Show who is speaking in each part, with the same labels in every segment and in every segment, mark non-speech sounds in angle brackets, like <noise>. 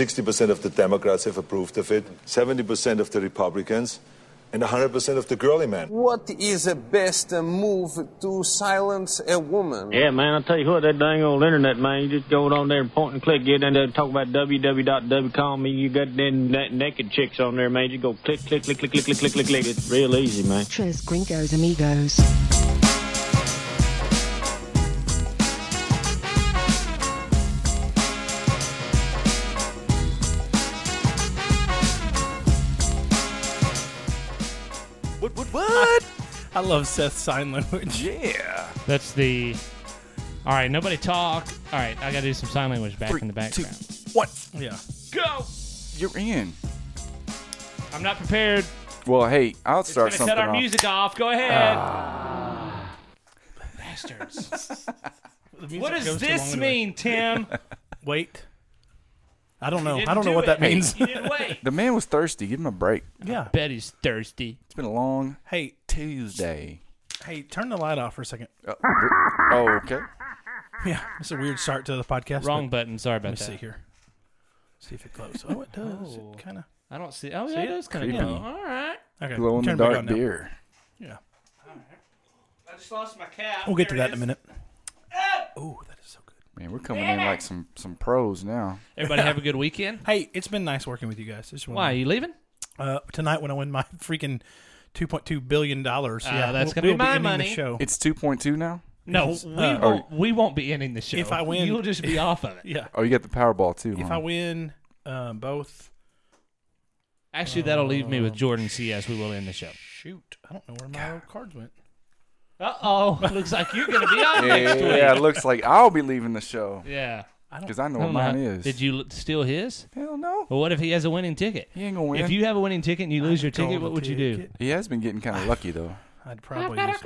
Speaker 1: 60% of the Democrats have approved of it, 70% of the Republicans, and 100% of the girly men.
Speaker 2: What is the best uh, move to silence a woman?
Speaker 3: Yeah, man, I tell you what, that dang old internet, man, you just go on there and point and click, get in there and talk about www.wcom, you got them na- naked chicks on there, man, you go click, click, click, click, click, click, click, click, click. It's real easy, man.
Speaker 4: Tres Gringos Amigos.
Speaker 5: What? What? What?
Speaker 6: I love Seth sign language.
Speaker 5: yeah.
Speaker 7: That's the. All right, nobody talk. All right, I got to do some sign language back in the
Speaker 5: Three, two,
Speaker 7: background.
Speaker 5: one.
Speaker 6: Yeah.
Speaker 7: Go.
Speaker 5: You're in.
Speaker 7: I'm not prepared.
Speaker 5: Well, hey, I'll
Speaker 7: We're
Speaker 5: start
Speaker 7: gonna
Speaker 5: something
Speaker 7: set our
Speaker 5: off.
Speaker 7: music off. Go ahead. Ah. <laughs> Bastards.
Speaker 6: The music
Speaker 7: what does
Speaker 6: goes too long
Speaker 7: this
Speaker 6: anyway.
Speaker 7: mean, <laughs> Tim?
Speaker 6: Wait. I don't know.
Speaker 7: Didn't
Speaker 6: I don't know
Speaker 7: do
Speaker 6: what that
Speaker 7: it.
Speaker 6: means.
Speaker 7: You didn't wait.
Speaker 5: The man was thirsty. Give him a break.
Speaker 6: yeah.
Speaker 7: Bet he's thirsty.
Speaker 5: It's been a long
Speaker 6: Hey,
Speaker 5: Tuesday.
Speaker 6: hey, turn the light off for a second. <laughs>
Speaker 5: Oh, okay.
Speaker 6: Yeah, it's a weird start to the podcast.
Speaker 7: Wrong
Speaker 6: but
Speaker 7: button. Sorry
Speaker 6: Let me
Speaker 7: about
Speaker 6: see
Speaker 7: that.
Speaker 6: here. See if it closes. Oh, it does. It kind of.
Speaker 7: I don't see. Oh yeah, it is kind of cool. All right.
Speaker 6: Okay.
Speaker 5: Glow in the
Speaker 6: turn it back
Speaker 5: dark
Speaker 6: on now.
Speaker 5: beer.
Speaker 6: Yeah.
Speaker 7: I just lost my cap.
Speaker 6: We'll get to that in a minute. Oh, that is so good.
Speaker 5: Man, we're coming in like some some pros now.
Speaker 7: Everybody have a good weekend. <laughs>
Speaker 6: Hey, it's been nice working with you guys. Just wanna-
Speaker 7: Why are you leaving?
Speaker 6: Uh, tonight when I win my freaking two point two billion dollars. yeah,
Speaker 7: Uh,
Speaker 6: we'll-
Speaker 7: that's gonna be
Speaker 6: we'll
Speaker 7: my
Speaker 6: ending the
Speaker 7: money.
Speaker 6: show.
Speaker 5: It's 2.2 now.
Speaker 7: No,
Speaker 6: Yes.
Speaker 7: we
Speaker 6: Uh,
Speaker 7: won't. We won't be ending the show.
Speaker 6: If I win-
Speaker 7: you'll just <laughs> be off of it.
Speaker 6: yeah.
Speaker 5: Oh, you got the Powerball too.
Speaker 6: If
Speaker 5: huh?
Speaker 6: I win uh, both,
Speaker 7: Actually, that'll leave me with
Speaker 5: Oh.
Speaker 7: Jordan CS. We will end the show.
Speaker 6: shoot, I don't know where my cards went.
Speaker 7: Uh oh. <laughs> Looks like you're going to be on
Speaker 5: yeah,
Speaker 7: next week.
Speaker 5: yeah, it looks like I'll be leaving the show
Speaker 7: <laughs> Yeah.
Speaker 5: because I know
Speaker 7: I
Speaker 5: what
Speaker 7: don't know
Speaker 5: mine
Speaker 7: how-
Speaker 5: is.
Speaker 7: Did you l- steal his?
Speaker 5: Hell no.
Speaker 7: Well, what if he has a winning ticket?
Speaker 5: He ain't gonna win.
Speaker 7: If you have a winning ticket and you lose your ticket,
Speaker 6: Golden
Speaker 7: what would you do?
Speaker 6: ticket.
Speaker 5: He has been
Speaker 7: <sighs>
Speaker 5: getting kind of lucky though.
Speaker 6: I'd probably. Use,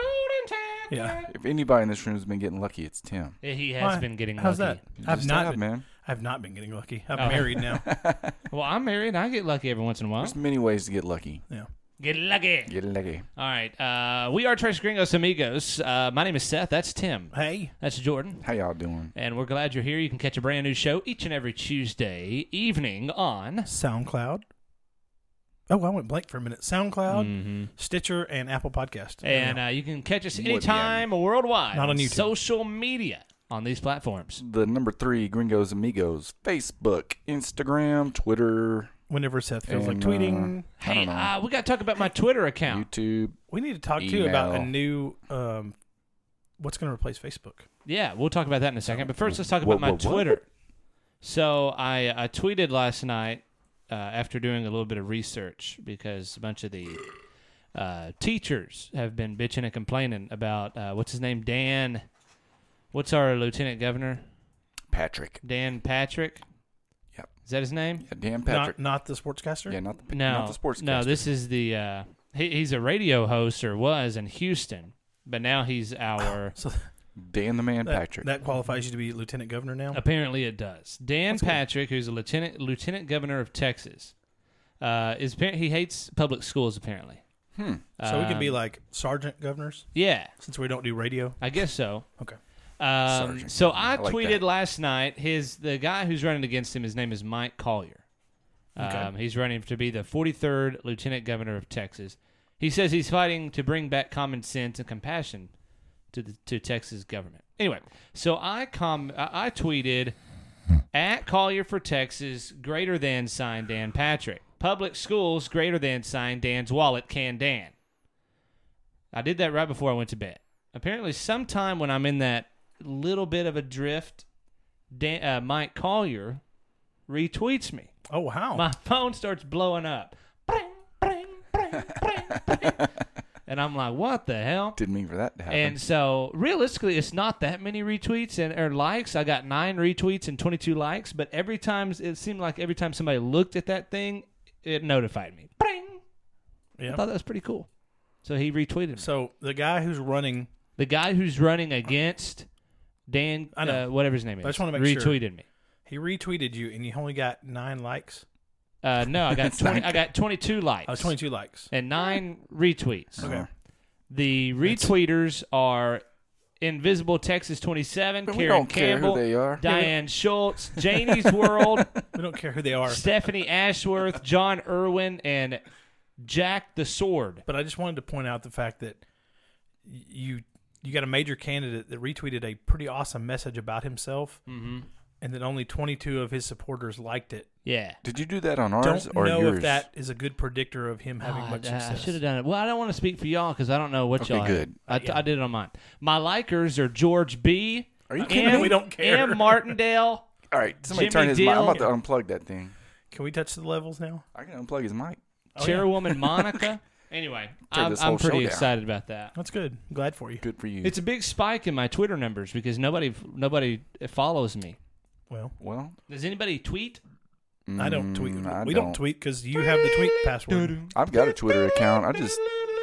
Speaker 6: yeah.
Speaker 5: If anybody in this room has been getting lucky, it's Tim.
Speaker 7: Yeah, He has
Speaker 6: Why?
Speaker 7: been getting
Speaker 6: How's
Speaker 7: lucky.
Speaker 6: that? I've
Speaker 5: Just
Speaker 6: not
Speaker 5: have,
Speaker 6: been,
Speaker 5: man.
Speaker 6: I've not been getting lucky. I'm
Speaker 7: Oh.
Speaker 6: married
Speaker 7: <laughs>
Speaker 6: now.
Speaker 7: Well, I'm married. I get lucky every once in a while.
Speaker 5: There's many ways to get lucky.
Speaker 6: Yeah.
Speaker 7: Get lucky.
Speaker 5: Get lucky.
Speaker 7: All right. Uh, we are Trash Gringos Amigos. Uh, my name is Seth. That's Tim.
Speaker 6: Hey,
Speaker 7: That's Jordan.
Speaker 5: How y'all doing?
Speaker 7: And we're glad you're here. You can catch a brand new show each and every Tuesday evening on.
Speaker 6: SoundCloud. Oh, I went blank for a minute. SoundCloud,
Speaker 7: Mm-hmm.
Speaker 6: Stitcher, and Apple Podcast. There
Speaker 7: Mm. And
Speaker 6: we
Speaker 7: uh, you can catch us
Speaker 5: Would be
Speaker 7: anytime worldwide.
Speaker 6: Not on YouTube.
Speaker 7: Social media on these platforms.
Speaker 5: The number three, Gringos Amigos, Facebook, Instagram, Twitter,
Speaker 6: go. whenever Seth feels like
Speaker 5: and,
Speaker 6: tweeting,
Speaker 5: uh, I
Speaker 7: Hey,
Speaker 5: don't know,
Speaker 7: uh, we got to talk about my Twitter account.
Speaker 5: YouTube.
Speaker 6: we need to talk too about a
Speaker 5: email.
Speaker 6: new um, what's going to replace Facebook.
Speaker 7: Yeah, we'll talk about that in a second. But first, let's talk
Speaker 5: Whoa,
Speaker 7: about my
Speaker 5: whoa, whoa.
Speaker 7: Twitter. So I, I tweeted last night uh, after doing a little bit of research because a bunch of the uh, teachers have been bitching and complaining about uh, what's his name, Dan. What's our lieutenant governor?
Speaker 5: Patrick.
Speaker 7: Dan Patrick.
Speaker 5: Yep.
Speaker 7: Is that his name?
Speaker 5: Yeah, Dan
Speaker 6: Not,
Speaker 5: Patrick.
Speaker 6: not the sportscaster.
Speaker 5: yeah, not the
Speaker 7: No.
Speaker 5: not the sports.
Speaker 7: No, this is the uh, he, he's a radio host or was in Houston, but now he's our.
Speaker 6: So
Speaker 5: Dan the Man
Speaker 6: that,
Speaker 5: Patrick.
Speaker 6: that qualifies you to be lieutenant governor now.
Speaker 7: apparently, it does. Dan Patrick, who's a lieutenant lieutenant governor of Texas, uh, is appar- he hates public schools apparently.
Speaker 5: Hmm.
Speaker 6: So we can be
Speaker 7: Um,
Speaker 6: like sergeant governors
Speaker 7: Yeah,
Speaker 6: since we don't do radio.
Speaker 7: I guess so.
Speaker 6: Okay.
Speaker 7: Um,
Speaker 5: Sergeant
Speaker 7: so
Speaker 5: Governor.
Speaker 7: I,
Speaker 5: I like
Speaker 7: tweeted
Speaker 5: that.
Speaker 7: last night. His the guy who's running against him. His name is Mike Collier. Um, he's running to be the 43rd Lieutenant Governor of Texas. He says he's fighting to bring back common sense and compassion to the to Texas government. Anyway, so I com I, I tweeted at Collier for Texas greater than sign Dan Patrick public schools greater than sign Dan's wallet can Dan. I did that right before I went to bed. Apparently, sometime when I'm in that little bit of a drift, Dan, uh, Mike Collier retweets me.
Speaker 6: Oh wow!
Speaker 7: <laughs> My phone starts blowing up. Bring, bring, bring, bring, bring. and I'm like, what the hell?
Speaker 5: Didn't mean for that to happen.
Speaker 7: And so, realistically, it's not that many retweets and or likes. I got nine retweets and 22 likes, but every time it seemed like every time somebody looked at that thing, it notified me. Bring. I
Speaker 6: yeah.
Speaker 7: thought that was pretty cool. So he retweeted me.
Speaker 6: So the guy who's running,
Speaker 7: The guy who's running against Dan,
Speaker 6: I know.
Speaker 7: uh, whatever his name is,
Speaker 6: I just wanna make sure.
Speaker 7: retweeted me.
Speaker 6: he retweeted you, and you only got nine likes.
Speaker 7: Uh, no, I got
Speaker 5: It's
Speaker 7: 20,
Speaker 5: like-
Speaker 7: I got 22 likes
Speaker 6: Oh, 22 likes.
Speaker 7: and nine retweets.
Speaker 6: Okay.
Speaker 7: The retweeters are Invisible Texas 27,
Speaker 5: But we
Speaker 7: Karen
Speaker 5: don't care who
Speaker 7: Campbell,
Speaker 5: they are. <laughs>
Speaker 7: Diane Schultz, Janie's World,
Speaker 6: We don't care who they
Speaker 7: <laughs>
Speaker 6: are.
Speaker 7: Stephanie Ashworth, John Irwin, and Jack the Sword.
Speaker 6: But I just wanted to point out the fact that y- you you got a major candidate that retweeted a pretty awesome message about himself,
Speaker 7: Mm-hmm.
Speaker 6: and that only 22 of his supporters liked it.
Speaker 7: Yeah.
Speaker 5: Did you do that on ours
Speaker 6: Don't
Speaker 5: or
Speaker 6: know
Speaker 5: yours?
Speaker 6: if that is a good predictor of him having
Speaker 7: God,
Speaker 6: much
Speaker 7: uh, I
Speaker 6: success.
Speaker 7: should have done it. Well, I don't want to speak for y'all because I don't know what
Speaker 5: Okay,
Speaker 7: y'all. had.
Speaker 5: good.
Speaker 7: I, I did it on mine. My likers are George B.
Speaker 5: Are you kidding
Speaker 7: M,
Speaker 5: me?
Speaker 6: We don't care.
Speaker 7: M.
Speaker 5: <laughs>
Speaker 7: Martindale.
Speaker 5: All right, somebody
Speaker 7: Jimmy
Speaker 5: turn his mic. I'm about to
Speaker 7: Dill.
Speaker 5: unplug that thing.
Speaker 6: Can we touch the levels now?
Speaker 5: I can unplug his mic.
Speaker 7: Chairwoman
Speaker 5: <laughs>
Speaker 7: Monica. Anyway, I'm,
Speaker 5: this
Speaker 7: I'm
Speaker 5: whole show
Speaker 7: pretty
Speaker 5: down.
Speaker 7: excited about that.
Speaker 6: That's good. I'm glad for you.
Speaker 5: Good for you.
Speaker 7: It's a big spike in my Twitter numbers because nobody nobody follows me.
Speaker 6: Well,
Speaker 5: well,
Speaker 7: Does anybody tweet?
Speaker 6: I don't tweet.
Speaker 5: Mm, I
Speaker 6: we
Speaker 5: don't.
Speaker 6: don't tweet because you have the tweet password.
Speaker 5: I've got a Twitter account. I just,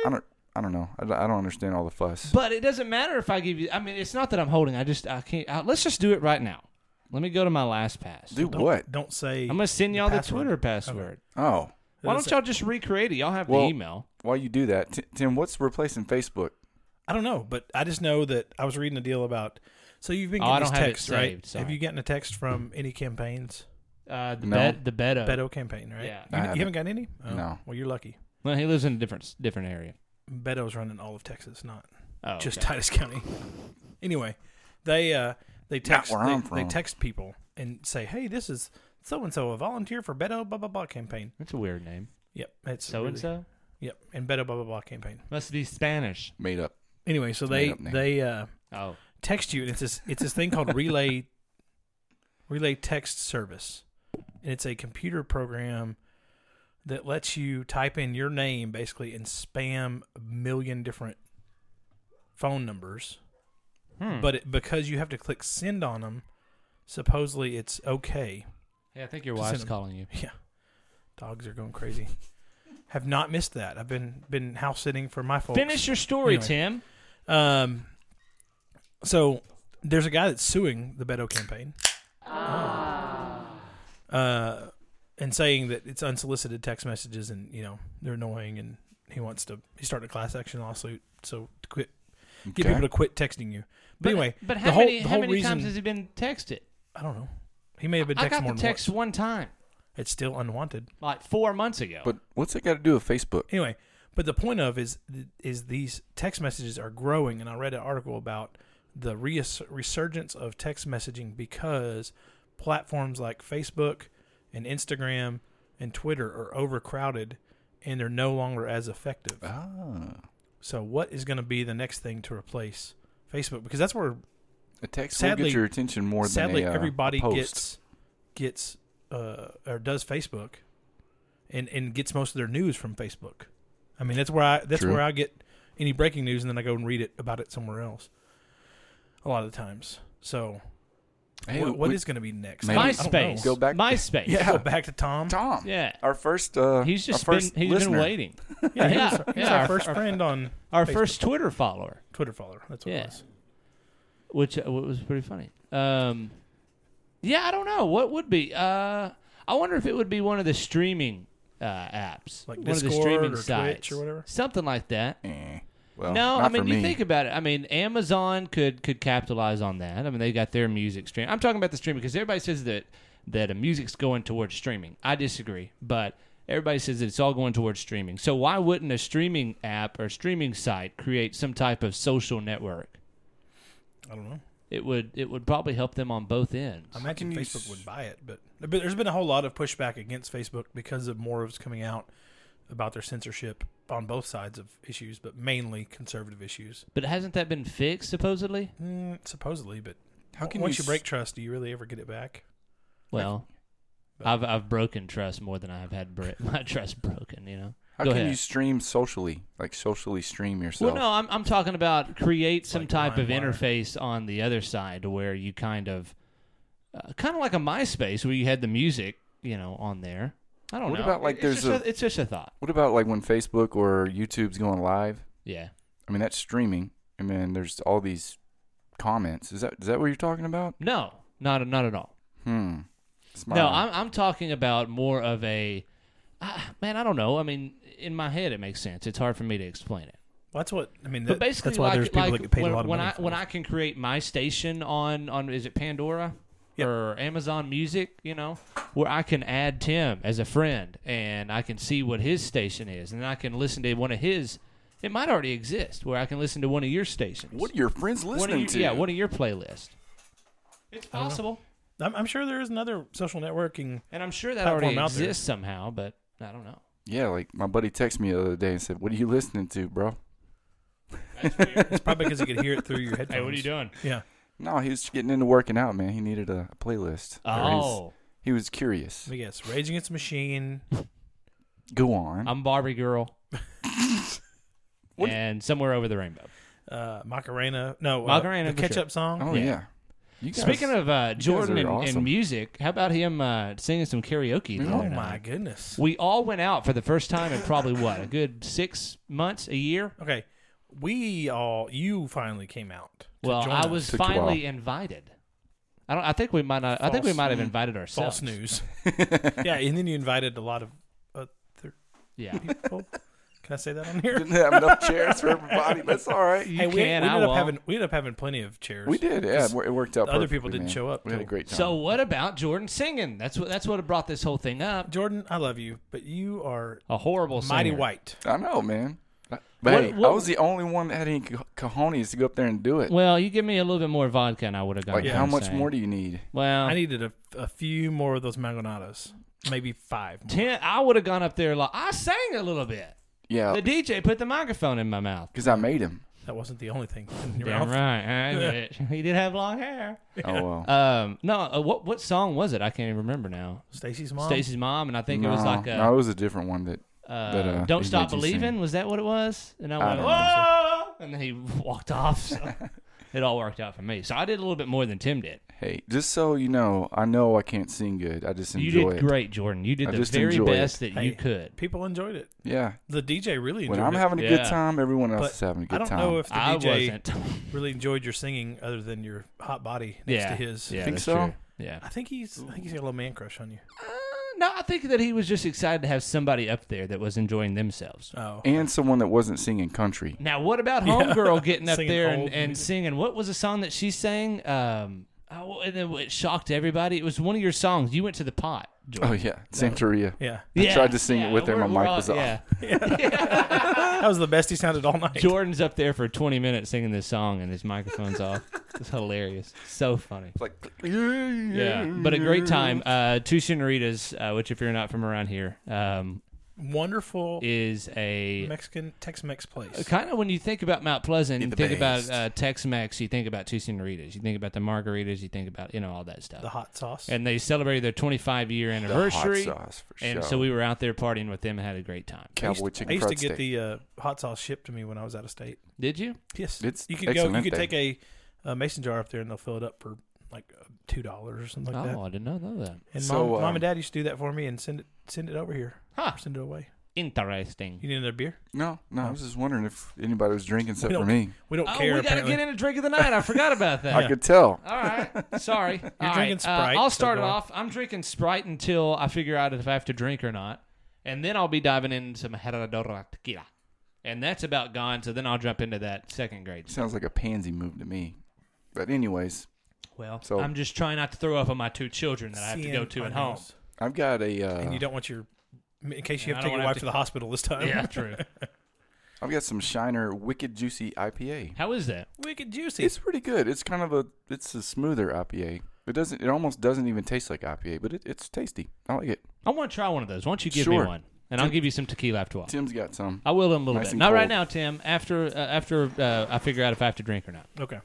Speaker 5: I don't, I don't know. I, don't- I don't understand all the fuss.
Speaker 7: But it doesn't matter if I give you. I mean, it's not that I'm holding. I just I can't. I, let's just do it right now. Let me go to my last pass.
Speaker 5: Do
Speaker 6: Don't,
Speaker 5: what?
Speaker 6: Don't say.
Speaker 7: I'm gonna send y'all the, Twitter password.
Speaker 5: Oh,
Speaker 7: Why don't y'all just recreate it? Y'all have
Speaker 5: Well-
Speaker 7: the email.
Speaker 5: while you do that, T- Tim, what's replacing Facebook?
Speaker 6: I don't know, but I just know that I was reading a deal about. So you've been
Speaker 7: Oh,
Speaker 6: getting
Speaker 7: I
Speaker 6: these
Speaker 7: don't have it
Speaker 6: texts, right?
Speaker 7: saved, sorry.
Speaker 6: Have you gotten a text from any campaigns?
Speaker 7: Uh, the
Speaker 5: No.
Speaker 7: bed, the Beto.
Speaker 6: Beto campaign, right?
Speaker 7: Yeah.
Speaker 6: You,
Speaker 5: I
Speaker 6: you
Speaker 5: haven't.
Speaker 6: haven't got any? Oh,
Speaker 5: No.
Speaker 6: Well, you're lucky.
Speaker 7: Well, he lives in a different different area.
Speaker 6: Beto's running all of Texas, not
Speaker 7: Oh,
Speaker 6: just
Speaker 7: okay.
Speaker 6: Titus County. <laughs> Anyway, they uh, they text
Speaker 5: where
Speaker 6: they,
Speaker 5: I'm
Speaker 6: they
Speaker 5: from.
Speaker 6: text people and say, "Hey, this is so and so, a volunteer for Beto blah blah blah campaign."
Speaker 7: that's a weird name.
Speaker 6: Yep, it's
Speaker 7: So and
Speaker 6: really-
Speaker 7: so
Speaker 6: Yep, and Beto blah blah blah campaign.
Speaker 7: must be Spanish.
Speaker 5: Made up.
Speaker 6: Anyway, so
Speaker 5: made
Speaker 6: they
Speaker 5: up name.
Speaker 6: they uh,
Speaker 7: Oh,
Speaker 6: text you, and it's this it's this thing called relay relay text service, and it's a computer program that lets you type in your name basically and spam a million different phone numbers. But it, because you have to click send on them, supposedly it's okay. <laughs>
Speaker 7: hey, I think your
Speaker 6: Just send
Speaker 7: wife's
Speaker 6: him.
Speaker 7: calling you.
Speaker 6: Yeah, dogs are going crazy. Have not missed that. I've been been house sitting for my folks.
Speaker 7: Finish your story,
Speaker 6: Anyway.
Speaker 7: Tim.
Speaker 6: Um, so there's a guy that's suing the Beto campaign,
Speaker 7: Ah.
Speaker 6: uh, and saying that it's unsolicited text messages and you know they're annoying, and he wants to he started a class action lawsuit so to quit get
Speaker 5: Okay.
Speaker 6: people to quit texting you. But, anyway,
Speaker 7: but how
Speaker 6: the whole
Speaker 7: many,
Speaker 6: the
Speaker 7: how
Speaker 6: whole
Speaker 7: many
Speaker 6: reason
Speaker 7: times has he been texted?
Speaker 6: I don't know. He may have been
Speaker 7: I
Speaker 6: texted
Speaker 7: got
Speaker 6: more than
Speaker 7: the text
Speaker 6: once.
Speaker 7: one time,
Speaker 6: It's still unwanted.
Speaker 7: like four months ago.
Speaker 5: But what's it got to do with Facebook?
Speaker 6: anyway but the point of is is these text messages are growing and i read an article about the reas- resurgence of text messaging because platforms like facebook and instagram and twitter are overcrowded and they're no longer as effective
Speaker 5: Ah,
Speaker 6: so what is going to be the next thing to replace facebook because that's where
Speaker 5: a text will
Speaker 6: Sadly-
Speaker 5: get your attention more than
Speaker 6: sadly
Speaker 5: a, uh,
Speaker 6: everybody
Speaker 5: a post.
Speaker 6: gets gets uh, or does Facebook, and and gets most of their news from Facebook. I mean that's where I that's
Speaker 5: True.
Speaker 6: where I get any breaking news, and then I go and read it about it somewhere else. A lot of the times, so
Speaker 5: Hey,
Speaker 6: what, what
Speaker 5: we-
Speaker 6: is going to be next?
Speaker 5: Maybe-
Speaker 6: I don't know.
Speaker 7: MySpace.
Speaker 5: Go back-
Speaker 7: MySpace.
Speaker 5: Yeah.
Speaker 6: Go back to Tom.
Speaker 5: Tom?
Speaker 7: Yeah.
Speaker 5: our first. Uh,
Speaker 7: He's just
Speaker 5: our
Speaker 7: been
Speaker 5: first
Speaker 7: he's
Speaker 5: listener.
Speaker 7: been
Speaker 6: <laughs>
Speaker 7: waiting.
Speaker 6: Yeah, he
Speaker 7: Yeah.
Speaker 6: was, he was
Speaker 7: Yeah,
Speaker 6: our
Speaker 7: our-
Speaker 6: first
Speaker 7: our-
Speaker 6: friend on
Speaker 7: Our
Speaker 6: Facebook.
Speaker 7: first Twitter follower,
Speaker 6: Twitter follower. That's what
Speaker 7: Yeah.
Speaker 6: it was.
Speaker 7: which uh, was pretty funny. Um, yeah, I don't know what would be. Uh, I wonder if it would be one of the streaming uh, apps,
Speaker 6: Like
Speaker 7: one of the
Speaker 6: Discord
Speaker 7: streaming
Speaker 6: or Twitch
Speaker 7: sites
Speaker 6: or whatever?
Speaker 7: something like that.
Speaker 5: Eh, well,
Speaker 7: No,
Speaker 5: not
Speaker 7: I mean
Speaker 5: for
Speaker 7: you
Speaker 5: me.
Speaker 7: think about it. I mean Amazon could could capitalize on that. I mean they got their music stream. I'm talking about the streaming because everybody says that that uh, music's going towards streaming. I disagree, but everybody says that it's all going towards streaming. So why wouldn't a streaming app or streaming site create some type of social network?
Speaker 6: I don't know.
Speaker 7: It would it would probably help them on both ends.
Speaker 6: I imagine
Speaker 5: can you
Speaker 6: Facebook
Speaker 5: s-
Speaker 6: would buy it, but, but there's been a whole lot of pushback against Facebook because of more of it's coming out about their censorship on both sides of issues, but mainly conservative issues,
Speaker 7: But hasn't that been fixed supposedly?
Speaker 6: mm, supposedly. But
Speaker 5: How
Speaker 6: on-
Speaker 5: can
Speaker 6: once
Speaker 5: you
Speaker 6: you,
Speaker 5: s-
Speaker 6: break trust, do you really ever get it back?
Speaker 7: Well, I've I've broken trust more than I have had bre- <laughs> my trust broken. You know.
Speaker 5: How
Speaker 7: Go
Speaker 5: can
Speaker 7: ahead.
Speaker 5: you stream socially? Like socially stream yourself?
Speaker 7: Well, no, I'm, I'm talking about create some
Speaker 6: Like
Speaker 7: type of
Speaker 6: LimeWire.
Speaker 7: interface on the other side to where you kind of, uh, kind of like a MySpace where you had the music, you know, on there. I don't
Speaker 5: What
Speaker 7: know.
Speaker 5: about, like,
Speaker 7: It's
Speaker 5: there's
Speaker 7: just
Speaker 5: a-
Speaker 7: it's just a thought.
Speaker 5: What about like when Facebook or YouTube's going live?
Speaker 7: Yeah.
Speaker 5: I mean, that's streaming, and then there's all these comments. Is that is that what you're talking about?
Speaker 7: No, not not at all.
Speaker 5: Hmm. Smart.
Speaker 7: No, I'm I'm talking about more of a, ah, man. I don't know. I mean, in my head, it makes sense. It's hard for me to explain it.
Speaker 6: Well, that's what I mean.
Speaker 7: But
Speaker 6: That,
Speaker 7: basically,
Speaker 6: that's why
Speaker 7: like,
Speaker 6: there's people
Speaker 7: like
Speaker 6: that get paid
Speaker 7: when,
Speaker 6: a lot of
Speaker 7: when
Speaker 6: money.
Speaker 7: I
Speaker 6: for
Speaker 7: when
Speaker 6: it.
Speaker 7: I can create my station on on is it Pandora
Speaker 6: Yep.
Speaker 7: or Amazon Music, you know, where I can add Tim as a friend and I can see what his station is, and I can listen to one of his. It might already exist where I can listen to one of your stations.
Speaker 5: What are your friends
Speaker 7: One
Speaker 5: listening
Speaker 7: of your,
Speaker 5: to?
Speaker 7: yeah, one of your playlists. It's possible,
Speaker 6: I'm, I'm sure there is another social networking.
Speaker 7: and I'm sure that
Speaker 6: Platform
Speaker 7: already
Speaker 6: out there.
Speaker 7: exists somehow, but I don't know.
Speaker 5: Yeah, like my buddy texted me the other day and said, "What are you listening to, bro?"
Speaker 6: It's probably because you could hear it through
Speaker 7: <laughs>
Speaker 6: your headphones.
Speaker 7: doing?
Speaker 6: Yeah,
Speaker 5: No, he was just getting into working out, man. He needed a playlist. Or his-
Speaker 7: Oh,
Speaker 5: he was curious.
Speaker 6: but yes, Rage Against the Machine.
Speaker 5: Go on.
Speaker 7: I'm Barbie Girl,
Speaker 6: <laughs>
Speaker 5: What-
Speaker 7: and somewhere over the rainbow.
Speaker 6: uh, Macarena. No, uh,
Speaker 7: Macarena,
Speaker 6: the
Speaker 7: for sure.
Speaker 6: catch-up song.
Speaker 5: oh
Speaker 7: yeah.
Speaker 5: yeah. You guys-
Speaker 7: Speaking of uh, Jordan
Speaker 5: are
Speaker 7: and, and
Speaker 5: awesome.
Speaker 7: music, how about him uh, singing some karaoke? The
Speaker 6: Oh,
Speaker 7: other
Speaker 6: my
Speaker 7: night?
Speaker 6: goodness.
Speaker 7: We all went out for the first time in probably what a good six months, a year.
Speaker 5: Oh,
Speaker 6: Okay, we all. You finally came out. to
Speaker 7: Well,
Speaker 6: join
Speaker 7: I
Speaker 6: us.
Speaker 7: was
Speaker 5: Took a while.
Speaker 7: finally invited. I don't. I think we might not. I think we
Speaker 6: False-
Speaker 7: might have invited ourselves.
Speaker 6: false
Speaker 7: <laughs>
Speaker 6: news. yeah, and then you invited a lot of other
Speaker 5: <laughs>
Speaker 7: Yeah.
Speaker 6: people. Can I say that on here?
Speaker 7: <laughs>
Speaker 5: <laughs> didn't have enough chairs for everybody. That's all right.
Speaker 7: You
Speaker 6: Hey, we, we
Speaker 7: can.
Speaker 6: ended
Speaker 7: I
Speaker 6: up
Speaker 7: will.
Speaker 6: having we ended up having plenty of chairs.
Speaker 5: We did. Yeah, it wor- it worked out.
Speaker 6: the other people didn't
Speaker 5: perfectly, man.
Speaker 6: show up
Speaker 5: We had a
Speaker 6: till-
Speaker 5: great time.
Speaker 7: So what about Jordan singing? That's what. That's what brought this whole thing up.
Speaker 6: Jordan, I love you, but you are
Speaker 7: A horrible singer.
Speaker 6: mighty white.
Speaker 5: I know, man. Uh, But
Speaker 7: What-
Speaker 5: hey,
Speaker 7: what-
Speaker 5: I was the only one that had any co- cojones to go up there and do it.
Speaker 7: Well, you give me a little bit more vodka, and I would have gone.
Speaker 5: like,
Speaker 7: down
Speaker 5: how much
Speaker 7: saying.
Speaker 5: more do you need?
Speaker 7: Well,
Speaker 6: I needed a, a few more of those mangonadas, maybe five. More.
Speaker 7: ten. I would have gone up there a lot. I sang a little bit.
Speaker 5: Yeah,
Speaker 7: The DJ put the microphone in my mouth.
Speaker 5: because I
Speaker 7: <laughs>
Speaker 5: made him.
Speaker 6: That wasn't the only thing. In your
Speaker 7: Damn
Speaker 6: mouth.
Speaker 7: right. I did it. <laughs> he did have long hair.
Speaker 5: Oh well.
Speaker 7: Um, no, uh, what what song was it? I can't even remember now.
Speaker 6: Stacy's mom.
Speaker 7: Stacy's mom, and I think
Speaker 5: no,
Speaker 7: it was like a
Speaker 5: no, it was a different one that.
Speaker 7: uh,
Speaker 5: that, uh,
Speaker 7: "Don't
Speaker 5: he
Speaker 7: Stop
Speaker 5: made you
Speaker 7: Believing."
Speaker 5: sing.
Speaker 7: Was that what it was? And I
Speaker 5: I
Speaker 7: went,
Speaker 5: don't
Speaker 7: "Whoa!" and then he <laughs> walked off. So it all worked out for me. So I did a little bit more than Tim did.
Speaker 5: Hey, just so you know, I know I can't sing good. I just
Speaker 7: you
Speaker 5: enjoy
Speaker 7: did
Speaker 5: it.
Speaker 7: great, Jordan. You did
Speaker 5: I
Speaker 7: the
Speaker 5: just
Speaker 7: very
Speaker 5: enjoy it.
Speaker 7: best that you
Speaker 6: Hey.
Speaker 7: could.
Speaker 6: People enjoyed it.
Speaker 5: Yeah.
Speaker 6: The DJ really enjoyed
Speaker 5: When I'm
Speaker 6: it.
Speaker 5: having a good
Speaker 7: Yeah.
Speaker 5: time, everyone else
Speaker 6: but
Speaker 5: is having a good
Speaker 6: I don't
Speaker 5: time.
Speaker 6: know if the
Speaker 7: I
Speaker 6: DJ
Speaker 7: <laughs> wasn't.
Speaker 6: really enjoyed your singing, other than your hot body next
Speaker 7: yeah,
Speaker 6: to his.
Speaker 7: Yeah,
Speaker 5: Think
Speaker 7: that's
Speaker 5: so?
Speaker 7: true. Yeah.
Speaker 6: I think he's. I think he's got a little man crush on you.
Speaker 7: Uh, no, I think that he was just excited to have somebody up there that was enjoying themselves.
Speaker 6: Oh,
Speaker 5: and someone that wasn't singing country.
Speaker 7: Now,
Speaker 6: <laughs>
Speaker 7: what about Homegirl getting up
Speaker 6: Singing
Speaker 7: there
Speaker 6: old
Speaker 7: and, and
Speaker 6: music.
Speaker 7: singing? What was the song that she sang? Um, oh, and then it shocked everybody. It was one of your songs. You went to the pot. Jordan.
Speaker 5: Oh yeah, Santeria.
Speaker 6: yeah.
Speaker 5: I tried to sing it with her.
Speaker 7: we're-
Speaker 5: My
Speaker 7: we're
Speaker 5: mic
Speaker 7: all-
Speaker 5: was off.
Speaker 7: Yeah.
Speaker 6: <laughs>
Speaker 7: <laughs>
Speaker 5: <laughs>
Speaker 6: That was the best he sounded all night.
Speaker 7: Jordan's up there for 20 minutes singing this song, and his microphone's off. It's hilarious. So funny.
Speaker 5: It's like, yeah,
Speaker 7: Yeah, but a great time. Uh, Two Senoritas, uh, which if you're not from around here, um,
Speaker 6: Wonderful
Speaker 7: is a
Speaker 6: Mexican Tex-Mex place.
Speaker 7: Kind of when you think about Mount Pleasant, you
Speaker 5: the
Speaker 7: think about
Speaker 5: best.
Speaker 7: uh, Tex-Mex, you think about two senoritas, you think about the margaritas, you think about you know all that stuff.
Speaker 6: The hot sauce.
Speaker 7: and they celebrated their 25 year anniversary,
Speaker 5: sauce, for
Speaker 7: and
Speaker 5: sure.
Speaker 7: so we were out there partying with them and had a great time.
Speaker 6: I used
Speaker 5: Cowboy
Speaker 6: to-
Speaker 5: chicken
Speaker 6: I used to
Speaker 5: fried
Speaker 6: get
Speaker 5: steak.
Speaker 6: the uh, hot sauce shipped to me when I was out of state.
Speaker 7: Did you?
Speaker 6: Yes,
Speaker 5: It's
Speaker 6: you could go. You could
Speaker 5: excelente.
Speaker 6: take a, a mason jar up there and they'll fill it up for like uh, two dollars or something like
Speaker 7: oh,
Speaker 6: that.
Speaker 7: I did not know that.
Speaker 6: And
Speaker 5: So,
Speaker 6: mom, mom
Speaker 5: um,
Speaker 6: and dad used to do that for me and send it send it over here.
Speaker 7: Huh.
Speaker 6: Send it away. You
Speaker 7: Interesting.
Speaker 6: need another beer?
Speaker 5: No, no. I was just wondering if anybody was drinking except
Speaker 6: We
Speaker 5: for
Speaker 6: don't-
Speaker 5: me.
Speaker 6: We don't
Speaker 7: Oh,
Speaker 6: care.
Speaker 7: we got to
Speaker 6: apparently.
Speaker 7: get in a drink of the night. I forgot about
Speaker 6: <laughs>
Speaker 7: that.
Speaker 5: I could tell.
Speaker 7: All right, sorry. You're
Speaker 6: drinking Sprite,
Speaker 7: I'll
Speaker 6: so
Speaker 7: start it
Speaker 6: go on.
Speaker 7: off. I'm drinking Sprite until I figure out if I have to drink or not, and then I'll be diving into some Herradura tequila, and that's about gone. So then I'll jump into that second grade.
Speaker 5: Sounds like a pansy move to me. But anyways,
Speaker 7: Well,
Speaker 5: So-
Speaker 7: I'm just trying not to throw up on my two children that I have to
Speaker 6: Seeing
Speaker 7: go to at
Speaker 6: on
Speaker 7: home.
Speaker 6: yours.
Speaker 5: I've got a uh,
Speaker 6: And you don't want your in case you
Speaker 7: I
Speaker 6: have to
Speaker 7: don't
Speaker 6: take your
Speaker 7: wanna
Speaker 6: wife
Speaker 7: have
Speaker 6: to
Speaker 7: to-
Speaker 6: the hospital this time. <laughs>
Speaker 7: Yeah, true.
Speaker 5: I've got some Shiner Wicked Juicy IPA.
Speaker 7: How is that?
Speaker 6: Wicked juicy.
Speaker 5: It's pretty good. It's kind of a it's a smoother IPA. It doesn't it almost doesn't even taste like IPA, but it, it's tasty. I like it.
Speaker 7: I want to try one of those. Why don't you give
Speaker 5: Sure.
Speaker 7: me one, and I'll give you some tequila after a while.
Speaker 5: Tim's got some.
Speaker 7: I will in a little
Speaker 5: Nice
Speaker 7: bit.
Speaker 5: and
Speaker 7: Not right
Speaker 5: cold.
Speaker 7: now, Tim. After uh, after uh, I figure out if I have to drink or not.
Speaker 6: okay.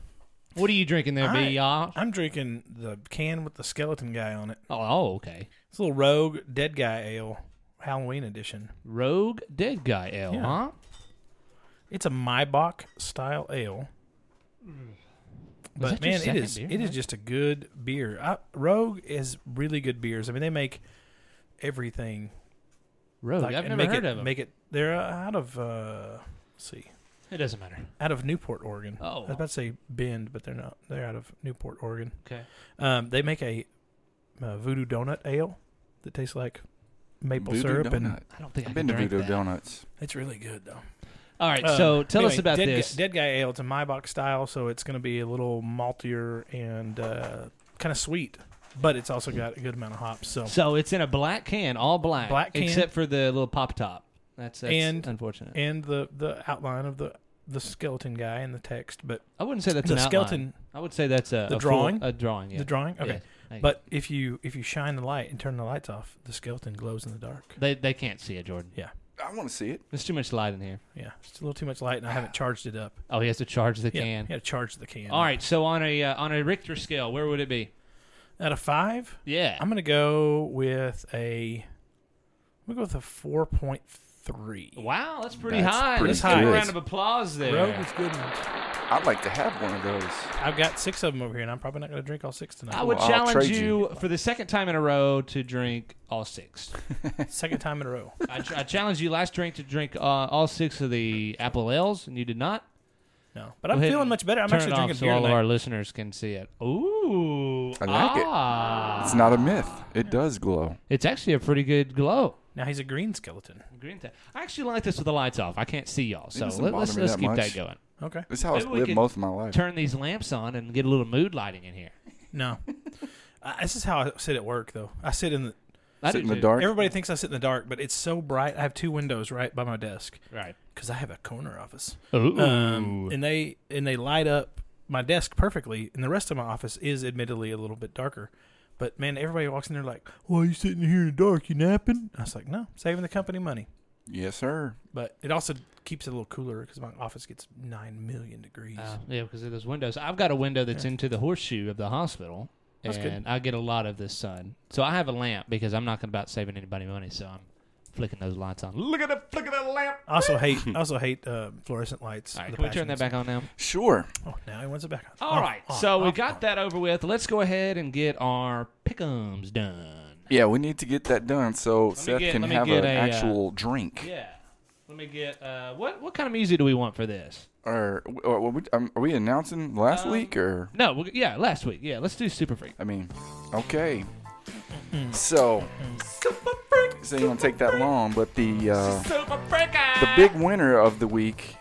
Speaker 7: What are you drinking there, B?
Speaker 6: I,
Speaker 7: y'all?
Speaker 6: I'm drinking the can with the skeleton guy on it.
Speaker 7: Oh, oh, okay.
Speaker 6: It's a little rogue dead guy ale, Halloween edition.
Speaker 7: Rogue Dead Guy Ale,
Speaker 6: Yeah.
Speaker 7: huh?
Speaker 6: It's a Maibach style ale. But
Speaker 7: that your
Speaker 6: man, it
Speaker 7: second
Speaker 6: is
Speaker 7: beer,
Speaker 6: it is
Speaker 7: man?
Speaker 6: just a good beer. I, Rogue is really good beers. I mean, they make everything.
Speaker 7: Rogue.
Speaker 6: like,
Speaker 7: I've
Speaker 6: and
Speaker 7: never
Speaker 6: make
Speaker 7: heard
Speaker 6: it,
Speaker 7: of 'em.
Speaker 6: Make it. They're uh, out of uh, let's see,
Speaker 7: it doesn't matter.
Speaker 6: out of Newport, Oregon. I
Speaker 7: Oh.
Speaker 6: was about to say Bend, but they're not. They're out of Newport, Oregon.
Speaker 7: Okay.
Speaker 6: Um, they make a, uh voodoo donut ale that tastes like maple
Speaker 5: Voodoo
Speaker 6: syrup, and
Speaker 5: Donut.
Speaker 7: I don't think
Speaker 5: I've
Speaker 7: I've
Speaker 5: been to Voodoo
Speaker 7: Down.
Speaker 5: Donuts.
Speaker 6: it's really good though.
Speaker 7: All right,
Speaker 6: Um,
Speaker 7: so tell us
Speaker 6: anyway,
Speaker 7: about
Speaker 6: dead, Guy-
Speaker 7: this.
Speaker 6: Dead Guy Ale. It's a Maybach style, so it's going to be a little maltier and uh, kind of sweet, but it's also got a good amount of hops. So,
Speaker 7: So it's in a black can, all black,
Speaker 6: Black can.
Speaker 7: except for the little pop top. That's, that's
Speaker 6: And-
Speaker 7: unfortunate.
Speaker 6: and the the outline of the the skeleton guy in the text, but
Speaker 7: I wouldn't say that's
Speaker 6: the
Speaker 7: an outline.
Speaker 6: skeleton-
Speaker 7: I would say that's a
Speaker 6: The
Speaker 7: a full-
Speaker 6: drawing?
Speaker 7: a drawing. Yeah.
Speaker 6: the drawing.
Speaker 7: Yeah,
Speaker 6: Okay,
Speaker 7: thank
Speaker 6: but if you if you shine the light and turn the lights off, the skeleton glows in the dark.
Speaker 7: you. they they can't see it, Jordan.
Speaker 6: Yeah,
Speaker 5: I want to see it.
Speaker 7: There's too much light in here.
Speaker 6: yeah. It's a little too much light, and I haven't charged it up.
Speaker 7: Oh, he has to charge the
Speaker 6: Yeah,
Speaker 7: can.
Speaker 6: yeah. Charge the can.
Speaker 7: All right, so on a uh, on a Richter scale, where would it be?
Speaker 6: Out of five,
Speaker 7: Yeah,
Speaker 6: I'm gonna go with a. I'm gonna go with a four point three.
Speaker 7: Wow, that's pretty
Speaker 5: That's
Speaker 7: high.
Speaker 5: pretty
Speaker 7: Let's give him a
Speaker 5: good.
Speaker 7: round of applause there.
Speaker 6: Rogue is good. ones.
Speaker 5: I'd like to have one of those.
Speaker 6: I've got six of them over here, and I'm probably not going to drink all six tonight.
Speaker 7: I would
Speaker 5: Well, I'll
Speaker 7: challenge
Speaker 5: trade
Speaker 7: you for the second time in a row to drink all six.
Speaker 6: Second time in a
Speaker 7: <laughs>
Speaker 6: row.
Speaker 7: I, ch- I challenged you last drink to drink uh, all six of the apple ales, and you did not.
Speaker 6: No, but I'm
Speaker 7: Go ahead
Speaker 6: feeling
Speaker 7: and
Speaker 6: much better. I'm
Speaker 7: turn
Speaker 6: actually
Speaker 7: it
Speaker 6: drinking
Speaker 7: off so
Speaker 6: beer
Speaker 7: all of
Speaker 6: tonight.
Speaker 7: our listeners can see it. Ooh,
Speaker 5: I like it.
Speaker 7: ah.
Speaker 5: It's not a myth. It does glow.
Speaker 7: It's actually a pretty good glow.
Speaker 6: Now he's a green skeleton.
Speaker 7: Green tag. I actually like this with the lights off. I can't see y'all, so
Speaker 5: doesn't
Speaker 7: let,
Speaker 5: bother
Speaker 7: us
Speaker 5: me
Speaker 7: let's
Speaker 5: that
Speaker 7: keep that
Speaker 5: much. Oh,
Speaker 7: going.
Speaker 6: Okay.
Speaker 5: This is how I've
Speaker 7: Maybe we
Speaker 5: lived
Speaker 7: could
Speaker 5: most of my life.
Speaker 7: Turn these lamps on and get a little mood lighting in here.
Speaker 6: No, I, this is how I sit at work though. I sit in. The,
Speaker 7: I
Speaker 5: Sit
Speaker 7: do
Speaker 5: in the
Speaker 7: too.
Speaker 5: dark.
Speaker 6: everybody thinks I sit in the dark, but it's so bright. I have two windows right by my desk
Speaker 7: Right.
Speaker 6: because I have a corner office,
Speaker 7: Ooh.
Speaker 6: um, and they and they light up my desk perfectly. And the rest of my office is admittedly a little bit darker. But man, everybody walks in there like, "Why are you sitting here in the dark? You napping?" I was like, "No, saving the company money."
Speaker 5: Yes, sir.
Speaker 6: but it also keeps it a little cooler because my office gets nine million degrees.
Speaker 7: Uh, yeah, because of those windows. I've got a window that's into the horseshoe of the hospital,
Speaker 6: That's good.
Speaker 7: and I get a lot of this sun. So I have a lamp because I'm not gonna about saving anybody money, so I'm flicking those lights on. Look at the flick of that lamp.
Speaker 6: I
Speaker 7: <laughs>
Speaker 6: also hate I also hate uh, fluorescent lights.
Speaker 7: All right,
Speaker 6: The
Speaker 7: can we turn that
Speaker 6: passions.
Speaker 7: back on now?
Speaker 5: Sure.
Speaker 6: Oh, now he wants it back on.
Speaker 7: All right, so we got that over with. Let's go ahead and get our pickums done.
Speaker 5: Yeah, we need to get that done so Seth
Speaker 7: get-
Speaker 5: can
Speaker 7: let me
Speaker 5: have
Speaker 7: get
Speaker 5: an
Speaker 7: a, uh,
Speaker 5: actual drink.
Speaker 7: Yeah. Let me get uh, what what kind of music do we want for this?
Speaker 5: Or, or, or we- um, are we announcing last
Speaker 7: Uh,
Speaker 5: week or?
Speaker 7: No, we yeah, last week. Yeah, let's do Super Freak.
Speaker 5: I mean, okay. So, so you won't take that long, but the uh,
Speaker 7: Super Freak.
Speaker 5: the big winner of the week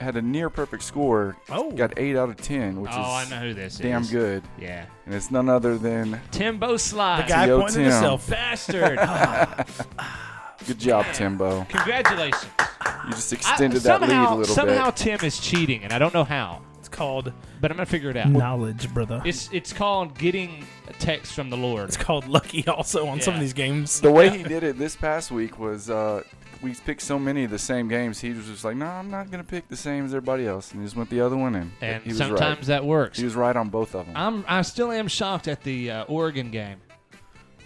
Speaker 5: had a near perfect score.
Speaker 6: Oh.
Speaker 5: got eight out of ten, which
Speaker 7: Oh, I
Speaker 5: is
Speaker 7: know who this
Speaker 5: damn
Speaker 7: is.
Speaker 5: good,
Speaker 7: Yeah.
Speaker 5: and it's none other than
Speaker 7: Timbo Sly.
Speaker 6: The guy
Speaker 5: Yo,
Speaker 6: pointed himself.
Speaker 7: bastard.
Speaker 5: <laughs> good job, Timbo.
Speaker 7: Congratulations.
Speaker 5: You just
Speaker 7: I-
Speaker 5: extended that
Speaker 7: somehow,
Speaker 5: lead a little
Speaker 7: somehow
Speaker 5: bit.
Speaker 7: Tim is cheating, and I don't know how,
Speaker 6: It's called
Speaker 7: but I'm gonna figure it out.
Speaker 6: knowledge, brother. It's,
Speaker 7: It's it's called getting a text from the Lord.
Speaker 6: called lucky. Also on some of
Speaker 7: Yeah.
Speaker 6: these games.
Speaker 5: The way he did it this past week was uh, we picked so many of the same games. He was just like, "No, I'm not gonna pick the same as everybody else," and he just went the other one in.
Speaker 7: And
Speaker 5: he was
Speaker 7: sometimes Uh.
Speaker 5: right.
Speaker 7: that works.
Speaker 5: he was right on both of them.
Speaker 7: I'm I still am shocked at the uh, Oregon game.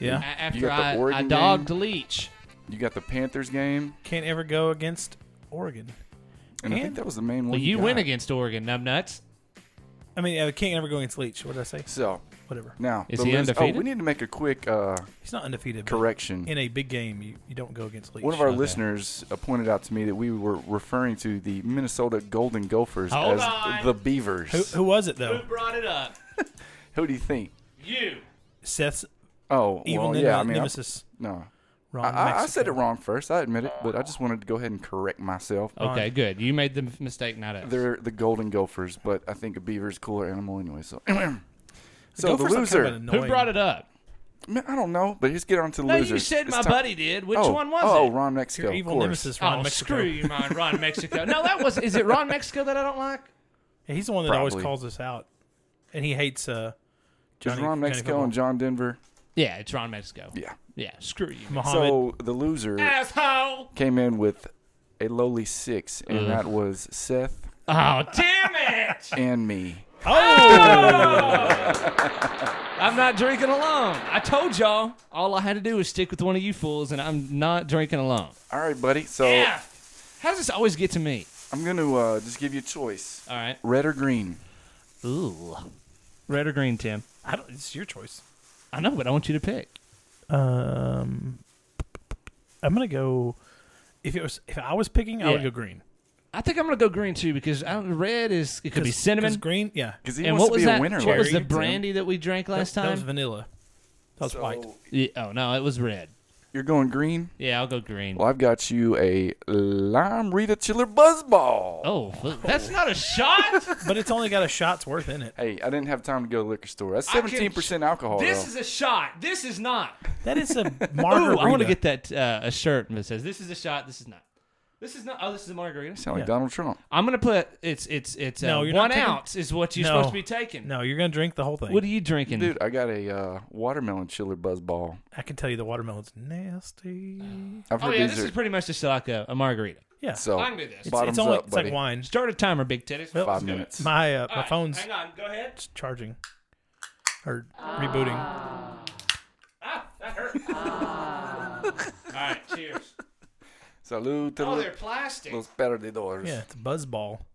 Speaker 7: A-
Speaker 6: Yeah,
Speaker 7: after
Speaker 5: got the
Speaker 7: I,
Speaker 5: Oregon
Speaker 7: I
Speaker 5: game?
Speaker 7: dogged Leach.
Speaker 5: You got the Panthers game.
Speaker 6: can't ever go against Oregon.
Speaker 5: And, I think
Speaker 6: And-
Speaker 5: that was the main one.
Speaker 7: Well, you win
Speaker 5: got.
Speaker 7: against Oregon, numbnuts.
Speaker 6: I mean, I can't ever go against Leach. What did I say?
Speaker 5: So
Speaker 6: Whatever.
Speaker 5: now
Speaker 7: Is
Speaker 5: the
Speaker 7: he
Speaker 5: lose-
Speaker 7: undefeated?
Speaker 5: Oh, we need to make a quick uh,
Speaker 6: He's not undefeated. but
Speaker 5: correction.
Speaker 6: In a big game, you, you don't go against Leach.
Speaker 5: One of our
Speaker 7: Okay.
Speaker 5: listeners uh, pointed out to me that we were referring to the Minnesota Golden Gophers
Speaker 7: Hold
Speaker 5: as
Speaker 7: on.
Speaker 5: the Beavers.
Speaker 6: who, who was it though?
Speaker 7: brought it up?
Speaker 5: Who do you think?
Speaker 7: You.
Speaker 6: Seth's
Speaker 5: Oh,
Speaker 6: evil
Speaker 5: well,
Speaker 6: nene-
Speaker 5: yeah. I mean, I-
Speaker 6: nemesis.
Speaker 5: no,
Speaker 6: Ron
Speaker 5: I, I, I said it
Speaker 6: Mexico.
Speaker 5: wrong first. I admit it, but I just wanted to go ahead and correct myself.
Speaker 7: Okay, good. You made the m- mistake, not us.
Speaker 5: They're the Golden Gophers, but I think a beaver is a cooler animal anyway. So, <clears throat> so
Speaker 6: Gophers
Speaker 5: the,
Speaker 6: are kind of
Speaker 5: loser.
Speaker 6: an
Speaker 7: Who brought it up?
Speaker 5: Man, I don't know, but let's get on to the
Speaker 7: No,
Speaker 5: loser.
Speaker 7: you said
Speaker 5: It's
Speaker 7: my
Speaker 5: time-
Speaker 7: buddy did. Which
Speaker 5: oh,
Speaker 7: one was
Speaker 5: oh,
Speaker 7: it?
Speaker 5: Ron Mexico.
Speaker 6: Your
Speaker 5: of
Speaker 6: evil
Speaker 5: course.
Speaker 6: nemesis, Ron
Speaker 7: oh,
Speaker 6: Mexico.
Speaker 7: screw you, Ron,
Speaker 5: <laughs>
Speaker 7: Ron Mexico. No, that was. Is it Ron Mexico that I don't like?
Speaker 6: Yeah, he's the one that always
Speaker 5: Probably.
Speaker 6: calls us out, and he hates uh,
Speaker 5: Is
Speaker 6: Johnny,
Speaker 5: Ron
Speaker 6: Johnny
Speaker 5: Mexico and
Speaker 6: Football.
Speaker 5: John Denver?
Speaker 7: Yeah, it's Ron Mexico.
Speaker 5: Yeah.
Speaker 7: Yeah, screw you,
Speaker 6: Muhammad.
Speaker 5: So the loser
Speaker 7: Ah. asshole.
Speaker 5: came in with a lowly six, and
Speaker 7: Mm.
Speaker 5: that was Seth
Speaker 7: Oh, <laughs> damn it!
Speaker 5: and me.
Speaker 7: I'm not drinking alone. I told y'all all I had to do was stick with one of you fools, and I'm not drinking alone.
Speaker 5: All right, buddy. So
Speaker 7: Yeah. How does this always get to me?
Speaker 5: I'm going to uh, just give you a choice
Speaker 7: All right.
Speaker 5: red or green.
Speaker 7: Ooh. Red or green, Tim?
Speaker 6: I don't, it's your choice.
Speaker 7: I know, but I want you to pick.
Speaker 6: Um, I'm gonna go. If it was, if I was picking, I would
Speaker 7: Yeah.
Speaker 6: go green.
Speaker 7: I think I'm gonna go green too because I don't, red is it could be
Speaker 6: 'Cause-
Speaker 7: cinnamon.
Speaker 6: 'cause green, yeah.
Speaker 5: Because he
Speaker 7: and what
Speaker 5: wants to
Speaker 7: was
Speaker 5: be
Speaker 7: that?
Speaker 5: a winner.
Speaker 7: what was
Speaker 5: like
Speaker 7: the
Speaker 5: you, Tim.
Speaker 7: brandy that we drank last
Speaker 6: that,
Speaker 7: time?
Speaker 6: was vanilla. That was white.
Speaker 7: Yeah, oh no, it was red.
Speaker 5: You're going green.
Speaker 7: Yeah, I'll go green.
Speaker 5: Well, I've got you a lime Rita Chiller Buzzball.
Speaker 7: Oh, fu- that's not a <laughs> shot.
Speaker 6: But it's only got a shot's worth in it.
Speaker 5: Hey, I didn't have time to go to the liquor store. That's
Speaker 7: I can-
Speaker 5: 17 percent alcohol.
Speaker 7: This
Speaker 5: though.
Speaker 7: is a shot. This is not.
Speaker 6: That is a
Speaker 7: <laughs> Ooh,
Speaker 6: margarita.
Speaker 7: I want to get that uh, a shirt that says "This is a shot. This is not. This is not. Oh, this is a margarita."
Speaker 5: sound like
Speaker 6: yeah.
Speaker 5: Donald Trump.
Speaker 7: I'm gonna put it's it's it's uh,
Speaker 6: No, you're not
Speaker 7: one
Speaker 6: taking-
Speaker 7: ounce is what you're
Speaker 6: No.
Speaker 7: supposed to be taking.
Speaker 6: No, you're gonna drink the whole thing.
Speaker 7: What are you drinking?
Speaker 5: Dude, I got a uh, watermelon chiller buzzball.
Speaker 6: I can tell you the watermelon's nasty.
Speaker 5: I've
Speaker 7: oh
Speaker 5: heard
Speaker 7: yeah,
Speaker 5: these
Speaker 7: this
Speaker 5: are
Speaker 7: is pretty much just like a, a margarita.
Speaker 6: Yeah,
Speaker 5: so.
Speaker 7: I can do this. It's-
Speaker 5: Bottoms
Speaker 6: it's only
Speaker 5: up,
Speaker 6: it's
Speaker 5: buddy.
Speaker 6: like wine.
Speaker 7: Start a timer, big titties.
Speaker 6: Well,
Speaker 5: Five minutes.
Speaker 6: My uh,
Speaker 7: All
Speaker 6: my
Speaker 7: right,
Speaker 6: phone's
Speaker 7: Hang on, go ahead.
Speaker 6: charging or rebooting.
Speaker 7: Ah, that hurt. All right, cheers.
Speaker 5: Salute to
Speaker 7: Oh,
Speaker 5: los
Speaker 7: they're plastic.
Speaker 5: los perdedores.
Speaker 6: Yeah, it's a buzz ball.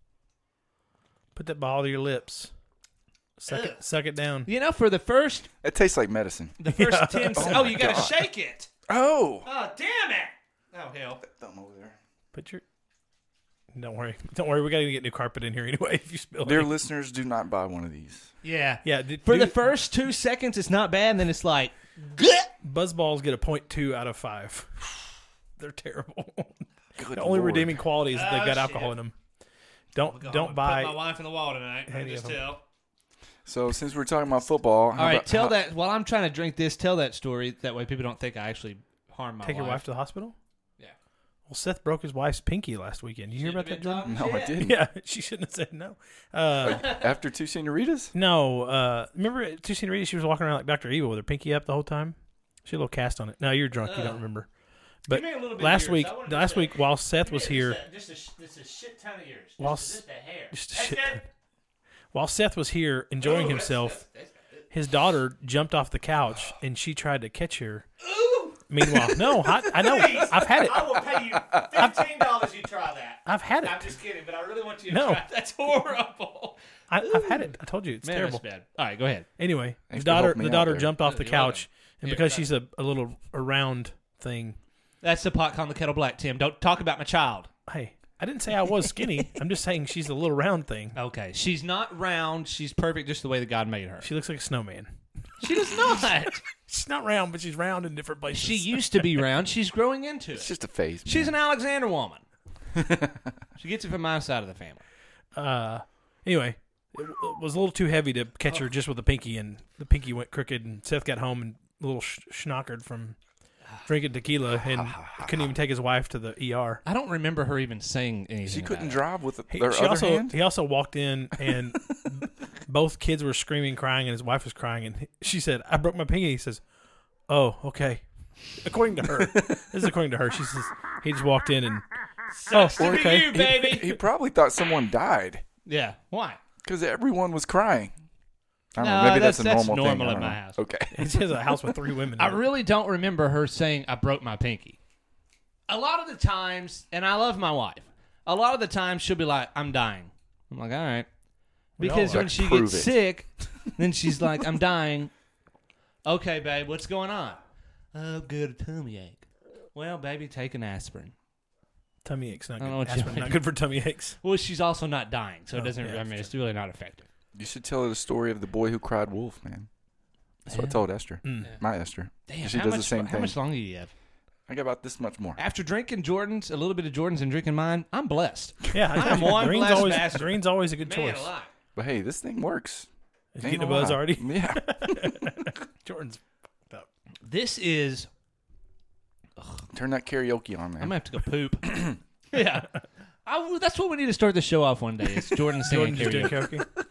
Speaker 6: Put that ball to your lips. Suck it, suck it down.
Speaker 7: You know, for the first
Speaker 5: It tastes like medicine.
Speaker 6: <laughs>
Speaker 7: the first ten. se-
Speaker 5: Oh
Speaker 7: oh,
Speaker 5: my
Speaker 7: you gotta
Speaker 5: God.
Speaker 7: shake it.
Speaker 5: Oh,
Speaker 7: Oh, damn it. Oh hell.
Speaker 5: thumb over there.
Speaker 6: Put your. Don't worry, <laughs> don't worry. We gotta get new carpet in here <laughs> anyway. If you spill
Speaker 5: Dear
Speaker 6: it.
Speaker 5: listeners, do not buy one of these.
Speaker 7: Yeah.
Speaker 6: Yeah, d-
Speaker 7: For
Speaker 6: do-
Speaker 7: the first two seconds, it's not bad. And then it's like,
Speaker 6: buzz balls get a point two out of five. <sighs> They're terrible.
Speaker 5: Good
Speaker 6: the only
Speaker 5: Lord.
Speaker 6: redeeming quality is they've got
Speaker 7: Oh,
Speaker 6: alcohol
Speaker 7: shit.
Speaker 6: in them. Don't
Speaker 7: Put
Speaker 6: don't buy.
Speaker 7: my wife in the wall tonight. I
Speaker 6: Any
Speaker 7: just
Speaker 6: of 'em.
Speaker 7: tell.
Speaker 5: So since we're talking about football,
Speaker 7: All right, tell that while I'm trying to drink this. Tell that story. That way, people don't think I actually harm my
Speaker 6: Take
Speaker 7: wife.
Speaker 6: your wife to the hospital.
Speaker 7: Yeah.
Speaker 6: Well, Seth broke his wife's pinky last weekend. You hear about that, John?
Speaker 5: <laughs> No, I
Speaker 6: <laughs>
Speaker 5: didn't.
Speaker 6: Yeah, she shouldn't have said no. Uh,
Speaker 5: After two senoritas,
Speaker 6: no, uh, remember at Two Rita, she was walking around like Doctor Evil with her pinky up the whole time. She had a little cast on it. No, you're drunk. you don't remember. But
Speaker 7: me a little bit of
Speaker 6: last
Speaker 7: yours.
Speaker 6: week,
Speaker 7: I wanna
Speaker 6: last
Speaker 7: say-
Speaker 6: week while Seth was here,
Speaker 7: Just a, shit ton of years.
Speaker 6: While Just- s- just
Speaker 7: the hair.
Speaker 6: just a That's shit good. ton. while Seth was here enjoying
Speaker 7: Oh,
Speaker 6: himself, his daughter jumped off the couch and she tried to catch her. Meanwhile, no, I, I
Speaker 7: <laughs>
Speaker 6: know. I've had it.
Speaker 7: will pay
Speaker 6: <laughs>
Speaker 7: you fifteen dollars. You try that.
Speaker 6: I've had it.
Speaker 7: kidding, but I really want you
Speaker 6: to No. try it.
Speaker 7: That's horrible.
Speaker 6: I, I've had it. I told you it's
Speaker 7: Man,
Speaker 6: terrible.
Speaker 7: that's bad. All right, go ahead.
Speaker 6: Anyway, the
Speaker 5: Thanks for
Speaker 6: daughter
Speaker 5: helping me
Speaker 6: the
Speaker 5: out
Speaker 6: daughter
Speaker 5: there.
Speaker 6: jumped off the
Speaker 7: You're
Speaker 6: couch, and
Speaker 7: Yeah,
Speaker 6: because
Speaker 7: right.
Speaker 6: she's a, a little a round thing.
Speaker 7: That's the pot calling the kettle black, Tim. Don't talk about my child.
Speaker 6: Hey, I didn't say I was
Speaker 7: <laughs>
Speaker 6: skinny. I'm just saying she's a little round thing.
Speaker 7: Okay, she's not round. She's perfect, just the way that God made her.
Speaker 6: She looks like a snowman. <laughs>
Speaker 7: She does not.
Speaker 6: She's not round, but she's round in different places.
Speaker 7: she used to be round. She's growing into it.
Speaker 5: it's just a phase.
Speaker 7: She's
Speaker 5: man.
Speaker 7: an
Speaker 6: <laughs>
Speaker 7: Alexander woman. she gets it from my side of the family.
Speaker 6: uh, anyway, it w- it was a little too heavy to catch
Speaker 7: Oh.
Speaker 6: her just with a pinky, and the pinky went crooked. And Seth got home and a little sh- schnockered
Speaker 7: <sighs>
Speaker 6: from drinking tequila, and couldn't even take his wife to the ER.
Speaker 7: I don't remember her even saying anything.
Speaker 5: She
Speaker 7: about
Speaker 5: couldn't
Speaker 7: it.
Speaker 5: drive with
Speaker 6: He,
Speaker 5: her
Speaker 6: she
Speaker 5: other
Speaker 6: also
Speaker 5: hand.
Speaker 6: he also walked in
Speaker 5: <laughs>
Speaker 6: and b- both kids were screaming, crying, and his wife was crying. And he- she said, "I broke my pinky." He says, "Oh, okay." According to
Speaker 5: <laughs>
Speaker 6: her, this is according to her. She says he just walked in
Speaker 7: <laughs>
Speaker 6: and <laughs>
Speaker 7: Sucks
Speaker 6: Oh,
Speaker 7: to be
Speaker 6: okay.
Speaker 7: you, baby.
Speaker 6: <laughs>
Speaker 5: He probably thought someone died
Speaker 7: yeah. Why?
Speaker 5: because everyone was crying. I don't know.
Speaker 7: No,
Speaker 5: Maybe that's,
Speaker 7: that's-
Speaker 5: a
Speaker 7: that's
Speaker 5: normal,
Speaker 7: normal
Speaker 5: thing. I
Speaker 7: at
Speaker 5: don't
Speaker 7: my
Speaker 5: know.
Speaker 7: house.
Speaker 5: Okay. <laughs>
Speaker 6: it's a house with three women.
Speaker 7: I
Speaker 6: in it.
Speaker 7: really don't remember her saying I broke my pinky. A lot of the times, and I love my wife. A lot of the times, she'll be like, "I'm dying." I'm like, "All right," because
Speaker 6: all are.
Speaker 7: when she
Speaker 5: Prove
Speaker 7: gets
Speaker 5: it.
Speaker 7: sick,
Speaker 5: <laughs>
Speaker 7: then she's like, "I'm dying." Okay, babe, what's going on? Oh, good a tummy ache. Well, baby, take an aspirin.
Speaker 6: tummy aches not
Speaker 7: I don't
Speaker 6: good.
Speaker 7: know what you
Speaker 6: Aspirin,
Speaker 7: mean.
Speaker 6: not good for tummy aches.
Speaker 7: Well, she's also not dying, so it
Speaker 6: Oh,
Speaker 7: doesn't.
Speaker 6: yeah,
Speaker 7: I mean, it's really not effective.
Speaker 5: You should tell her the story of the boy who cried wolf, man. That's what I told Esther.
Speaker 6: Mm.
Speaker 5: My Esther.
Speaker 7: Damn,
Speaker 5: she
Speaker 7: how
Speaker 5: does
Speaker 7: much,
Speaker 5: the same
Speaker 7: how
Speaker 5: thing.
Speaker 7: much longer do you have?
Speaker 5: I got about this much more.
Speaker 7: After drinking Jordan's, a little bit of Jordan's and drinking mine, I'm blessed.
Speaker 6: Yeah,
Speaker 7: I'm
Speaker 6: told you,
Speaker 7: one
Speaker 6: green's
Speaker 7: glass
Speaker 6: always
Speaker 7: bastard.
Speaker 6: green's always a good choice.
Speaker 7: alive.
Speaker 5: But hey, this thing works.
Speaker 6: He's
Speaker 5: Ain't
Speaker 6: getting a
Speaker 5: no
Speaker 6: buzz
Speaker 5: lie. <laughs>
Speaker 6: already.
Speaker 7: <laughs>
Speaker 5: Yeah.
Speaker 6: Jordan's fucked up.
Speaker 7: This is.
Speaker 5: Turn that karaoke on, man.
Speaker 7: I'm gonna have to go poop.
Speaker 6: <coughs>
Speaker 7: <coughs> yeah, I w that's what we need to start the show off one day.
Speaker 6: <laughs>
Speaker 7: It's Jordan
Speaker 6: Jordan
Speaker 7: singing
Speaker 6: just doing
Speaker 7: karaoke.
Speaker 6: karaoke.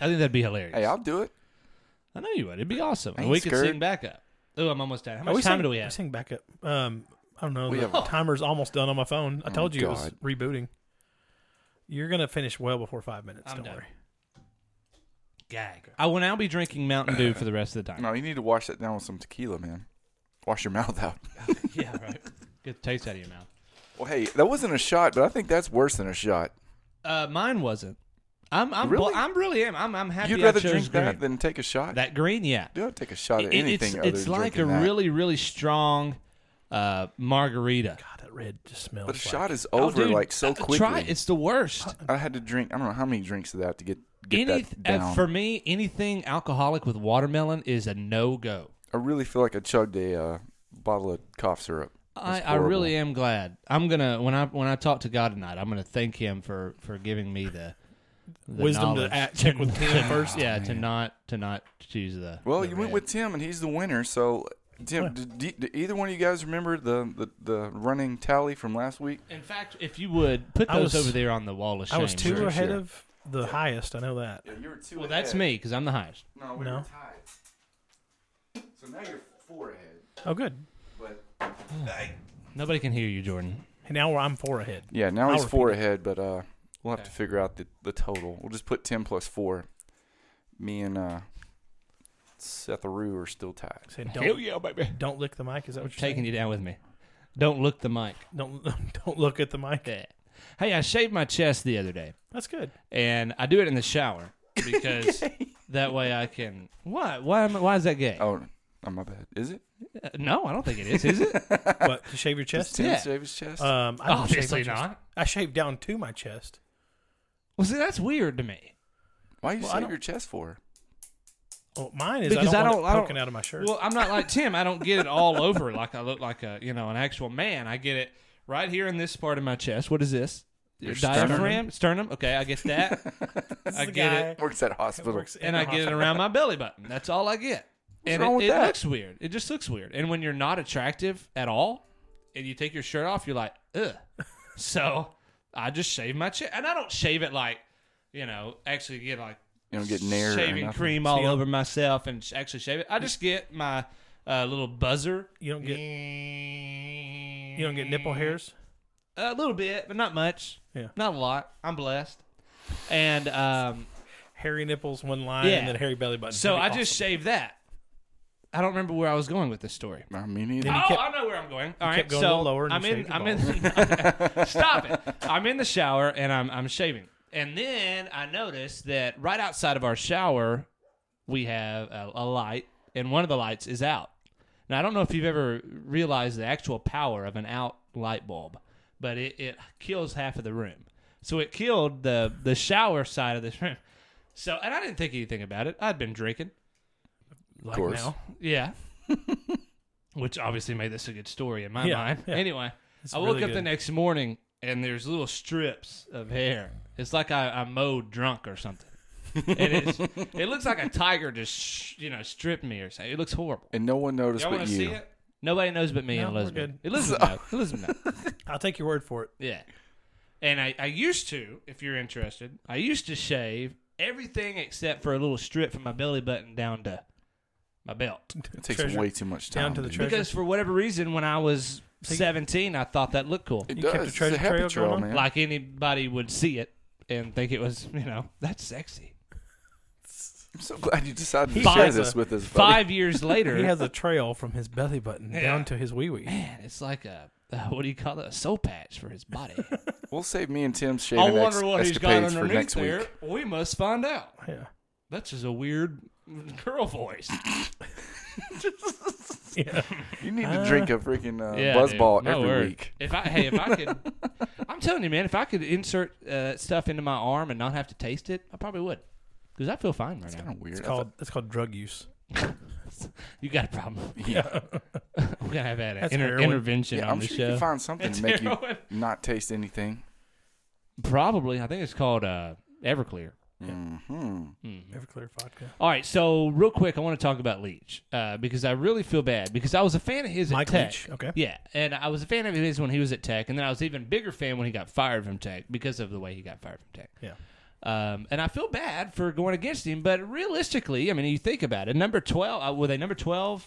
Speaker 7: I think that'd be hilarious.
Speaker 5: hey, I'll do it.
Speaker 7: I know you would. It'd be awesome.
Speaker 5: I
Speaker 7: And
Speaker 5: ain't
Speaker 7: we could
Speaker 5: scared.
Speaker 7: sing back up. Oh, I'm almost done. How
Speaker 6: Oh,
Speaker 7: much time
Speaker 6: sang-
Speaker 7: do we have?
Speaker 6: sing back up. Um, I don't know.
Speaker 5: We
Speaker 6: the
Speaker 5: have- Oh,
Speaker 6: timer's almost done on my phone. I told you
Speaker 5: God.
Speaker 6: it was rebooting. You're gonna finish well before five minutes.
Speaker 7: I'm
Speaker 6: don't
Speaker 7: done.
Speaker 6: worry.
Speaker 7: Gag. I will now be drinking Mountain Dew for the rest of the
Speaker 5: <laughs>
Speaker 7: time.
Speaker 5: No, you need to wash that down with some tequila, man. Wash your mouth
Speaker 7: <laughs>
Speaker 5: out.
Speaker 7: Yeah, right. Get the taste out of your mouth.
Speaker 5: Well, hey, that wasn't a shot, but I think that's worse than a shot.
Speaker 7: Uh, mine wasn't. I'm. I'm.
Speaker 5: Really?
Speaker 7: Really? I'm really am. I'm. I'm happy.
Speaker 5: You'd
Speaker 7: I
Speaker 5: rather
Speaker 7: chose
Speaker 5: drink
Speaker 7: green.
Speaker 5: that than take a shot.
Speaker 7: That green, yeah.
Speaker 5: do not take a shot at
Speaker 7: It-
Speaker 5: anything
Speaker 7: it's
Speaker 5: other
Speaker 7: it's
Speaker 5: than
Speaker 7: like a
Speaker 5: drinking that.
Speaker 7: really, really strong uh, margarita.
Speaker 6: God, that red just smells.
Speaker 5: But a
Speaker 6: like-
Speaker 5: shot is
Speaker 7: Oh,
Speaker 5: over
Speaker 7: dude,
Speaker 5: like so
Speaker 7: uh,
Speaker 5: quickly.
Speaker 7: Try it. It's the worst.
Speaker 5: I had to drink. I don't know how many drinks of that to get get
Speaker 7: Any
Speaker 5: that
Speaker 7: uh,
Speaker 5: down.
Speaker 7: for me, anything alcoholic with watermelon is a no go.
Speaker 5: I really feel like I chugged a uh, bottle of cough syrup.
Speaker 7: I,
Speaker 5: That's
Speaker 7: I really
Speaker 5: horrible.
Speaker 7: am glad. I'm gonna when I when I talk to God tonight, I'm gonna thank Him for for giving me the,
Speaker 6: <laughs>
Speaker 7: the
Speaker 6: Wisdom to
Speaker 7: knowledge
Speaker 6: act- check with Him first.
Speaker 7: Yeah, <laughs> to not to not choose the.
Speaker 5: Well,
Speaker 7: the
Speaker 5: you went
Speaker 7: red.
Speaker 5: with Tim, and he's the winner. So, Tim, do, do, do either one of you guys remember the, the, the running tally from last week?
Speaker 7: In fact, if you would put
Speaker 6: I
Speaker 7: those
Speaker 6: was-
Speaker 7: over there on the wall of shame.
Speaker 6: I was two
Speaker 7: sure.
Speaker 6: ahead
Speaker 5: sure.
Speaker 6: of the highest. I know that.
Speaker 5: Yeah, you were two.
Speaker 7: Well, that's me because I'm the highest.
Speaker 5: No, we
Speaker 6: No.
Speaker 5: were tied. So now you're four ahead.
Speaker 6: Oh, good.
Speaker 5: But
Speaker 7: Nobody can hear you, Jordan.
Speaker 6: And now I'm four ahead.
Speaker 5: yeah, now
Speaker 6: I'll
Speaker 5: he's four
Speaker 6: repeat
Speaker 5: ahead. But uh, we'll have to figure out the, the total. We'll just put Tim plus four. Me and uh, Seth Rue are still tied.
Speaker 6: Saying don't,
Speaker 7: yeah, baby.
Speaker 6: don't lick the mic. Is that
Speaker 7: I'm
Speaker 6: what you're
Speaker 7: taking
Speaker 6: saying?
Speaker 7: you down with me. Don't look the mic.
Speaker 6: Don't <laughs> don't look at the mic.
Speaker 7: Yeah. Hey, I shaved my chest the other day,
Speaker 6: That's good.
Speaker 7: and I do it in the shower because that way I can. What? Why? Am, I- why is that gay?
Speaker 5: Oh, oh, my bad. Is it?
Speaker 7: Uh, no, I don't think it is.
Speaker 6: <laughs>
Speaker 7: Is it?
Speaker 6: What to shave your chest?
Speaker 5: <laughs> Tim
Speaker 7: Yeah.
Speaker 5: shaved his chest.
Speaker 6: Um, I don't
Speaker 7: Obviously
Speaker 6: shave my chest.
Speaker 7: not.
Speaker 6: I shaved down to my chest.
Speaker 7: Well, see, that's weird to me.
Speaker 5: Why you
Speaker 6: well, I
Speaker 5: shave
Speaker 6: don't-
Speaker 5: your chest for?
Speaker 6: Well, mine is
Speaker 7: because
Speaker 6: I don't, want
Speaker 7: I
Speaker 6: it
Speaker 7: don't
Speaker 6: poking out of my shirt.
Speaker 7: Well, I'm not like Tim. I don't get it all over like I look like a you know an actual man. I get it right here in this part of my chest. What is this? Your
Speaker 5: sternum.
Speaker 7: diaphragm, sternum. Okay, I get
Speaker 6: <laughs>
Speaker 7: that, I
Speaker 6: The
Speaker 7: get
Speaker 6: guy
Speaker 7: it.
Speaker 5: Works at hospital.
Speaker 6: works in
Speaker 7: and
Speaker 6: the
Speaker 7: I get it
Speaker 5: <laughs>
Speaker 6: hospital.
Speaker 7: around my belly button. That's all I get. and
Speaker 5: wrong
Speaker 7: it,
Speaker 5: with
Speaker 7: it
Speaker 5: that?
Speaker 7: looks weird. It just looks weird. And when you're not attractive at all, and you take your shirt off, you're like,
Speaker 5: <laughs>
Speaker 7: ugh. so I just shave my chest, and I don't shave it like, you know, actually get like
Speaker 5: You don't get nair or
Speaker 7: shaving
Speaker 5: nothing.
Speaker 7: cream all over myself and sh- actually shave it. I just get my uh, little buzzer.
Speaker 6: You don't get you
Speaker 7: You
Speaker 6: don't get nipple hairs.
Speaker 7: A little bit, but not much.
Speaker 6: Yeah.
Speaker 7: Not a lot. I'm blessed. And um,
Speaker 6: Hairy nipples, one line,
Speaker 7: Yeah.
Speaker 6: and then hairy belly button.
Speaker 7: so I
Speaker 6: That'd be
Speaker 7: just shaved that. I don't remember where I was going with this story.
Speaker 5: I mean, he
Speaker 7: Oh,
Speaker 5: didn't-
Speaker 6: kept-
Speaker 7: I know where I'm going. All right,
Speaker 6: kept going a
Speaker 7: so
Speaker 6: little lower and
Speaker 7: I'm
Speaker 6: you
Speaker 7: in.
Speaker 6: shaved your
Speaker 7: I'm
Speaker 6: <laughs>
Speaker 7: in. <laughs> stop it! I'm in the shower and I'm I'm shaving, and then I noticed that right outside of our shower, we have a, a light, and one of the lights is out. Now I don't know if you've ever realized the actual power of an out light bulb, but it, it kills half of the room. So it killed the the shower side of this room. So and I didn't think anything about it. I'd been drinking.
Speaker 6: awesome. Like
Speaker 5: course.
Speaker 6: now.
Speaker 7: Yeah. Which obviously made this a good story in my
Speaker 6: Yeah,
Speaker 7: mind.
Speaker 6: yeah.
Speaker 7: Anyway, I woke
Speaker 6: really
Speaker 7: up the
Speaker 6: good.
Speaker 7: next morning and there's little strips of hair. It's like I, I mowed drunk or something. and it's, it looks like a tiger just sh- you know stripped me or something. It looks horrible.
Speaker 5: and no one noticed
Speaker 7: Y'all
Speaker 5: but
Speaker 7: want to
Speaker 5: you.
Speaker 7: see it? Nobody knows but me
Speaker 6: No,
Speaker 7: and
Speaker 6: we're
Speaker 7: Elizabeth.
Speaker 6: good.
Speaker 7: Elizabeth, knows.
Speaker 5: <laughs>
Speaker 7: Elizabeth, knows.
Speaker 6: I'll take your word for it. <laughs>
Speaker 7: yeah. And I, I used to, if you're interested, I used to shave everything except for a little strip from my belly button down to my belt.
Speaker 5: It takes
Speaker 6: Treasure.
Speaker 5: way too much time.
Speaker 6: Down to the
Speaker 5: dude.
Speaker 6: treasure.
Speaker 7: Because for whatever reason, when I was 17, I thought that looked cool.
Speaker 5: It
Speaker 6: You
Speaker 5: does.
Speaker 6: kept a
Speaker 5: It's
Speaker 6: treasure
Speaker 5: a happy
Speaker 6: trail
Speaker 5: trail,
Speaker 6: going on?
Speaker 5: man.
Speaker 7: Like anybody would see it and think it was, you know, that's sexy.
Speaker 5: I'm so glad you decided to
Speaker 7: Five-
Speaker 5: share this with us. buddy.
Speaker 7: Five years
Speaker 5: <laughs>
Speaker 7: later,
Speaker 6: He has a trail from his belly button down to his wee wee.
Speaker 7: man, it's like a, uh, what do you call it? A soul patch for his
Speaker 5: <laughs>
Speaker 7: body.
Speaker 5: We'll save me and Tim's
Speaker 7: I
Speaker 5: shaving ex-
Speaker 7: wonder what he's got
Speaker 5: escapades for
Speaker 7: underneath
Speaker 5: next
Speaker 7: there.
Speaker 5: week.
Speaker 7: We must find out.
Speaker 6: Yeah.
Speaker 7: That's just a weird girl voice.
Speaker 5: Uh, You need to drink a freaking uh,
Speaker 7: dude.
Speaker 5: buzzball
Speaker 7: My
Speaker 5: every
Speaker 7: word.
Speaker 5: week.
Speaker 7: If I hey, if I could, <laughs> I'm telling you, man, if I could insert uh, stuff into my arm and not have to taste it, I probably would, because I feel fine right now.
Speaker 5: Kind of weird.
Speaker 6: It's called it's called drug use.
Speaker 7: <laughs> You got a problem.
Speaker 5: Yeah.
Speaker 7: We're gonna have an
Speaker 6: That's
Speaker 7: inter-
Speaker 6: heroin.
Speaker 7: intervention
Speaker 5: yeah,
Speaker 7: on
Speaker 5: I'm
Speaker 7: the
Speaker 5: sure you
Speaker 7: show.
Speaker 5: can find something
Speaker 6: <laughs>
Speaker 7: It's
Speaker 5: to make you
Speaker 7: heroin.
Speaker 5: not taste anything.
Speaker 7: Probably, I think it's called uh, Everclear.
Speaker 6: Everclear vodka.
Speaker 7: All right, so real quick, I want to talk about Leach uh, because I really feel bad because I was a fan of his
Speaker 6: Mike
Speaker 7: at Tech.
Speaker 6: Leach, okay.
Speaker 7: Yeah, and I was a fan of his when he was at Tech, and then I was even bigger fan when he got fired from Tech because of the way he got fired from Tech.
Speaker 6: Yeah.
Speaker 7: Um, and I feel bad for going against him, but realistically, I mean, you think about it. Number twelve, uh, were they number twelve?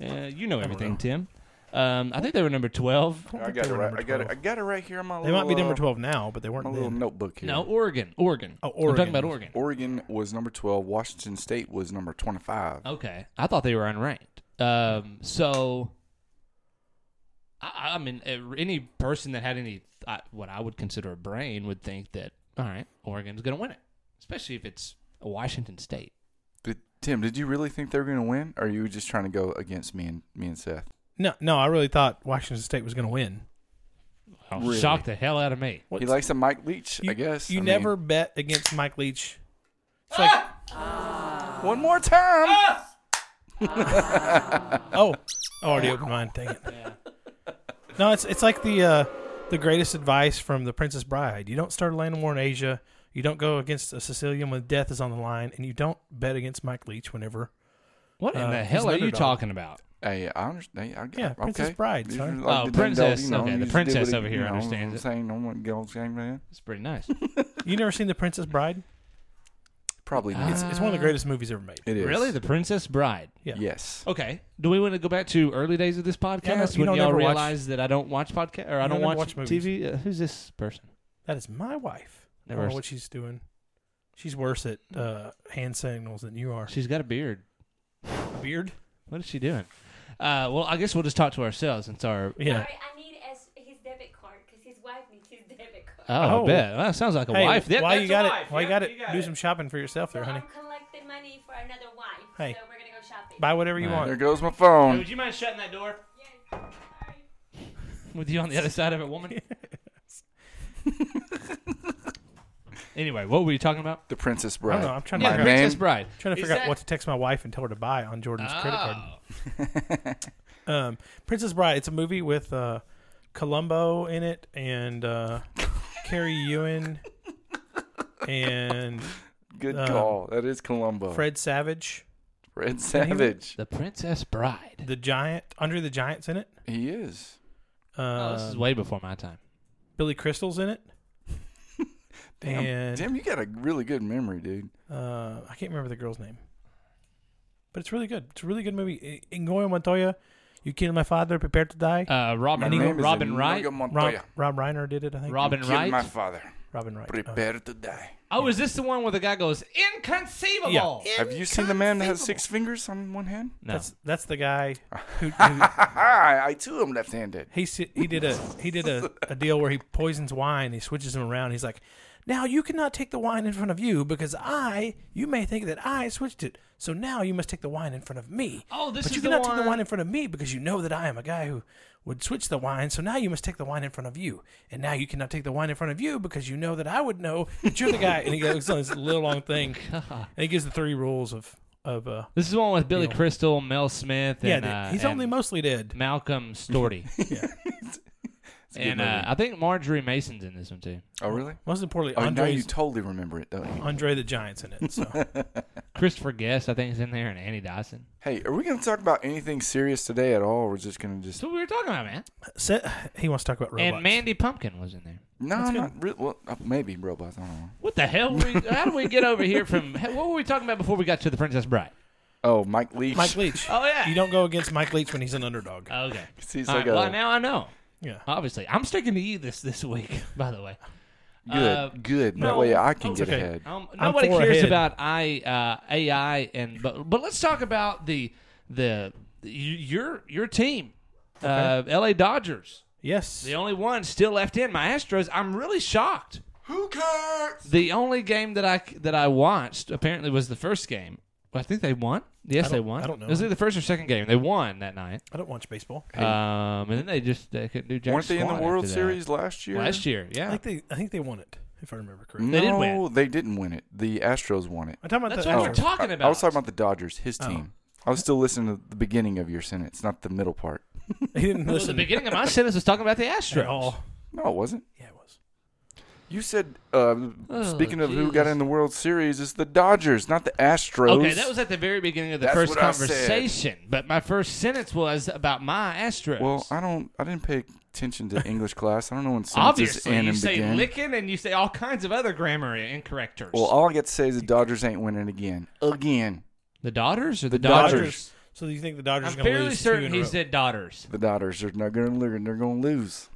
Speaker 7: Uh, you know everything, Tim. Um, I think they were number twelve.
Speaker 5: I got it
Speaker 6: were
Speaker 5: right.
Speaker 6: number
Speaker 5: I got it. I
Speaker 6: 12.
Speaker 5: got it right here on my.
Speaker 6: They
Speaker 5: little,
Speaker 6: might be number
Speaker 5: uh,
Speaker 6: twelve now, but they
Speaker 5: My
Speaker 6: weren't
Speaker 5: little
Speaker 6: then.
Speaker 5: notebook here.
Speaker 7: No, Oregon, Oregon.
Speaker 6: Oh,
Speaker 7: We're
Speaker 6: Oregon.
Speaker 7: talking about Oregon.
Speaker 5: Oregon was number twelve. Washington State was number twenty-five.
Speaker 7: Okay, I thought they were unranked. Um, so, I, I mean, uh, any person that had any uh, what I would consider a brain would think that all right, Oregon's going to win it, especially if it's Washington State.
Speaker 5: Did, Tim, did you really think they were going to win, or are you just trying to go against me and me and Seth?
Speaker 6: No, no, I really thought Washington State was going to win.
Speaker 7: Oh,
Speaker 5: Really?
Speaker 7: Shocked the hell out of me.
Speaker 5: He
Speaker 6: What's-
Speaker 5: likes the Mike Leach,
Speaker 6: you,
Speaker 5: I guess.
Speaker 6: You
Speaker 5: I mean-
Speaker 6: never bet against Mike Leach. It's like,
Speaker 5: Ah! one more time.
Speaker 6: <laughs> oh, I already opened mine. Dang it. No, it's it's like the uh, the greatest advice from the Princess Bride. You don't start a land war in Asia. You don't go against a Sicilian when death is on the line, and you don't bet against Mike Leach whenever.
Speaker 7: What in
Speaker 6: Uh,
Speaker 7: the
Speaker 6: he's
Speaker 7: hell
Speaker 6: an
Speaker 7: are you
Speaker 6: underdog.
Speaker 7: talking about?
Speaker 5: Hey, I understand. I got,
Speaker 6: Yeah, Princess
Speaker 5: okay.
Speaker 6: Bride,
Speaker 5: These
Speaker 6: sorry.
Speaker 5: are
Speaker 7: Oh,
Speaker 5: the ding dong,
Speaker 7: princess,
Speaker 5: you know,
Speaker 7: okay, the
Speaker 5: you just did
Speaker 7: princess
Speaker 5: what he-
Speaker 7: over here
Speaker 5: you know,
Speaker 7: understands
Speaker 5: <laughs>
Speaker 7: it.
Speaker 5: I'm saying no one goes game man.
Speaker 7: It's pretty nice.
Speaker 6: You never seen the Princess Bride?
Speaker 5: Probably not.
Speaker 6: It's, it's one of
Speaker 7: Uh.
Speaker 6: the greatest movies ever made.
Speaker 5: it is
Speaker 7: Ah. really, The Princess Bride.
Speaker 6: Yeah. Oh,
Speaker 5: Yes.
Speaker 7: Okay. Do we want to go back to early days of this
Speaker 6: Yeah, no,
Speaker 7: podcast
Speaker 6: you
Speaker 7: when
Speaker 6: don't
Speaker 7: y'all
Speaker 6: ever watch-
Speaker 7: realize that I don't watch podcast or I
Speaker 6: You
Speaker 7: don't
Speaker 6: don't ever
Speaker 7: watch,
Speaker 6: watch movies.
Speaker 7: TV? Uh, who's this person?
Speaker 6: That is my wife. I
Speaker 7: Never
Speaker 6: don't
Speaker 7: s-
Speaker 6: know what she's doing. She's worse at uh, hand signals than you are.
Speaker 7: She's got a beard.
Speaker 6: A beard?
Speaker 7: What is she doing? Uh, well, I guess we'll just talk to ourselves since our
Speaker 6: Yeah.
Speaker 8: Sorry, I need his, his debit card because his wife needs his <laughs> debit card.
Speaker 7: Oh,
Speaker 6: Oh.
Speaker 7: I bet. Well, that sounds like a
Speaker 6: Hey,
Speaker 7: wife. That-
Speaker 6: while
Speaker 7: that's
Speaker 6: you
Speaker 7: a
Speaker 6: got
Speaker 7: wife.
Speaker 6: it, while you
Speaker 7: Yep,
Speaker 6: got it, do some shopping for yourself there,
Speaker 8: so
Speaker 6: honey.
Speaker 8: I'm collecting money for another wife.
Speaker 6: Hey.
Speaker 8: So we're going to go shopping.
Speaker 6: Buy whatever you
Speaker 7: Nah.
Speaker 5: There
Speaker 6: want.
Speaker 5: goes my phone.
Speaker 7: Would you mind shutting that door?
Speaker 8: Yes. Sorry.
Speaker 7: With you on the other side of it, <laughs> woman. <laughs> anyway, what were you talking about?
Speaker 5: The Princess
Speaker 6: I
Speaker 5: Bride.
Speaker 6: don't know. I'm trying to
Speaker 7: Yeah,
Speaker 6: figure,
Speaker 5: man.
Speaker 7: Princess Bride.
Speaker 6: trying to
Speaker 7: Is
Speaker 6: figure out
Speaker 7: that-
Speaker 6: what to text my wife and tell her to buy on Jordan's credit card.
Speaker 7: Oh.
Speaker 6: Um, Princess Bride. It's a movie with uh, Columbo in it and uh, Carrie Ewan and
Speaker 5: Good
Speaker 6: Um,
Speaker 5: call. That is Columbo. Fred,
Speaker 6: Fred Savage,
Speaker 5: Savage.
Speaker 7: The Princess Bride.
Speaker 6: the giant. Under the Giant's in it.
Speaker 5: He is.
Speaker 7: Oh,
Speaker 6: Uh,
Speaker 7: this is way before my time.
Speaker 6: Billy Crystal's
Speaker 7: <laughs>
Speaker 6: in it.
Speaker 5: Damn,
Speaker 6: and
Speaker 5: Damn, you got a really good memory, dude.
Speaker 6: uh, I can't remember the girl's name, but it's really good. It's a really good movie. I- Ingoyo Montoya, "You Killed My Father, Prepare to Die."
Speaker 7: Uh, oh,
Speaker 5: My
Speaker 7: Robin,
Speaker 5: name is
Speaker 7: Robin
Speaker 5: Inigo
Speaker 7: Wright.
Speaker 6: Rob,
Speaker 5: Montoya.
Speaker 6: Rob Reiner did it, I think.
Speaker 7: Robin
Speaker 5: Kill my
Speaker 7: Wright.
Speaker 5: father.
Speaker 6: Robin Wright. Uh,
Speaker 5: Prepare to die.
Speaker 7: Oh, is this the one where the guy goes, inconceivable?
Speaker 6: Yeah.
Speaker 5: Have you seen the man that has six fingers on one hand?
Speaker 7: No.
Speaker 6: Oh, That's that's the guy who, who
Speaker 5: Ah, I too am left-handed.
Speaker 6: he si- he did a he did a, a deal where he poisons wine. He switches him around. He's like, now you cannot take the wine in front of you because I you may think that I switched it. So now you must take the wine in front of me.
Speaker 7: Oh, this
Speaker 6: but
Speaker 7: is
Speaker 6: you
Speaker 7: the
Speaker 6: cannot take
Speaker 7: one-
Speaker 6: the wine in front of me because you know that I am a guy who would switch the wine. So now you must take the wine in front of you. And now you cannot take the wine in front of you because you know that I would know that you're the guy. And he goes on this little long
Speaker 7: <laughs>
Speaker 6: thing, and he gives the three rules of of uh.
Speaker 7: This is the one with Billy Crystal, Mel Smith,
Speaker 6: Yeah,
Speaker 7: and,
Speaker 6: dude,
Speaker 7: uh,
Speaker 6: he's
Speaker 7: and
Speaker 6: only mostly dead.
Speaker 7: Malcolm
Speaker 5: <laughs>
Speaker 7: Storty. <laughs> and uh, I think Marjorie Mason's in this one too.
Speaker 5: Oh, really?
Speaker 6: Most importantly,
Speaker 5: Oh, now you
Speaker 6: Andre's,
Speaker 5: totally remember it, don't you?
Speaker 6: Andre the Giant's in it. So.
Speaker 7: Christopher Guest, I think, is in there, and Annie Dyson.
Speaker 5: Hey, are we going to talk about anything serious today at all? We're just going to just
Speaker 7: That's what we were talking about, man.
Speaker 6: Se- he wants to talk about robots.
Speaker 7: And Mandy Pumpkin was in there.
Speaker 5: no, not re- well, uh, maybe robots. I don't know.
Speaker 7: What the hell? Were we, how did we get over here from? <laughs> What were we talking about before we got to the Princess Bride?
Speaker 5: Oh, Mike Leach.
Speaker 6: Mike Leach.
Speaker 7: Oh, yeah. Uh,
Speaker 6: You don't go against Mike Leach when he's an underdog.
Speaker 7: Okay.
Speaker 5: He's
Speaker 7: All
Speaker 5: like
Speaker 7: right,
Speaker 5: a-
Speaker 7: well, now I know.
Speaker 6: yeah.
Speaker 7: Obviously, I'm sticking to you this this week. <laughs> By the way,
Speaker 5: Good,
Speaker 7: Uh,
Speaker 5: good. That
Speaker 7: no,
Speaker 5: way I can get
Speaker 6: okay.
Speaker 5: ahead.
Speaker 7: um,
Speaker 6: I'm
Speaker 7: nobody
Speaker 6: four
Speaker 7: cares
Speaker 6: ahead.
Speaker 7: about I uh, AI and but but let's talk about the the y- your your team, uh, LA Dodgers.
Speaker 6: Yes.
Speaker 7: The only one still left in my Astros. I'm really shocked.
Speaker 5: Who cares?
Speaker 7: The only game that I that I watched apparently was the first game. I think they won. Yes, they
Speaker 6: don't-
Speaker 7: won.
Speaker 6: I don't know.
Speaker 7: It was either the first or second game. They won that night.
Speaker 6: I don't watch baseball.
Speaker 7: Um, and then they just they couldn't do jack
Speaker 5: Weren't they in the
Speaker 7: squat
Speaker 5: World
Speaker 7: after that.
Speaker 5: Series last year?
Speaker 7: last year?
Speaker 6: I
Speaker 7: Yeah,
Speaker 6: think they I think they won it, if I remember correctly.
Speaker 5: No,
Speaker 7: They did win.
Speaker 5: they didn't win it. The Astros won it. Oh.
Speaker 6: I'm talking about
Speaker 7: that's
Speaker 6: the
Speaker 7: what we're
Speaker 6: Astros.
Speaker 7: talking
Speaker 5: I-
Speaker 7: about.
Speaker 5: I was talking about the Dodgers, his team. I was still listening to the beginning of your sentence, not the middle part.
Speaker 6: <laughs> He didn't
Speaker 7: Well, the
Speaker 6: listen
Speaker 7: beginning of my sentence was talking about the Astros.
Speaker 6: at all.
Speaker 5: No, it wasn't.
Speaker 6: Yeah, it was.
Speaker 5: You said, uh,
Speaker 7: Oh,
Speaker 5: speaking of who got
Speaker 7: Jesus.
Speaker 5: in the World Series, it's the Dodgers, not the Astros.
Speaker 7: Okay, that was at the very beginning of the
Speaker 5: That's
Speaker 7: first
Speaker 5: what I said.
Speaker 7: conversation. But my first sentence was about my Astros.
Speaker 5: Well, I don't. I didn't pay attention
Speaker 7: <laughs>
Speaker 5: to English class. I don't know when sentences
Speaker 7: obviously
Speaker 5: end
Speaker 7: you
Speaker 5: and
Speaker 7: say
Speaker 5: begin.
Speaker 7: licking and you say all kinds of other grammar incorrectors.
Speaker 5: Well, all I get to say is the Dodgers ain't winning again. Again,
Speaker 7: the Dodgers or the,
Speaker 5: The
Speaker 7: Dodgers?
Speaker 5: Dodgers.
Speaker 6: So do you think the Dodgers
Speaker 7: I'm
Speaker 6: are going to
Speaker 7: fairly
Speaker 6: lose
Speaker 7: certain
Speaker 6: two in
Speaker 7: he
Speaker 6: a row?
Speaker 7: said Dodgers.
Speaker 5: the Dodgers are not going to lose. They're going to lose.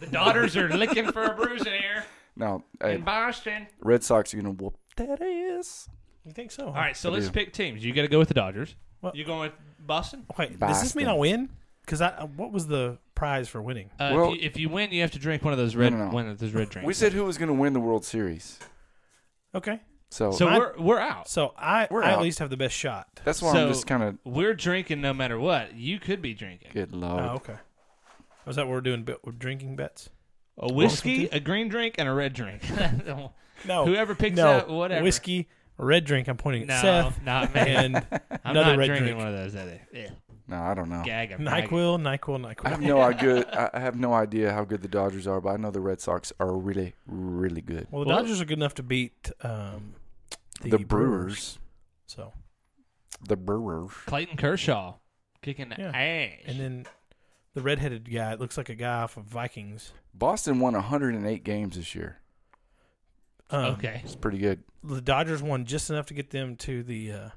Speaker 7: The Dodgers are licking for a bruise in here
Speaker 5: Now, hey,
Speaker 7: in Boston.
Speaker 5: Red Sox are going to whoop that ass.
Speaker 6: You think so?
Speaker 7: All right, so let's pick teams. You got to go with the Dodgers.
Speaker 6: What?
Speaker 7: You going with Boston?
Speaker 6: Wait, does this mean I win? Because I what was the prize for winning?
Speaker 7: Uh,
Speaker 5: Well-
Speaker 7: if, you, if you win, you have to drink one of those red
Speaker 5: no, no.
Speaker 7: one of those red drinks.
Speaker 5: We said who was going to win the World Series,
Speaker 6: Okay.
Speaker 5: so,
Speaker 7: so
Speaker 6: I-
Speaker 7: we're we're out.
Speaker 6: So I,
Speaker 5: We're
Speaker 6: I at
Speaker 5: out.
Speaker 6: least have the best shot.
Speaker 5: that's why
Speaker 7: so
Speaker 5: I'm just kind of
Speaker 7: We're drinking no matter what. You could be drinking
Speaker 5: good lord.
Speaker 6: Oh, okay. Was that what we're doing? Bet- we're drinking bets?
Speaker 7: a whiskey, a green drink, and a red <laughs> drink. no,
Speaker 6: No.
Speaker 7: Whoever picks
Speaker 6: no.
Speaker 7: up, whatever.
Speaker 6: Whiskey, red drink. I'm pointing at Seth.
Speaker 7: not me.
Speaker 6: And
Speaker 7: <laughs> I'm
Speaker 6: another
Speaker 7: not
Speaker 6: red
Speaker 7: drinking
Speaker 6: drink.
Speaker 7: one of those. Either. Yeah.
Speaker 5: No, I don't know.
Speaker 7: Gag of
Speaker 6: Nyquil, Nyquil,
Speaker 5: I
Speaker 6: Nyquil. <laughs>
Speaker 5: have no idea. I I have no idea how good the Dodgers are, but I know the Red Sox are really, really good.
Speaker 6: Well, the
Speaker 7: Well-
Speaker 6: Dodgers are good enough to beat um, the,
Speaker 5: The, Brewers,
Speaker 6: So
Speaker 5: the Brewers.
Speaker 7: Clayton Kershaw kicking the
Speaker 6: Yeah.
Speaker 7: ass.
Speaker 6: and then the redheaded guy it looks like a guy off of Vikings.
Speaker 5: Boston won 108 games this year.
Speaker 6: Um,
Speaker 7: okay.
Speaker 5: It's pretty good.
Speaker 6: the Dodgers won just enough to get them to the uh,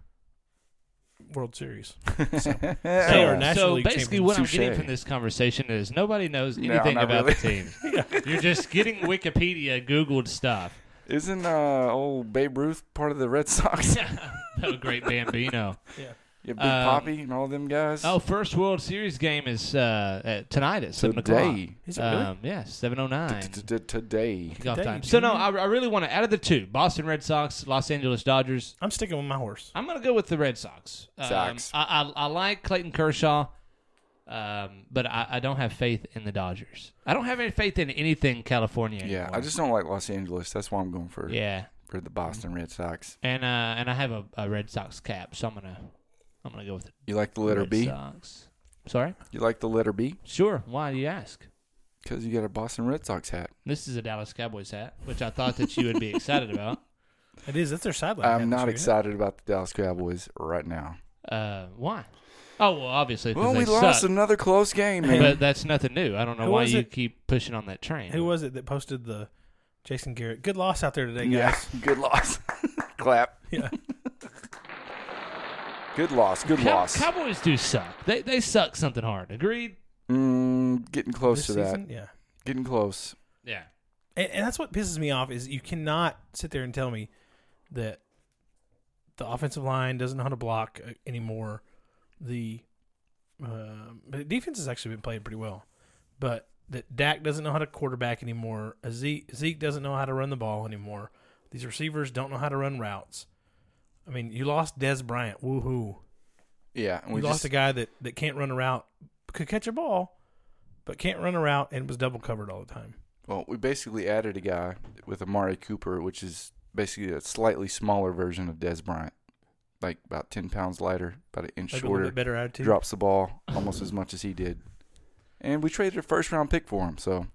Speaker 6: World Series. <laughs> They are
Speaker 5: Yeah.
Speaker 6: National
Speaker 7: so
Speaker 6: League
Speaker 7: basically,
Speaker 6: champions.
Speaker 7: what I'm
Speaker 5: Touche.
Speaker 7: getting from this conversation is nobody knows
Speaker 5: No,
Speaker 7: anything
Speaker 5: not
Speaker 7: about
Speaker 5: really.
Speaker 7: the
Speaker 5: <laughs>
Speaker 7: team. You're just getting Wikipedia Googled stuff.
Speaker 5: Isn't uh, old Babe Ruth part of the Red Sox? yeah,
Speaker 7: oh, great Bambino.
Speaker 5: Big
Speaker 7: Um,
Speaker 5: Poppy and all them guys.
Speaker 7: Oh, first World Series game is uh, at tonight at seven
Speaker 5: Today.
Speaker 7: o'clock.
Speaker 6: Is it really?
Speaker 7: Um, yeah, seven oh nine.
Speaker 5: Today.
Speaker 7: Golf
Speaker 6: Today,
Speaker 7: time. So no,
Speaker 6: Junior?
Speaker 7: I, I really want to. Out of the two, Boston Red Sox, Los Angeles Dodgers,
Speaker 6: I'm sticking with my horse.
Speaker 7: I'm going to go with the Red Sox. Um,
Speaker 5: Sox.
Speaker 7: I, I, I like Clayton Kershaw, um, but I, I don't have faith in the Dodgers. I don't have any faith in anything California.
Speaker 5: Yeah, I
Speaker 7: anymore.
Speaker 5: just don't like Los Angeles. That's why I'm going for
Speaker 7: yeah,
Speaker 5: for the Boston Red Sox.
Speaker 7: and uh, and I have a, a Red Sox cap, so I'm gonna I'm gonna go with the
Speaker 5: You like the letter
Speaker 7: Red
Speaker 5: B?
Speaker 7: Sox. Sorry,
Speaker 5: You like the letter B?
Speaker 7: sure. Why do you ask?
Speaker 5: Because you got a Boston Red Sox hat.
Speaker 7: This is a Dallas Cowboys hat, which I thought that you would be
Speaker 5: <laughs>
Speaker 7: excited about.
Speaker 6: It is. That's their sideline. hat
Speaker 5: I'm
Speaker 6: this
Speaker 5: not
Speaker 6: year.
Speaker 5: excited about the Dallas Cowboys right now.
Speaker 7: Uh, why? Oh well, obviously. 'cause
Speaker 5: Well,
Speaker 7: they
Speaker 5: we lost
Speaker 7: suck.
Speaker 5: another close game, man.
Speaker 7: But that's nothing new. I don't know
Speaker 6: Who
Speaker 7: why
Speaker 6: was
Speaker 7: you
Speaker 6: it?
Speaker 7: keep pushing on that train.
Speaker 6: Who was it that posted the Jason Garrett? Good loss out there today,
Speaker 5: yeah,
Speaker 6: guys. <laughs>
Speaker 5: <laughs> good loss. Clap.
Speaker 6: Yeah.
Speaker 5: Good loss. Good
Speaker 7: Cow-
Speaker 5: loss.
Speaker 7: Cowboys do suck. They they suck something hard. Agreed.
Speaker 5: Mm, getting close
Speaker 6: This
Speaker 5: to that.
Speaker 6: season, yeah.
Speaker 5: Getting close.
Speaker 7: Yeah.
Speaker 6: And, and that's what pisses me off is you cannot sit there and tell me that the offensive line doesn't know how to block uh, anymore. The um, but the defense has actually been playing pretty well, but that Dak doesn't know how to quarterback anymore. Uh, Zeke Zeke doesn't know how to run the ball anymore. These receivers don't know how to run routes. I mean, you lost Des Bryant. Woohoo!
Speaker 5: Yeah, and
Speaker 6: You
Speaker 5: we
Speaker 6: lost
Speaker 5: just,
Speaker 6: a guy that that can't run a route, could catch a ball, but can't run a route and was double covered all the time.
Speaker 5: Well, we basically added a guy with Amari Cooper, which is basically a slightly smaller version of Des Bryant, like about ten pounds lighter, about an inch
Speaker 6: Maybe a little
Speaker 5: shorter.
Speaker 6: bit better attitude.
Speaker 5: drops the ball almost as much as he did, and we traded a first round pick for him. So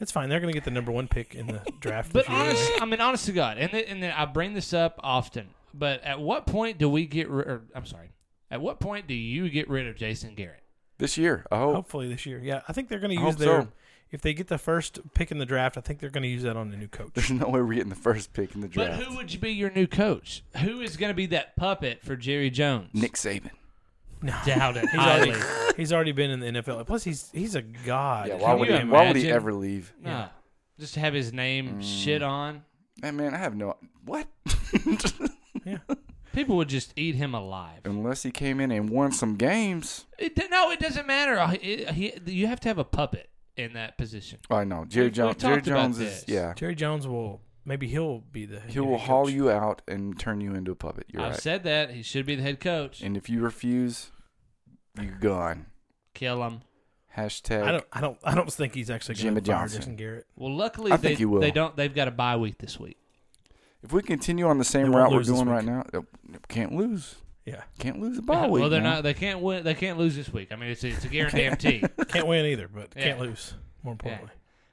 Speaker 6: It's fine. They're going to get the number one pick
Speaker 7: <laughs>
Speaker 6: in the draft.
Speaker 7: But
Speaker 6: this year.
Speaker 7: honest,
Speaker 5: <laughs>
Speaker 7: I mean, honest to God, and th- and then I bring this up often. But at what point do we get? Ri- or, I'm sorry. At what point do you get rid of Jason Garrett?
Speaker 5: this year, I hope.
Speaker 6: hopefully this year, yeah, I think they're going to
Speaker 5: Oh. I
Speaker 6: use
Speaker 5: hope
Speaker 6: their.
Speaker 5: so.
Speaker 6: If they get the first pick in the draft, I think they're going to use that on the new
Speaker 5: <laughs> There's
Speaker 6: coach.
Speaker 5: no way we're getting the first pick in the
Speaker 7: But
Speaker 5: draft.
Speaker 7: who would be your new coach? Who is going to be that puppet for Jerry Jones? <laughs>
Speaker 5: Nick Saban.
Speaker 6: No,
Speaker 7: Doubt it.
Speaker 6: He's
Speaker 7: highly.
Speaker 6: already, <laughs> he's already been in the NFL. Plus, he's he's a god.
Speaker 5: Yeah, why
Speaker 7: Can
Speaker 5: would
Speaker 7: you
Speaker 5: he? Why would he
Speaker 7: imagine?
Speaker 5: ever leave?
Speaker 7: No. Just to have his name
Speaker 5: Mm.
Speaker 7: shit on.
Speaker 5: Hey, man, I have no what. <laughs>
Speaker 6: Yeah.
Speaker 7: People would just eat him alive.
Speaker 5: Unless he came in and won some games.
Speaker 7: It, do- no, it doesn't matter. Uh, it- he- you have to have a puppet in that position.
Speaker 5: Oh, I know Jerry
Speaker 7: We've-
Speaker 5: Jones.
Speaker 7: we've
Speaker 5: Jerry
Speaker 7: talked about
Speaker 5: Jones
Speaker 7: this.
Speaker 5: is yeah.
Speaker 6: Jerry Jones will maybe he'll be the
Speaker 5: He will haul you out and turn you into a puppet. You're
Speaker 7: I've
Speaker 5: right.
Speaker 7: said that he should be the head coach.
Speaker 5: And if you refuse, you're gone.
Speaker 7: Kill him.
Speaker 5: Hashtag.
Speaker 6: I don't I don't I don't think he's actually going
Speaker 5: Jimmy
Speaker 6: to fire
Speaker 5: Johnson.
Speaker 6: Jason Garrett.
Speaker 7: Well, luckily
Speaker 5: I
Speaker 7: they,
Speaker 5: think he will.
Speaker 7: they don't. They've got a bye week this week.
Speaker 5: if we continue on the
Speaker 6: They
Speaker 5: same
Speaker 6: won't
Speaker 5: route we're
Speaker 6: lose this
Speaker 5: doing
Speaker 6: week.
Speaker 5: right now, uh, can't lose.
Speaker 6: Yeah,
Speaker 5: Can't lose a bye week.
Speaker 7: well, they're
Speaker 5: man.
Speaker 7: not. They can't win. They can't lose this week. I mean, it's a,
Speaker 5: <laughs>
Speaker 7: it's a guarantee.
Speaker 6: can't win either, but
Speaker 7: <laughs> Yeah.
Speaker 6: can't lose. More importantly,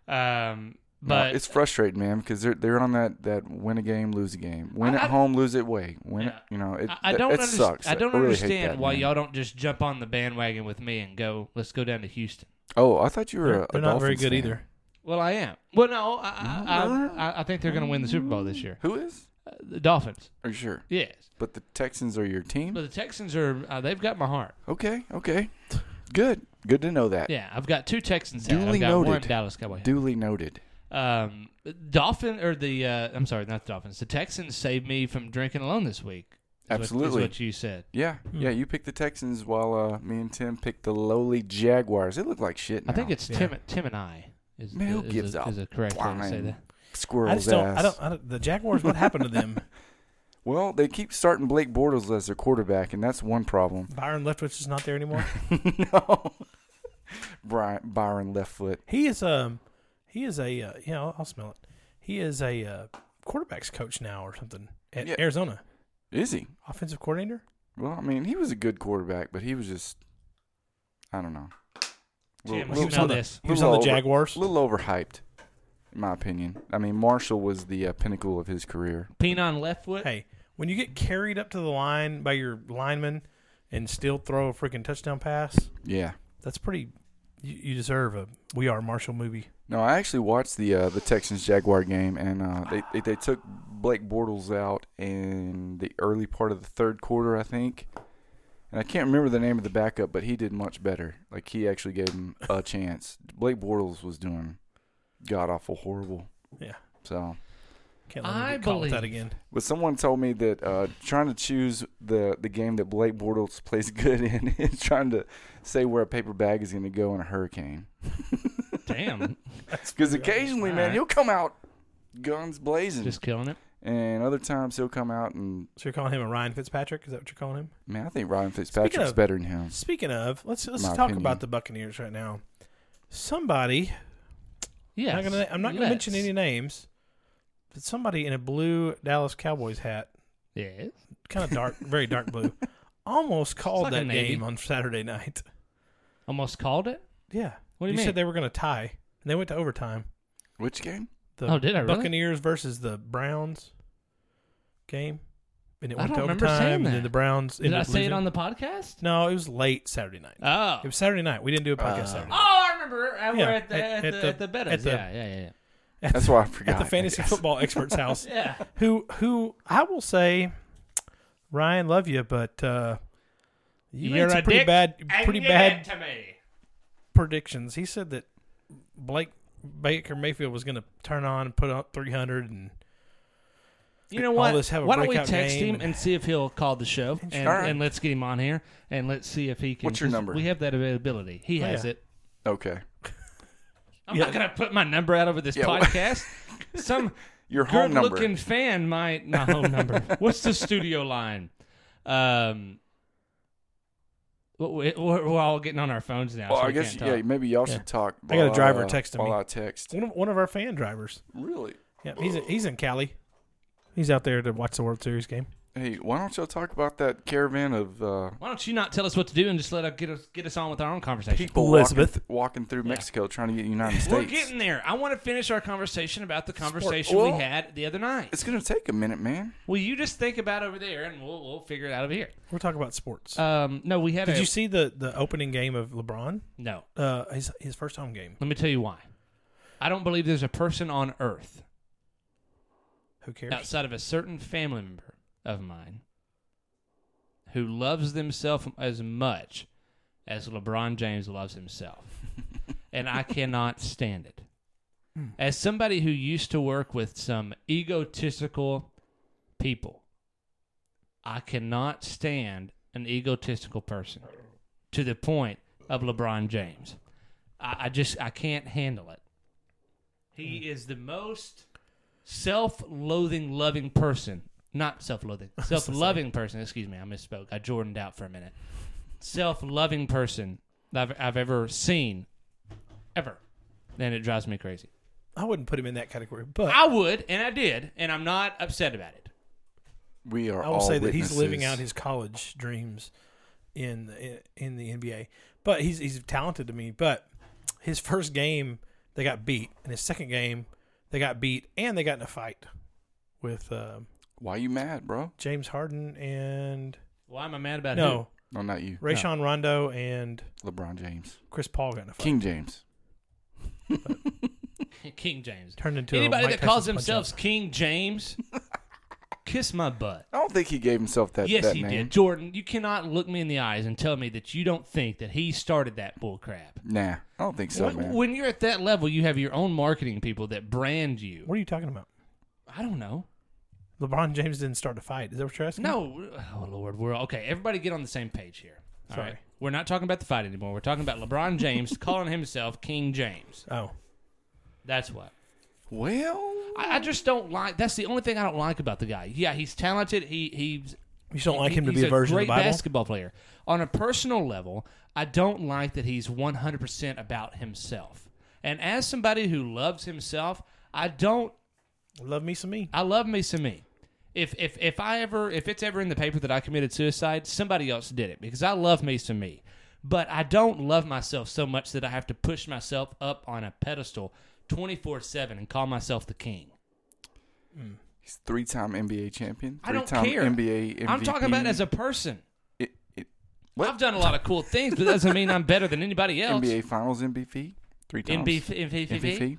Speaker 7: um,
Speaker 5: No,
Speaker 7: but
Speaker 5: it's frustrating, man, because they're they're on that, that win a game, lose a game, win
Speaker 7: I-
Speaker 5: at
Speaker 7: I-
Speaker 5: home, lose at way, win
Speaker 7: Yeah.
Speaker 5: at, you know it.
Speaker 7: I, I don't.
Speaker 5: it
Speaker 7: underst-
Speaker 5: sucks.
Speaker 7: I don't
Speaker 5: really hate
Speaker 7: understand
Speaker 5: that,
Speaker 7: why
Speaker 5: man.
Speaker 7: y'all don't just jump on the bandwagon with me and go. Let's go down to Houston.
Speaker 5: Oh, I thought you were.
Speaker 6: they're,
Speaker 5: a,
Speaker 6: they're
Speaker 5: a
Speaker 6: not very
Speaker 5: Dolphins
Speaker 6: good
Speaker 5: fan.
Speaker 6: either.
Speaker 7: Well, I am. Well, no, I I, I, I, I think they're going to win the Super Bowl this year.
Speaker 5: Who is?
Speaker 7: Uh, the Dolphins.
Speaker 5: Are you sure?
Speaker 7: Yes.
Speaker 5: But the Texans are your team.
Speaker 7: But the Texans are. Uh, they've got my heart.
Speaker 5: okay, okay, good, good to know that.
Speaker 7: Yeah, I've got two Texans. hat.
Speaker 5: Duly
Speaker 7: I've got one
Speaker 5: noted.
Speaker 7: Dallas Cowboy. hat.
Speaker 5: Duly noted.
Speaker 7: um, Dolphin or the uh, I'm sorry, not the Dolphins. The Texans saved me from drinking alone this week. is what- is
Speaker 5: Absolutely.
Speaker 7: what you said.
Speaker 5: Yeah,
Speaker 6: Hmm.
Speaker 5: yeah. You picked the Texans while uh, me and Tim picked the lowly Jaguars. They look like shit. Now.
Speaker 7: I think it's Tim. Tim and I is
Speaker 5: Man, who
Speaker 7: is,
Speaker 5: gives
Speaker 7: a,
Speaker 5: a
Speaker 7: is a correct way to say
Speaker 5: flying
Speaker 7: that.
Speaker 5: squirrels.
Speaker 6: I just don't
Speaker 5: ass.
Speaker 6: I, don't. I don't. The Jaguars. What happened to them? <laughs>
Speaker 5: Well, they keep starting Blake Bortles as their quarterback, and that's one problem.
Speaker 6: Byron Leftwich is not there anymore.
Speaker 5: <laughs> no. Brian, Byron Leftfoot.
Speaker 6: He is um he is a uh, yeah I'll, I'll smell it. He is a uh, quarterbacks coach now or something at
Speaker 5: Yeah.
Speaker 6: Arizona
Speaker 5: Is he?
Speaker 6: offensive coordinator.
Speaker 5: Well, I mean, he was a good quarterback, but he was just I don't know.
Speaker 6: Jim,
Speaker 7: Little-
Speaker 6: he was on
Speaker 7: little-
Speaker 6: this. He
Speaker 5: little
Speaker 6: was on the
Speaker 5: over-
Speaker 6: Jaguars.
Speaker 5: A little overhyped, in my opinion. I mean, Marshall was the uh, pinnacle of his career.
Speaker 7: Penon left foot.
Speaker 6: Hey, when you get carried up to the line by your lineman and still throw a freaking touchdown pass,
Speaker 5: Yeah.
Speaker 6: that's pretty. You, you deserve a "We Are Marshall" movie.
Speaker 5: No, I actually watched the uh, the Texans Jaguar game, and uh, they, they they took Blake Bortles out in the early part of the third quarter, I think. And I can't remember the name of the backup, but he did much better. Like he actually gave him a chance. Blake Bortles was doing god awful horrible.
Speaker 6: Yeah.
Speaker 5: So,
Speaker 6: Can't let him
Speaker 7: I
Speaker 6: get caught with that
Speaker 7: believe-
Speaker 6: again.
Speaker 5: but someone told me that uh, trying to choose the the game that Blake Bortles <laughs> plays good in is trying to say where a paper bag is going to go in a hurricane.
Speaker 7: <laughs> Damn,
Speaker 5: Because occasionally, man,
Speaker 7: Alright.
Speaker 5: he'll come out guns blazing,
Speaker 7: just killing it.
Speaker 5: and other times he'll come out and
Speaker 6: So you're calling him a Ryan Fitzpatrick? Is that what you're calling him?
Speaker 5: man, I think Ryan Fitzpatrick's
Speaker 6: of-
Speaker 5: better than him.
Speaker 6: Speaking of, let's let's
Speaker 5: My
Speaker 6: talk
Speaker 5: opinion.
Speaker 6: about the Buccaneers right now. Somebody,
Speaker 7: Yeah,
Speaker 6: I'm not gonna, I'm not gonna mention any names, but somebody in a blue Dallas Cowboys hat,
Speaker 7: Yes.
Speaker 6: kind of
Speaker 7: <laughs>
Speaker 6: dark, very dark blue, almost called
Speaker 7: like a
Speaker 6: that
Speaker 7: navy.
Speaker 6: game on Saturday night.
Speaker 7: Almost called it.
Speaker 6: Yeah,
Speaker 7: What do you mean?
Speaker 6: said they were gonna tie, and they went to overtime.
Speaker 5: <laughs> Which game?
Speaker 6: The
Speaker 7: Oh, did I really?
Speaker 6: Buccaneers versus the Browns game, and it
Speaker 7: I
Speaker 6: went to
Speaker 7: don't remember
Speaker 6: overtime,
Speaker 7: saying
Speaker 6: and
Speaker 7: that.
Speaker 6: then the Browns.
Speaker 7: Did I say it on the podcast?
Speaker 6: No, it was late Saturday night.
Speaker 7: Oh.
Speaker 6: It was Saturday night. We didn't do a podcast Saturday. night.
Speaker 7: Oh, I remember. I
Speaker 6: Yeah,
Speaker 7: were at the at,
Speaker 6: at- at
Speaker 7: the,
Speaker 6: the-
Speaker 7: at the Bettas.
Speaker 6: at the-
Speaker 7: yeah, yeah, yeah, yeah.
Speaker 5: That's why I forgot.
Speaker 6: At the fantasy
Speaker 5: I guess.
Speaker 6: football expert's house.
Speaker 7: Yeah.
Speaker 6: <laughs> who who I will say, Ryan, love you, but uh, you
Speaker 7: You're
Speaker 6: made some
Speaker 7: a
Speaker 6: pretty
Speaker 7: dick
Speaker 6: bad, pretty bad
Speaker 7: to me.
Speaker 6: predictions. He said that Blake Baker Mayfield was going to turn on and put up 300, and
Speaker 7: You know
Speaker 6: All
Speaker 7: what?
Speaker 6: this have a
Speaker 7: Why don't we
Speaker 6: breakout
Speaker 7: text
Speaker 6: game
Speaker 7: him
Speaker 6: and-
Speaker 7: and see if he'll call the show, and,
Speaker 5: Alright.
Speaker 7: and let's get him on here, and let's see if he can.
Speaker 5: What's your
Speaker 7: 'cause
Speaker 5: number?
Speaker 7: We have that availability. He has
Speaker 6: Oh, yeah.
Speaker 7: it.
Speaker 5: Okay,
Speaker 7: I'm not gonna put my number out over this
Speaker 5: Yeah, wha- <laughs>
Speaker 7: podcast. Some
Speaker 5: your home number. <laughs>
Speaker 7: good-looking fan might my home number. What's the studio line? Um, we- we're, we're all getting on our phones now.
Speaker 5: Well,
Speaker 7: so
Speaker 5: I
Speaker 7: we
Speaker 5: guess
Speaker 7: can't
Speaker 5: yeah.
Speaker 7: talk.
Speaker 5: Maybe y'all should talk.
Speaker 6: I got a
Speaker 5: while
Speaker 6: driver
Speaker 5: uh,
Speaker 6: texting
Speaker 5: while
Speaker 6: me.
Speaker 5: I text.
Speaker 6: one of, one of our fan drivers.
Speaker 5: Really?
Speaker 6: Yeah, he's he's in Cali. He's out there to watch the World Series game.
Speaker 5: Hey, why don't y'all talk about that caravan of uh,
Speaker 7: Why don't you not tell us what to do and just let us get us get us on with our own conversation?
Speaker 5: people
Speaker 6: Elizabeth.
Speaker 5: walking, walking through Mexico trying to get United
Speaker 7: We're
Speaker 5: States?
Speaker 7: getting there. I want to finish our conversation about the conversation
Speaker 5: Well-
Speaker 7: we had the other night.
Speaker 5: It's gonna take a minute, man.
Speaker 7: Well, you just think about over there, and we'll we'll figure it out over here.
Speaker 6: We're talking about sports.
Speaker 7: Um, no, we had.
Speaker 6: Did
Speaker 7: a,
Speaker 6: you see the the opening game of LeBron?
Speaker 7: No.
Speaker 6: Uh, his his first home game.
Speaker 7: Let me tell you why. I don't believe there's a person on earth
Speaker 6: Who cares?
Speaker 7: outside of a certain family member of mine who loves themselves as much as LeBron James loves himself. and I cannot stand it. As somebody who used to work with some egotistical people, I cannot stand an egotistical person to the point of LeBron James. I, I just I can't handle it. He
Speaker 6: Hmm.
Speaker 7: is the most self-loathing, loving person.
Speaker 6: <laughs>
Speaker 7: Not self-loathing, self-loving person. Excuse me, I misspoke. I Jordaned out for a minute. Self-loving person that I've, I've ever seen, ever. And it drives me crazy.
Speaker 6: I wouldn't put him in that category, but
Speaker 7: I would, and I did, and I'm not upset about it.
Speaker 5: We are.
Speaker 6: I will
Speaker 5: all
Speaker 6: say that he's living
Speaker 5: witnesses.
Speaker 6: out his college dreams in the, in the NBA. But he's he's talented to me. But his first game they got beat, and his second game they got beat, and they got in a fight with um
Speaker 5: Why you mad, bro?
Speaker 6: James Harden and
Speaker 7: Why am I mad about
Speaker 6: no
Speaker 5: No, not you.
Speaker 6: Rayshawn Rondo and
Speaker 5: LeBron James.
Speaker 6: Chris Paul got in a fight.
Speaker 5: King James.
Speaker 7: who? <laughs> King James.
Speaker 6: Turned into a
Speaker 7: Anybody
Speaker 6: Mike
Speaker 7: that calls
Speaker 6: Tyson punch-out.
Speaker 7: themselves
Speaker 6: <laughs>
Speaker 7: King James, kiss my butt.
Speaker 5: I don't think he gave himself that.
Speaker 7: yes,
Speaker 5: that
Speaker 7: he
Speaker 5: name.
Speaker 7: did. Jordan, you cannot look me in the eyes and tell me that you don't think that he started that bull crap.
Speaker 5: Nah, I don't think so,
Speaker 7: When,
Speaker 5: man.
Speaker 7: when you're at that level, you have your own marketing people that brand you.
Speaker 6: what are you talking about?
Speaker 7: I don't know.
Speaker 6: LeBron James didn't start a fight. Is that what you're asking?
Speaker 7: No, oh Lord, we're okay. Everybody, get on the same page here. All
Speaker 6: Sorry.
Speaker 7: right. we're not talking about the fight anymore. We're talking about LeBron James <laughs> calling himself King James.
Speaker 6: Oh,
Speaker 7: That's what.
Speaker 5: well,
Speaker 7: I, I just don't like. That's the only thing I don't like about the guy. Yeah, he's talented. He he's
Speaker 6: you just don't like him to
Speaker 7: he's
Speaker 6: be a version
Speaker 7: great
Speaker 6: of the Bible.
Speaker 7: basketball player. On a personal level, I don't like that he's 100% about himself. And as somebody who loves himself, I don't
Speaker 6: Love me some me.
Speaker 7: I love me some me. If if if I ever if it's ever in the paper that I committed suicide, somebody else did it because I love me some me. But I don't love myself so much that I have to push myself up on a pedestal 24 7 and call myself the king.
Speaker 5: He's three-time NBA champion.
Speaker 7: I don't
Speaker 5: three-time
Speaker 7: care.
Speaker 5: NBA MVP.
Speaker 7: I'm talking about as a person.
Speaker 5: It- it-
Speaker 7: I've done a lot of cool things, but that doesn't mean I'm better than anybody else.
Speaker 5: NBA Finals MVP. Three times.
Speaker 7: MVP.
Speaker 5: MVP.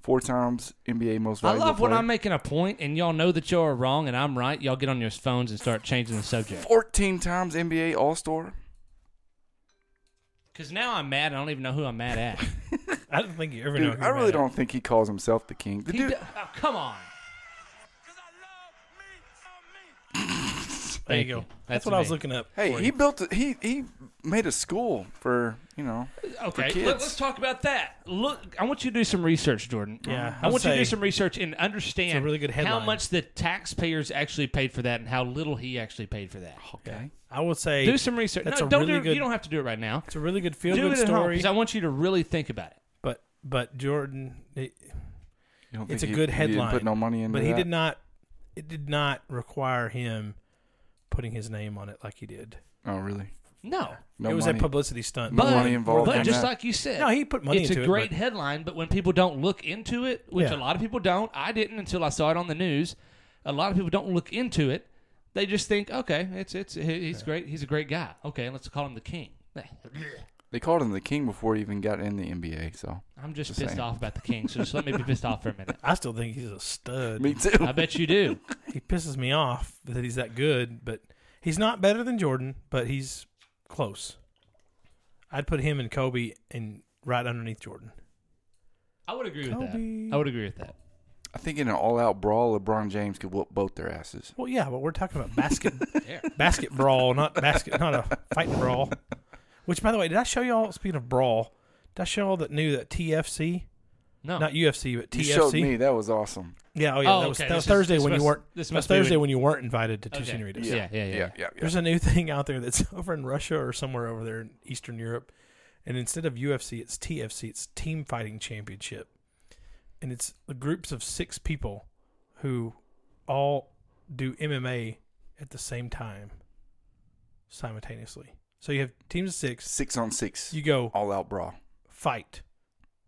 Speaker 5: Four times NBA Most
Speaker 7: I
Speaker 5: Valuable
Speaker 7: love when
Speaker 5: Player.
Speaker 7: I'm making a point and y'all know that y'all are wrong and I'm right. Y'all get on your phones and start changing the subject.
Speaker 5: Fourteen times NBA All Star.
Speaker 7: Because now I'm mad. I don't even know who I'm mad at.
Speaker 6: I don't think you ever know.
Speaker 5: Dude,
Speaker 6: who
Speaker 5: I really
Speaker 6: made it.
Speaker 5: don't think he calls himself the king. The
Speaker 7: He
Speaker 5: <laughs> dude,
Speaker 7: d- oh, come on.
Speaker 6: There you
Speaker 7: Thank
Speaker 6: go.
Speaker 7: you.
Speaker 6: That's,
Speaker 7: That's
Speaker 6: what I was
Speaker 7: me.
Speaker 6: looking up.
Speaker 5: hey,
Speaker 6: for
Speaker 5: he
Speaker 6: you.
Speaker 5: built. A, he he made a school for you know.
Speaker 7: Okay,
Speaker 5: kids.
Speaker 7: Let, us talk about that. Look, I want you to do some research, Jordan.
Speaker 6: Yeah,
Speaker 7: I
Speaker 6: I'd
Speaker 7: want you to do
Speaker 6: say-
Speaker 7: some research and understand
Speaker 6: It's a really good
Speaker 7: how
Speaker 6: headline.
Speaker 7: much the taxpayers actually paid for that and how little he actually paid for that.
Speaker 5: Okay.
Speaker 6: I will say
Speaker 7: Do some research.
Speaker 6: That's
Speaker 7: no,
Speaker 6: a
Speaker 7: don't
Speaker 6: really
Speaker 7: do,
Speaker 6: good.
Speaker 7: You don't have to do it right now.
Speaker 6: it's a really good feel
Speaker 7: Do
Speaker 6: good
Speaker 7: it at home
Speaker 6: story.
Speaker 7: because I want you to really think about it.
Speaker 6: but but Jordan, it,
Speaker 5: You don't
Speaker 6: it's a
Speaker 5: think he-
Speaker 6: good
Speaker 5: He
Speaker 6: headline.
Speaker 5: didn't put no money into
Speaker 6: but he
Speaker 5: that?
Speaker 6: did not. It did not require him putting his name on it like he did.
Speaker 5: Oh really?
Speaker 7: No,
Speaker 5: No
Speaker 6: it was
Speaker 5: money.
Speaker 6: a publicity stunt.
Speaker 5: No
Speaker 7: but,
Speaker 5: money involved
Speaker 7: But
Speaker 5: in
Speaker 7: just
Speaker 5: that.
Speaker 7: like you said,
Speaker 6: No, he put money
Speaker 7: It's
Speaker 6: into
Speaker 7: a
Speaker 6: it,
Speaker 7: great
Speaker 6: but-
Speaker 7: headline, but when people don't look into it, which
Speaker 6: Yeah.
Speaker 7: a lot of people don't, I didn't until I saw it on the news. A lot of people don't look into it. They just think, okay, it's it's he- he's great. He's a great guy. Okay, let's call him the king.
Speaker 5: They called him the king before he even got in the NBA. So
Speaker 7: I'm just
Speaker 5: Just
Speaker 7: pissed
Speaker 5: saying.
Speaker 7: off about the king, so just let
Speaker 6: <laughs>
Speaker 7: me be pissed off for a minute.
Speaker 6: I still think he's a stud.
Speaker 5: me too.
Speaker 7: I bet you do.
Speaker 6: he pisses me off that he's that good, but he's not better than Jordan, but he's close. I'd put him and Kobe and right underneath Jordan.
Speaker 7: I would agree with
Speaker 6: Kobe.
Speaker 7: that. I would agree with that.
Speaker 5: <laughs> I think in an all-out brawl, LeBron James could whoop both their asses.
Speaker 6: Well, yeah, but we're talking about basket
Speaker 7: <laughs> Yeah.
Speaker 6: basket brawl, not basket, not a fighting brawl. Which, by the way, did I show y'all? Speaking of brawl, did I show y'all that new that TFC,
Speaker 7: No,
Speaker 6: not UFC, but TFC?
Speaker 5: You showed me that was awesome.
Speaker 6: Yeah, oh yeah,
Speaker 7: Oh,
Speaker 6: that was,
Speaker 7: okay,
Speaker 6: that was
Speaker 7: this is-
Speaker 6: Thursday
Speaker 7: this
Speaker 6: when
Speaker 7: must-
Speaker 6: you weren't.
Speaker 7: this
Speaker 6: This
Speaker 7: must
Speaker 6: was
Speaker 7: be
Speaker 6: Thuriday
Speaker 7: when-
Speaker 6: when you weren't invited to two senioritas.
Speaker 7: Yeah, yeah, yeah.
Speaker 5: Yeah, yeah, yeah.
Speaker 6: There's a new <laughs> thing out there that's over in Russia or somewhere over there in Eastern Europe. And instead of UFC, it's TFC, it's Team Fighting Championship. And it's the groups of six people who all do MMA at the same time, simultaneously. So you have teams of six,
Speaker 5: Six on six,
Speaker 6: you go
Speaker 5: all-out brawl.
Speaker 6: fight.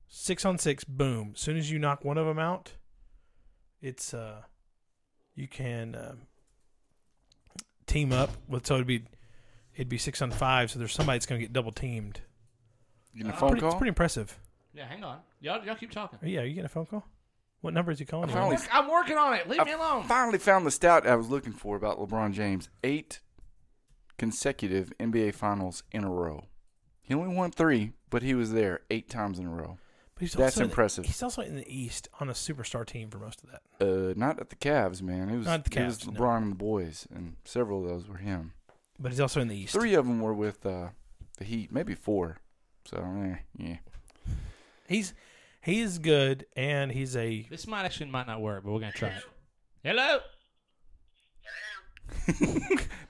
Speaker 6: Six on six, boom. As soon as you knock one of them out, it's uh, you can um team up with. So it'd be it'd be six on five. So there's somebody that's gonna get double teamed.
Speaker 5: You getting a
Speaker 7: Uh,
Speaker 5: phone
Speaker 6: Pretty,
Speaker 5: call?
Speaker 6: it's pretty impressive.
Speaker 7: Yeah, hang on. Y'all, y'all keep talking.
Speaker 6: Yeah, you getting a phone call? What number is he calling?
Speaker 5: I
Speaker 6: you?
Speaker 7: I'm,
Speaker 5: Finally.
Speaker 7: work- I'm working on it. Leave me
Speaker 5: I
Speaker 7: alone.
Speaker 5: finally found the stout I was looking for about LeBron James. Eight consecutive NBA Finals in a row. He only won three, but he was there eight times in a row.
Speaker 6: But he's
Speaker 5: That's
Speaker 6: also in the-
Speaker 5: impressive.
Speaker 6: he's also in the East on a superstar team for most of that.
Speaker 5: Uh, not at the Cavs, man. It was
Speaker 6: Not at the
Speaker 5: it was
Speaker 6: Cavs, no.
Speaker 5: LeBron and the boys, and several of those were him.
Speaker 6: But he's also in the East.
Speaker 5: Three of them were with uh, the Heat, maybe four. So eh, yeah,
Speaker 6: He's he is good, and he's a
Speaker 7: This might actually might not work, but we're gonna try it. Hello.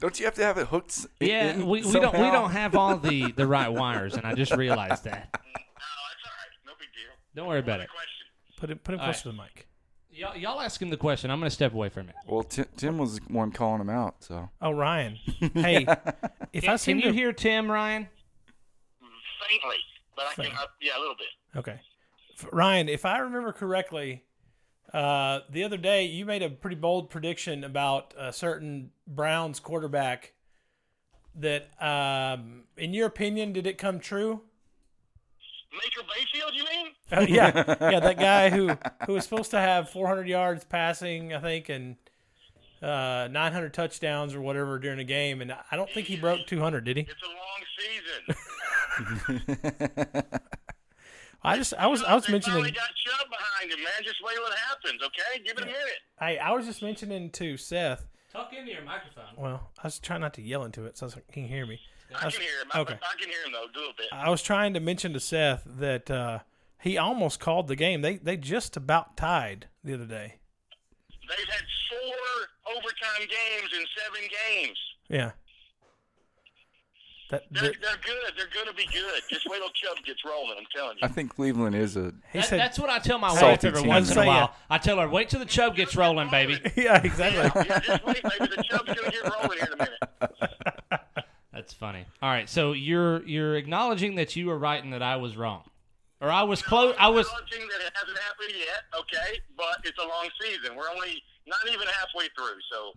Speaker 5: don't you have to have it hooked? s- in-
Speaker 7: Yeah,
Speaker 5: in
Speaker 7: we, we don't we
Speaker 5: somehow?
Speaker 7: don't have all the the right wires, and I just realized that.
Speaker 9: it's all right. No big deal.
Speaker 7: Don't worry about it.
Speaker 9: Question.
Speaker 6: put him put him
Speaker 7: All
Speaker 6: close to the mic.
Speaker 7: Y'all, y'all ask him the question. I'm gonna step away for a minute.
Speaker 5: Well, Tim, Tim was the one calling him out, so <laughs>
Speaker 6: Oh Ryan, hey, if I
Speaker 7: Can,
Speaker 6: seem
Speaker 7: can you
Speaker 6: to
Speaker 7: hear Tim Ryan?
Speaker 9: Faintly, but I can.
Speaker 6: Faint.
Speaker 9: Uh, yeah, a little bit.
Speaker 6: Okay. F- Ryan, if I remember correctly, uh, the other day you made a pretty bold prediction about a certain Browns quarterback that, um, in your opinion, did it come true? <laughs>
Speaker 9: Maker Bayfield, you mean?
Speaker 6: Uh, yeah. Yeah, that guy who, who was supposed to have 400 yards passing, I think, and uh, 900 touchdowns or whatever during a game. And I don't think he broke 200, did he?
Speaker 9: It's a long
Speaker 6: <laughs>
Speaker 9: season.
Speaker 6: I just, I was, I was
Speaker 9: they finally
Speaker 6: mentioning.
Speaker 9: got Chubb behind him, man. Just wait what happens, okay? Give it a minute.
Speaker 6: I, I was just mentioning to Seth.
Speaker 7: Talk into your microphone.
Speaker 6: Well, I was trying not to yell into it, so I was like, he can hear me.
Speaker 9: I can hear him. I,
Speaker 6: okay.
Speaker 9: I can hear him though. Do a bit.
Speaker 6: I was trying to mention to Seth that uh, he almost called the game. They they just about tied the other day.
Speaker 9: They've had four overtime games in seven games.
Speaker 6: Yeah. That,
Speaker 9: They're,
Speaker 6: that
Speaker 9: they're good. They're going to be good. Just wait till Chubb gets rolling. I'm telling
Speaker 5: I
Speaker 9: you.
Speaker 5: think Cleveland is a
Speaker 6: he
Speaker 7: That,
Speaker 6: said.
Speaker 7: that's what I tell my wife
Speaker 5: Salty
Speaker 7: every
Speaker 5: team.
Speaker 7: once in a
Speaker 6: Say ya.
Speaker 7: while. I tell her, wait till the chub gets rolling, baby.
Speaker 6: <laughs> yeah, exactly.
Speaker 7: <laughs>
Speaker 9: yeah, just wait, baby. The Chubb's going to get rolling here in a minute.
Speaker 7: That <laughs> That's funny. All right, so you're you're acknowledging that you were right and that I was wrong, or I was close. I was.
Speaker 9: Acknowledging that it hasn't happened yet, okay, but it's a long season. We're only not even halfway through, so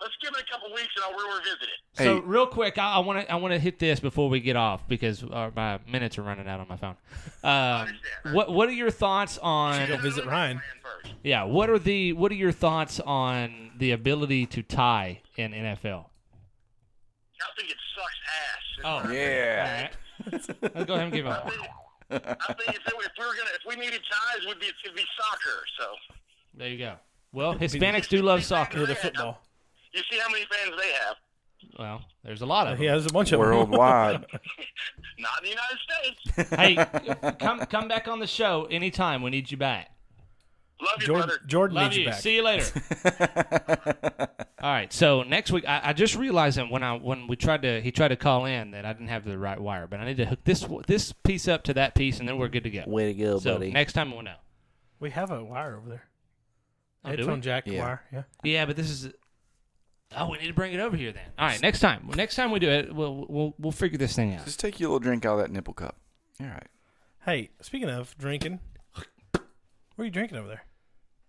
Speaker 9: let's give it a couple weeks and I'll we'll revisit it.
Speaker 7: So
Speaker 5: Hey.
Speaker 7: real quick, I want to I want to hit this before we get off because uh, my minutes are running out on my
Speaker 5: <laughs>
Speaker 7: phone. Um, what What are your thoughts
Speaker 6: Go
Speaker 7: on?
Speaker 6: visit Ryan.
Speaker 9: And first.
Speaker 7: Yeah. What are the What are your thoughts on the ability to tie in NFL?
Speaker 9: I think it sucks ass.
Speaker 7: Oh
Speaker 5: Yeah.
Speaker 7: Let's go ahead and give up.
Speaker 9: I think if, it, if we were gonna, if we needed ties, would be it'd be soccer. So
Speaker 7: There you go. Well, Hispanics do love
Speaker 6: You're
Speaker 7: soccer.
Speaker 6: the football.
Speaker 9: you see how many fans they have.
Speaker 7: Well, there's a lot of
Speaker 6: Yeah,
Speaker 7: them.
Speaker 6: there's a bunch of them.
Speaker 5: Worldwide.
Speaker 9: Not in the United States.
Speaker 7: Hey, come come back on the show anytime. We need you back.
Speaker 9: <laughs> Love you,
Speaker 6: Jordan,
Speaker 9: brother.
Speaker 6: Jordan
Speaker 7: Love
Speaker 6: needs you,
Speaker 7: you.
Speaker 6: back.
Speaker 7: See you later.
Speaker 6: <laughs>
Speaker 7: All right. So next week, I, I just realized that when I when we tried to he tried to call in that I didn't have the right wire, but I need to hook this this piece up to that piece, and then we're good to go.
Speaker 10: Way to go,
Speaker 7: so
Speaker 10: buddy.
Speaker 7: next time we'll know.
Speaker 6: We have a wire over there.
Speaker 7: Oh, do we?
Speaker 6: Headphone jack
Speaker 10: Yeah.
Speaker 6: wire. Yeah.
Speaker 7: Yeah, but this is. Oh, we need to bring it over here then. All right, next time. Next time we do it, we'll we'll, we'll figure this thing out.
Speaker 5: Just take your little drink out of that nipple cup. All right.
Speaker 6: Hey, speaking of drinking, what are you drinking over there?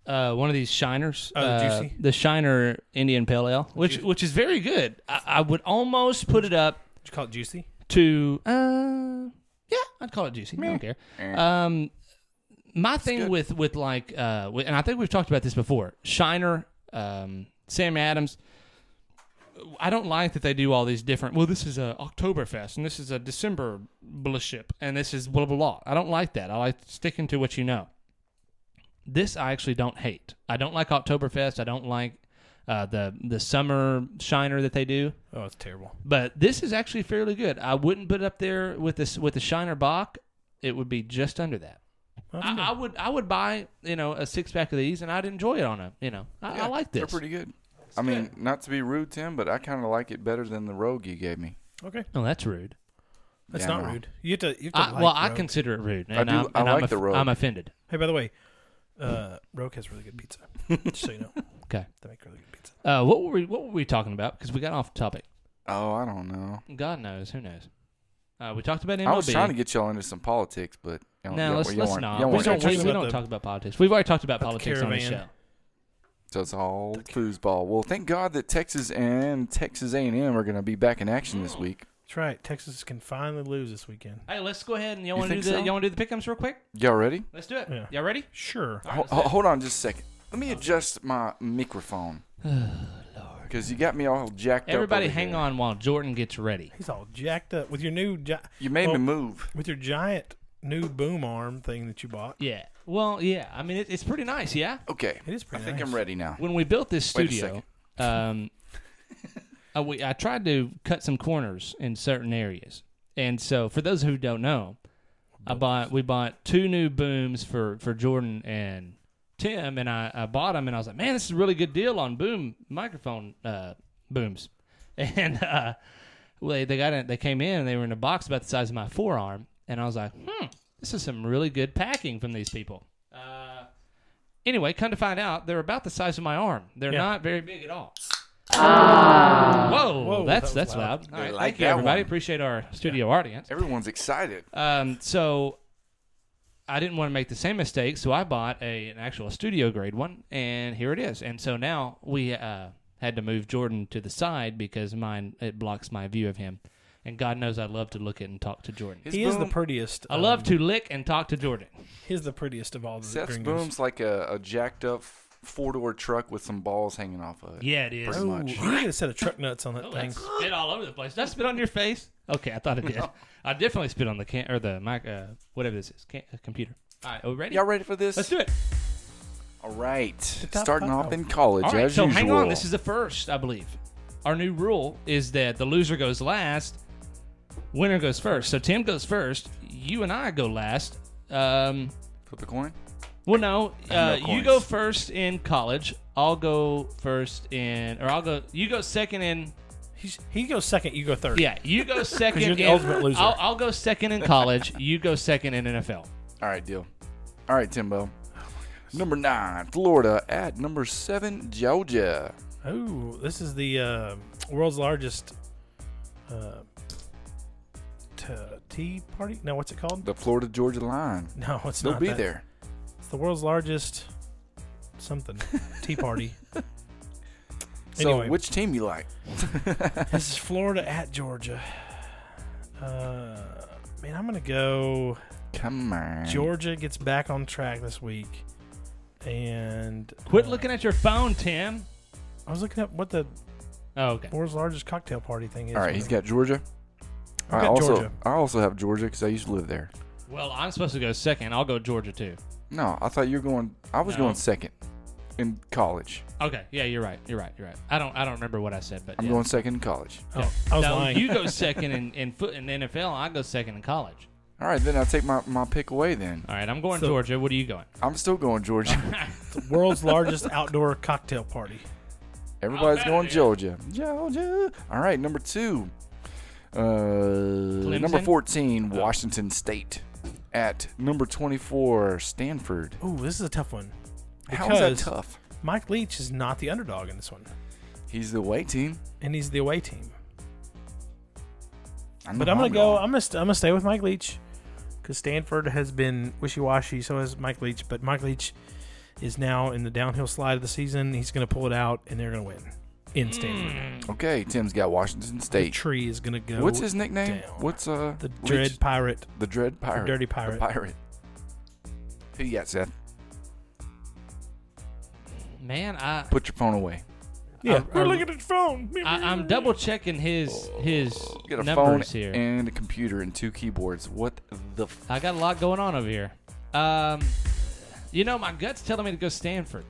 Speaker 7: Uh, one of these shiners,
Speaker 6: Oh, the
Speaker 7: uh,
Speaker 6: Juicy?
Speaker 7: the Shiner Indian Pale Ale, which which is very good. I, I would almost put it up
Speaker 6: Did you call it juicy?
Speaker 7: to uh yeah i'd call it juicy i don't care um my thing with with like uh with, and i think we've talked about this before shiner um sam adams i don't like that they do all these different well this is a oktoberfest and this is a december bullshit and this is blah blah blah i don't like that i like sticking to what you know this i actually don't hate i don't like oktoberfest i don't like uh, the the summer shiner that they do
Speaker 6: Oh, it's terrible.
Speaker 7: but this is actually fairly good. I wouldn't put it up there with this with the Shiner Bach. It would be just under that. I, I would I would buy you know a six pack of these and I'd enjoy it on a you know I, I like this.
Speaker 5: They're pretty good. I mean, not to be rude, Tim, but I kind of like it better than the rogue you gave me.
Speaker 6: Okay.
Speaker 7: Oh, that's rude.
Speaker 6: That's
Speaker 5: Yeah,
Speaker 6: not
Speaker 5: no.
Speaker 6: rude. You have to. You have to
Speaker 7: I,
Speaker 6: like
Speaker 7: well, I
Speaker 6: Rogue.
Speaker 7: consider it rude.
Speaker 5: I
Speaker 7: And
Speaker 5: do-
Speaker 7: I'm,
Speaker 5: I
Speaker 7: and I'm
Speaker 5: like the Rogue.
Speaker 7: I'm offended.
Speaker 6: Hey, by the way, uh, Rogue has really good pizza. Just so you know,
Speaker 7: <laughs> Okay.
Speaker 6: they make really good pizza.
Speaker 7: Uh, what were we what were we talking about? Because we got off topic.
Speaker 5: Oh, I don't know.
Speaker 7: God knows. Who knows? Uh, we talked about MLB.
Speaker 5: I was trying to get y'all into some politics, but y'all,
Speaker 7: No,
Speaker 5: y'all,
Speaker 7: let's,
Speaker 5: y'all
Speaker 7: let's
Speaker 5: weren't-
Speaker 7: not.
Speaker 5: y'all
Speaker 7: we
Speaker 5: weren't
Speaker 7: don't, we,
Speaker 5: interested.
Speaker 6: interested.
Speaker 7: we don't talk about politics. We've already talked about
Speaker 6: About the
Speaker 7: politics on the show.
Speaker 6: caravan.
Speaker 5: So it's all foosball. Well, thank God that Texas and Texas A&M are going to be back in action this week.
Speaker 6: That's right. Texas can finally lose this weekend.
Speaker 7: Hey, let's go ahead and y'all want to do
Speaker 5: think
Speaker 7: the
Speaker 5: so?
Speaker 7: y'all want to do the pickups real quick?
Speaker 5: Y'all ready?
Speaker 7: Let's do it.
Speaker 6: Yeah.
Speaker 7: Y'all ready?
Speaker 6: Sure.
Speaker 5: Ho- ho- hold on just a second. Let me adjust my
Speaker 7: <sighs>
Speaker 5: microphone. Because you got me all jacked
Speaker 7: Everybody,
Speaker 5: up. over
Speaker 7: hang
Speaker 5: here.
Speaker 7: on while Jordan gets ready.
Speaker 6: He's all jacked up with your new gi-
Speaker 5: You made
Speaker 6: well,
Speaker 5: me move.
Speaker 6: with your giant new boom arm thing that you bought.
Speaker 7: Yeah. Well, yeah. I mean, it, it's pretty nice. Yeah.
Speaker 5: Okay.
Speaker 6: It is pretty
Speaker 5: I think
Speaker 6: nice.
Speaker 5: I'm ready now.
Speaker 7: When we built this
Speaker 5: Wait a
Speaker 7: studio,
Speaker 5: <laughs>
Speaker 7: um, I, we, I tried to cut some corners in certain areas, and so for those who don't know, I bought we bought two new booms for for Jordan and Tim, and I, I bought them, and I was like, man, this is a really good deal on boom microphone uh, booms, <laughs> and uh, well, they, they got in, they came in and they were in a box about the size of my forearm, and I was like, hmm, this is some really good packing from these people. Uh, anyway, come to find out, they're about the size of my arm. They're
Speaker 6: Yeah.
Speaker 7: not very big at all. Whoa,
Speaker 6: Whoa,
Speaker 7: that's
Speaker 6: that was
Speaker 7: that's
Speaker 6: loud.
Speaker 7: loud. All right,
Speaker 5: like
Speaker 7: thank you,
Speaker 5: that
Speaker 7: everybody.
Speaker 5: one.
Speaker 7: Appreciate our studio audience.
Speaker 5: Everyone's excited.
Speaker 7: Um, so I didn't want to make the same mistake, so I bought a, an actual studio grade one, and here it is. And so now we uh, had to move Jordan to the side because mine it blocks my view of him. And God knows I love to look at and talk to Jordan.
Speaker 5: His
Speaker 6: He is the
Speaker 5: boom-
Speaker 6: prettiest.
Speaker 7: I love
Speaker 6: um,
Speaker 7: to lick and talk to Jordan.
Speaker 6: He's the prettiest of all the
Speaker 5: Seth's
Speaker 6: gringos.
Speaker 5: boom's like a, a jacked up four door truck with some balls hanging off of it.
Speaker 7: Yeah, it is.
Speaker 5: Pretty
Speaker 6: Ooh,
Speaker 5: much.
Speaker 6: Oh, you need a set of truck nuts on that
Speaker 7: Oh, that
Speaker 6: thing.
Speaker 7: spit all over the place. Did I spit on your face? Okay, I thought it did. I definitely spit on the can or the mic, uh, whatever this is, can- uh, computer. All right, are we ready?
Speaker 5: Y'all ready for this?
Speaker 7: Let's do it.
Speaker 5: All right.
Speaker 6: top
Speaker 5: Starting
Speaker 6: five.
Speaker 5: off in college,
Speaker 7: All right,
Speaker 5: as
Speaker 7: so
Speaker 5: usual.
Speaker 7: hang on. This is the first, I believe. Our new rule is that the loser goes last, winner goes first. So Tim goes first, you and I go last. Um,
Speaker 5: Flip a coin.
Speaker 7: well, no, uh, you
Speaker 5: coins.
Speaker 7: go first in college. I'll go first in, or I'll go. You go second in.
Speaker 6: He's, he goes second, you go third.
Speaker 7: Yeah, you go <laughs> 2nd
Speaker 6: you're the
Speaker 7: in,
Speaker 6: ultimate loser.
Speaker 7: I'll, I'll go second in college. you go second in NFL.
Speaker 5: All right, deal. All right, Timbo. Number nine, Florida. At number seven, Georgia.
Speaker 6: Oh, this is the uh, world's largest uh, t- Tea Party? No, what's it called?
Speaker 5: The Florida Georgia line.
Speaker 6: No, <laughs> it's
Speaker 5: They'll
Speaker 6: not.
Speaker 5: be
Speaker 6: that.
Speaker 5: there.
Speaker 6: It's the world's largest
Speaker 5: <laughs>
Speaker 6: something Tea Party.
Speaker 5: So,
Speaker 6: Anyway.
Speaker 5: which team you like?
Speaker 6: this is Florida at Georgia. Uh, man, I'm gonna go.
Speaker 5: Come on.
Speaker 6: Georgia gets back on track this week, and
Speaker 7: Quit
Speaker 6: uh,
Speaker 7: looking at your phone, Tim.
Speaker 6: I was looking up what the
Speaker 7: Oh, okay.
Speaker 6: world's largest cocktail party thing is.
Speaker 5: All right, he's got Georgia.
Speaker 6: I've
Speaker 5: I
Speaker 6: got
Speaker 5: also
Speaker 6: Georgia.
Speaker 5: I also have Georgia because I used to live there.
Speaker 7: Well, I'm supposed to go second. I'll go Georgia too.
Speaker 5: No, I thought you were going. I was
Speaker 7: No.
Speaker 5: going second in college.
Speaker 7: Okay. Yeah, you're right. You're right. You're right. I don't. I don't remember what I said, but
Speaker 5: I'm
Speaker 7: yeah.
Speaker 5: going second in college.
Speaker 6: Oh, I was
Speaker 7: No,
Speaker 6: lying.
Speaker 7: you
Speaker 6: <laughs>
Speaker 7: go second in in, foot, in the NFL. I go second in college.
Speaker 5: All right, then I'll take my, my pick away. Then
Speaker 7: All right. I'm going
Speaker 6: So-
Speaker 7: Georgia. What are you
Speaker 6: <laughs>
Speaker 7: going?
Speaker 5: I'm still going Georgia.
Speaker 6: world's largest outdoor cocktail party.
Speaker 5: Everybody's
Speaker 7: outta
Speaker 5: going
Speaker 7: here.
Speaker 5: Georgia. Georgia. All right, number two. Uh, number
Speaker 7: Clemson?
Speaker 5: 14,
Speaker 6: Uh.
Speaker 5: Washington State. At number 24, Stanford.
Speaker 6: Ooh, this is a tough one.
Speaker 5: How is that
Speaker 6: Because-
Speaker 5: tough?
Speaker 6: Mike Leach is not the underdog in this one,
Speaker 5: He's the away team.
Speaker 6: and he's the away team.
Speaker 5: I know
Speaker 6: But I'm
Speaker 5: how
Speaker 6: gonna go.
Speaker 5: going.
Speaker 6: I'm gonna st- I'm gonna stay with Mike Leach because Stanford has been wishy-washy. So has Mike Leach. But Mike Leach is now in the downhill slide of the season. He's gonna pull it out, and they're gonna win
Speaker 5: Hmm.
Speaker 6: in Stanford.
Speaker 5: Okay, Tim's got Washington
Speaker 6: The
Speaker 5: State.
Speaker 6: tree is gonna go.
Speaker 5: What's his nickname?
Speaker 6: down.
Speaker 5: What's uh
Speaker 6: The
Speaker 5: Leach?
Speaker 6: Dread Pirate.
Speaker 5: The Dread Pirate.
Speaker 6: Dirty Pirate.
Speaker 5: The pirate. Who you got, Seth?
Speaker 7: Man, I,
Speaker 5: Put your phone away.
Speaker 6: Yeah,
Speaker 7: I'm-
Speaker 6: we're
Speaker 7: I'm-
Speaker 6: looking at the phone.
Speaker 7: I
Speaker 6: <laughs>
Speaker 7: I'm double checking his his
Speaker 5: Get a phone
Speaker 7: numbers here.
Speaker 5: and a computer and two keyboards. What the f-
Speaker 7: I got a lot going on over here. Um, you know, my gut's telling me to go Stanford,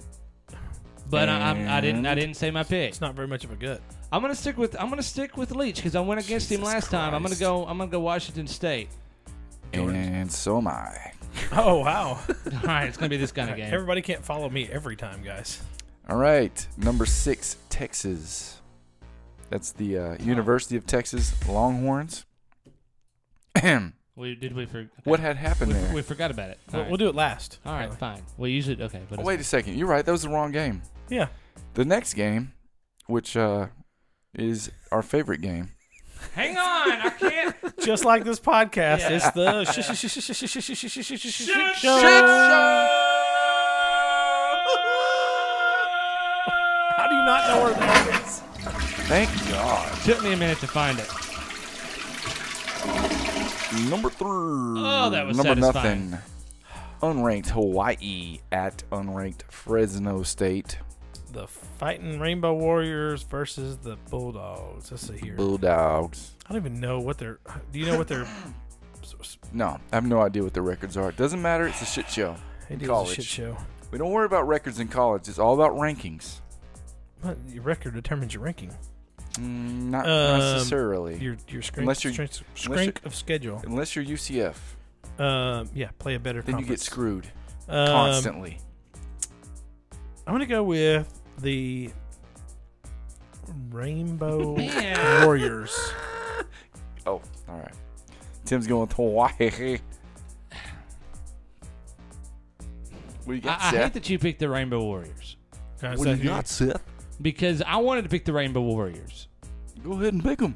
Speaker 7: but I, I'm, I didn't. I didn't say my pick.
Speaker 6: It's not very much of a gut.
Speaker 7: I'm gonna stick with. I'm gonna stick with Leach because I went against him
Speaker 5: Jesus
Speaker 7: last time. I'm gonna
Speaker 5: Christ.
Speaker 7: go. I'm gonna go Washington State. <laughs>
Speaker 5: And so am I.
Speaker 6: Oh wow! <laughs>
Speaker 7: All right, it's gonna be this kind of game.
Speaker 6: Everybody can't follow me every time, guys.
Speaker 5: All right, number six, Texas. That's the uh, University of Texas Longhorns. <clears throat> Ahem.
Speaker 7: We, did we? For, okay.
Speaker 5: what had happened
Speaker 7: We,
Speaker 5: there?
Speaker 7: we forgot about it. All
Speaker 6: We'll,
Speaker 7: right.
Speaker 6: we'll do it last.
Speaker 7: All right, fine. We usually okay. But
Speaker 5: Oh,
Speaker 7: it's-
Speaker 5: wait a second. You're right. That was the wrong game.
Speaker 6: Yeah.
Speaker 5: The next game, which uh, is our favorite game,
Speaker 7: hang on. I can't.
Speaker 6: Just like this podcast, it's
Speaker 7: <laughs>
Speaker 6: the sh- sh- sh- sh- sh- sh- sh- sh- sh- sh- sh- show. How do you not know where that is?
Speaker 5: Thank God.
Speaker 7: Took me a minute to find it.
Speaker 5: Number three.
Speaker 7: Oh, that was
Speaker 5: number
Speaker 7: satisfying.
Speaker 5: nothing. Unranked Hawaii at unranked Fresno State
Speaker 6: The fighting Rainbow Warriors versus the Bulldogs. Let's see here.
Speaker 5: Bulldogs.
Speaker 6: I don't even know what their. Do you know what
Speaker 5: <laughs>
Speaker 6: their?
Speaker 5: No, I have no idea what the records are. It doesn't matter. It's a shit show.
Speaker 6: It is a
Speaker 5: College.
Speaker 6: shit show.
Speaker 5: We don't worry about records in college. It's all about rankings.
Speaker 6: Well, Your record determines your ranking.
Speaker 5: Mm, not
Speaker 6: Um,
Speaker 5: necessarily.
Speaker 6: Your your screen.
Speaker 5: Unless you're-
Speaker 6: strength,
Speaker 5: unless you're-
Speaker 6: strength of schedule.
Speaker 5: Unless you're UCF,
Speaker 6: Um, yeah, play a better.
Speaker 5: then you get
Speaker 6: conference.
Speaker 5: screwed
Speaker 6: Um,
Speaker 5: constantly.
Speaker 6: I'm gonna go with the
Speaker 7: <laughs>
Speaker 6: Rainbow
Speaker 7: Man.
Speaker 6: Warriors.
Speaker 5: Oh, all right. Tim's going with Hawaii. <laughs> We
Speaker 7: I,
Speaker 5: got
Speaker 7: I hate
Speaker 5: Seth.
Speaker 7: that you picked the Rainbow Warriors
Speaker 6: Guys,
Speaker 5: what do
Speaker 6: that-
Speaker 5: you got, Seth?
Speaker 7: because I wanted to pick the Rainbow Warriors.
Speaker 5: Go ahead and pick him.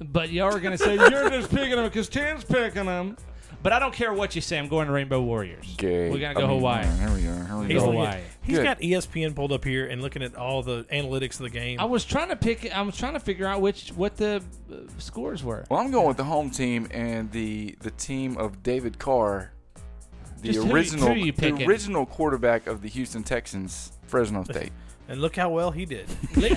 Speaker 7: But y'all are gonna say you're just picking them because Tim's picking them. But I don't care what you say. I'm going to Rainbow Warriors.
Speaker 5: Okay.
Speaker 7: We gotta
Speaker 5: I
Speaker 7: go
Speaker 5: mean,
Speaker 7: Hawaii.
Speaker 5: all right, Here we are. Here we
Speaker 6: He's,
Speaker 5: go.
Speaker 7: Hawaii.
Speaker 6: looking at- he's
Speaker 5: Good.
Speaker 6: got E ESPN pulled up here and looking at all the analytics of the game.
Speaker 7: I was trying to pick. I was trying to figure out which what the uh, scores were.
Speaker 5: Well, I'm going with the home team and the the team of David Carr, the
Speaker 7: Just who you-
Speaker 5: original
Speaker 7: who you
Speaker 5: the
Speaker 7: picking?
Speaker 5: original quarterback of the Houston Texans, Fresno State.
Speaker 6: and look how well he did.
Speaker 7: Lick-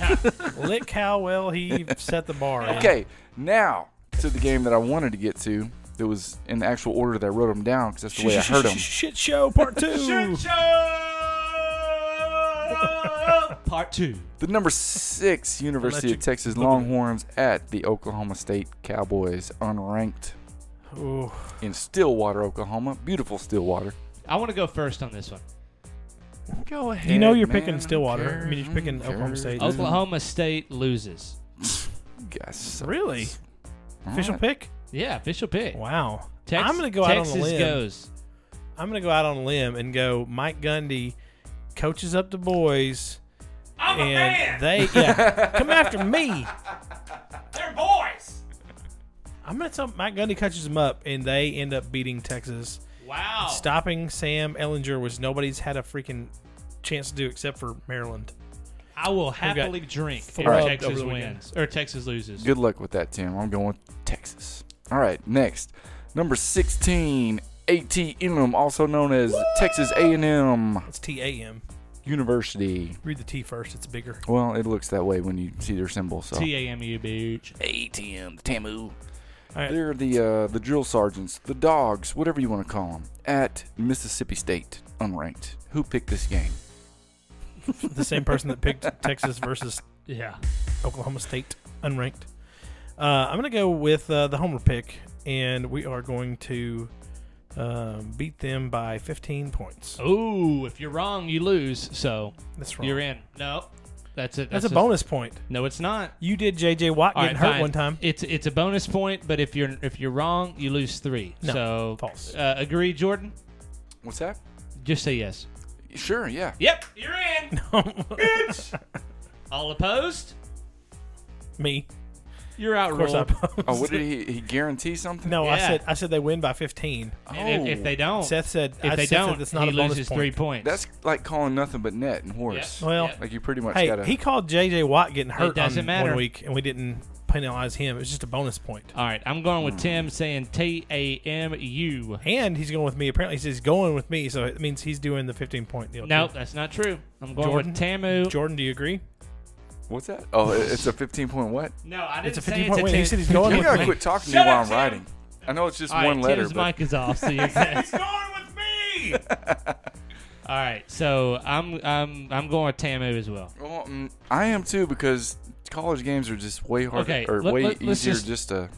Speaker 6: Look how well he set the bar. in.
Speaker 5: Okay, now to the game that I wanted to get to. That was in the actual order that I wrote them down because that's the way I heard them.
Speaker 6: Shit show part two.
Speaker 7: Part two.
Speaker 5: The number six University
Speaker 6: Electric
Speaker 5: of Texas
Speaker 6: Boogaloo.
Speaker 5: Longhorns at the Oklahoma State Cowboys, unranked
Speaker 6: Ooh,
Speaker 5: in Stillwater, Oklahoma. Beautiful Stillwater.
Speaker 7: I want to go first on this one.
Speaker 5: Go ahead.
Speaker 6: you know you're
Speaker 5: man.
Speaker 6: picking
Speaker 5: Who
Speaker 6: Stillwater. I
Speaker 5: cares?
Speaker 6: mean, you're
Speaker 5: Who
Speaker 6: picking Oklahoma
Speaker 5: cares?
Speaker 6: State.
Speaker 5: Doesn't-
Speaker 7: Oklahoma State loses.
Speaker 5: Guys,
Speaker 6: really? Official pick?
Speaker 7: Yeah, official pick.
Speaker 6: Wow.
Speaker 7: Tex-
Speaker 6: I'm gonna go
Speaker 7: Texas
Speaker 6: out on a limb.
Speaker 7: goes.
Speaker 6: I'm gonna go out on a limb and go. Mike Gundy coaches up the boys, and
Speaker 7: <laughs>
Speaker 6: they yeah, come after me.
Speaker 7: They're boys.
Speaker 6: I'm gonna tell Mike Gundy catches them up, and they end up beating Texas.
Speaker 7: Oh.
Speaker 11: Wow.
Speaker 6: Stopping Sam Ellinger was nobody's had a freaking chance to do except for Maryland.
Speaker 7: I will
Speaker 6: got
Speaker 7: happily drink if
Speaker 6: throbbed
Speaker 7: Texas
Speaker 6: over the
Speaker 7: wins or Texas loses.
Speaker 5: Good luck with that, Tim. I'm going with Texas. All right, next number 16, ATM, also known as Texas A&M
Speaker 6: It's T A M.
Speaker 5: University.
Speaker 6: Read the T first; it's bigger.
Speaker 5: Well, it looks that way when you see their symbol. So
Speaker 7: T A M U bitch.
Speaker 5: ATM, Tamu.
Speaker 6: right.
Speaker 5: They're the uh, the drill sergeants, the dogs, whatever you want to call them, at Mississippi State, unranked. Who picked this game?
Speaker 6: The same person that picked Texas versus
Speaker 7: Yeah.
Speaker 6: Oklahoma State, unranked. Uh, I'm going to go with uh, the Homer pick, and we are going to um, beat them by 15 points.
Speaker 7: Oh, if you're wrong, you lose. So
Speaker 6: That's wrong.
Speaker 7: you're in. No, that's it.
Speaker 6: That's, a bonus point.
Speaker 7: No, it's not.
Speaker 6: You did J.J. Watt
Speaker 7: All
Speaker 6: getting
Speaker 7: right,
Speaker 6: hurt
Speaker 7: fine.
Speaker 6: one time.
Speaker 7: It's it's a bonus point, but if you're if you're wrong, you lose three.
Speaker 6: No,
Speaker 7: so
Speaker 6: false.
Speaker 7: Uh, agree, Jordan.
Speaker 5: What's that?
Speaker 7: Just say yes.
Speaker 5: Sure, yeah.
Speaker 7: <laughs> Yep, you're
Speaker 6: <laughs>
Speaker 7: in. All opposed.
Speaker 6: Me,
Speaker 7: You're
Speaker 6: of course. I
Speaker 7: outruled.
Speaker 6: opposed.
Speaker 5: Oh, what did he, he guarantee something? Oh,
Speaker 6: no, I
Speaker 7: Yeah.
Speaker 6: said I said they win by 15.
Speaker 7: And if, if they don't,
Speaker 6: Seth said
Speaker 7: if
Speaker 6: I
Speaker 7: they
Speaker 6: Seth said
Speaker 7: don't,
Speaker 6: it's not
Speaker 7: he
Speaker 6: a bonus
Speaker 7: loses
Speaker 6: point.
Speaker 7: three points.
Speaker 5: That's like calling nothing but net and horse.
Speaker 7: Yeah.
Speaker 6: Well,
Speaker 7: Yeah.
Speaker 5: Like you pretty much
Speaker 6: hey,
Speaker 5: gotta.
Speaker 6: he called J.J. Watt getting hurt
Speaker 7: doesn't
Speaker 6: on
Speaker 7: matter.
Speaker 6: one week, and we didn't penalize him. It was just a bonus point.
Speaker 7: All right, I'm going with
Speaker 5: Hmm.
Speaker 7: Tim saying T A M U.
Speaker 6: And he's going with me. Apparently, he says he's going with me, so it means he's doing the 15 point deal.
Speaker 7: No, that's not true. I'm going
Speaker 6: Jordan?
Speaker 7: with Tamu.
Speaker 6: Jordan, do you agree?
Speaker 5: What's that? Oh, it- it's a 15 point what?
Speaker 7: No, I didn't
Speaker 6: It's a
Speaker 7: say
Speaker 6: 15
Speaker 7: it's
Speaker 6: point win.
Speaker 7: Tim-
Speaker 6: He said he's going
Speaker 5: You
Speaker 6: with
Speaker 5: gotta
Speaker 6: me.
Speaker 5: quit talking to me
Speaker 7: Shut
Speaker 5: while
Speaker 7: up,
Speaker 5: I'm
Speaker 7: Tim.
Speaker 5: writing. I know it's just
Speaker 7: All right,
Speaker 5: one letter,
Speaker 7: Tim's
Speaker 5: but
Speaker 7: mic is off. So you <laughs> he's going with me. <laughs> All right, so I'm I'm I'm going with Tamu as well.
Speaker 5: Well, mm, I am too because college games are just way harder
Speaker 7: Okay,
Speaker 5: or
Speaker 7: let-
Speaker 5: way
Speaker 7: let- let's
Speaker 5: easier
Speaker 7: just-
Speaker 5: just, to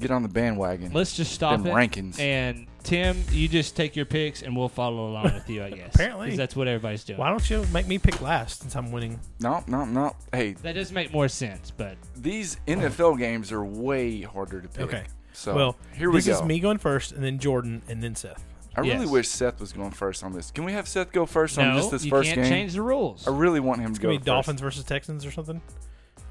Speaker 5: get on the bandwagon.
Speaker 7: Let's just stop
Speaker 5: Them
Speaker 7: it.
Speaker 5: rankings.
Speaker 7: And Tim, you just take your picks, and we'll follow along
Speaker 6: <laughs>
Speaker 7: with you. I guess
Speaker 6: Apparently.
Speaker 7: 'Cause that's what everybody's doing.
Speaker 6: Why don't you make me pick last since I'm winning?
Speaker 5: no, no, no. Hey,
Speaker 7: That does make more sense, but
Speaker 5: these NFL games are way harder to pick.
Speaker 6: Okay.
Speaker 5: So
Speaker 6: well,
Speaker 5: here we
Speaker 6: this
Speaker 5: go.
Speaker 6: is me going first, and then Jordan, and then Seth.
Speaker 5: I really
Speaker 7: Yes.
Speaker 5: wish Seth was going first on this. Can we have Seth go first on
Speaker 7: no,
Speaker 5: just this
Speaker 7: you
Speaker 5: 1st
Speaker 7: can't
Speaker 5: game?
Speaker 7: change the rules.
Speaker 5: I really want him to
Speaker 6: It's gonna
Speaker 5: go
Speaker 6: be
Speaker 5: first.
Speaker 6: Dolphins versus Texans or something.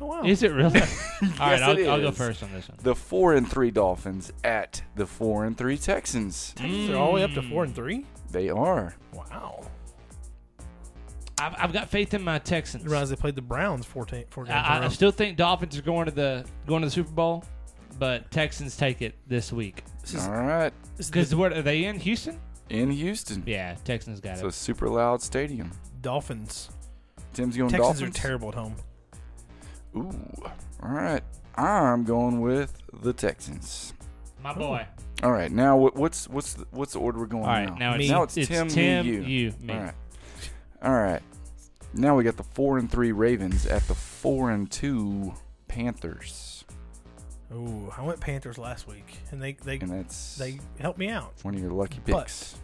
Speaker 6: Oh wow!
Speaker 7: Is it
Speaker 5: <laughs>
Speaker 7: really? All right,
Speaker 5: Yes,
Speaker 7: I'll,
Speaker 5: it
Speaker 7: I'll go
Speaker 5: is.
Speaker 7: first on this one.
Speaker 5: The four and three Dolphins at the four and three Texans.
Speaker 6: Texans are all the way up to
Speaker 7: Hmm.
Speaker 6: four and three.
Speaker 5: They are.
Speaker 6: Wow!
Speaker 7: I've, I've got faith in my Texans.
Speaker 6: I realize they played the Browns four, ta- four games. in a
Speaker 7: I, I
Speaker 6: row.
Speaker 7: still think Dolphins are going to the going to the Super Bowl, but Texans take it this week.
Speaker 5: All right.
Speaker 7: Because what are they in Houston?
Speaker 5: In Houston.
Speaker 7: Yeah, Texans got
Speaker 5: It's a
Speaker 7: it.
Speaker 5: super loud stadium.
Speaker 6: Dolphins.
Speaker 5: Tim's going
Speaker 6: Texans
Speaker 5: Dolphins.
Speaker 6: are terrible at home.
Speaker 5: Ooh. All right. I'm going with the Texans.
Speaker 7: My boy.
Speaker 5: All right. Now what, what's what's the, what's the order we're going
Speaker 7: All right, now
Speaker 5: now?
Speaker 7: it's,
Speaker 5: now it's, Tim, me, you.
Speaker 7: you, me.
Speaker 5: All right. All right. Now we got the 4 and 3 Ravens at the 4 and 2 Panthers.
Speaker 6: Ooh, I went Panthers last week, and they they
Speaker 5: And that's
Speaker 6: they helped me out.
Speaker 5: one of your lucky
Speaker 6: But-
Speaker 5: picks.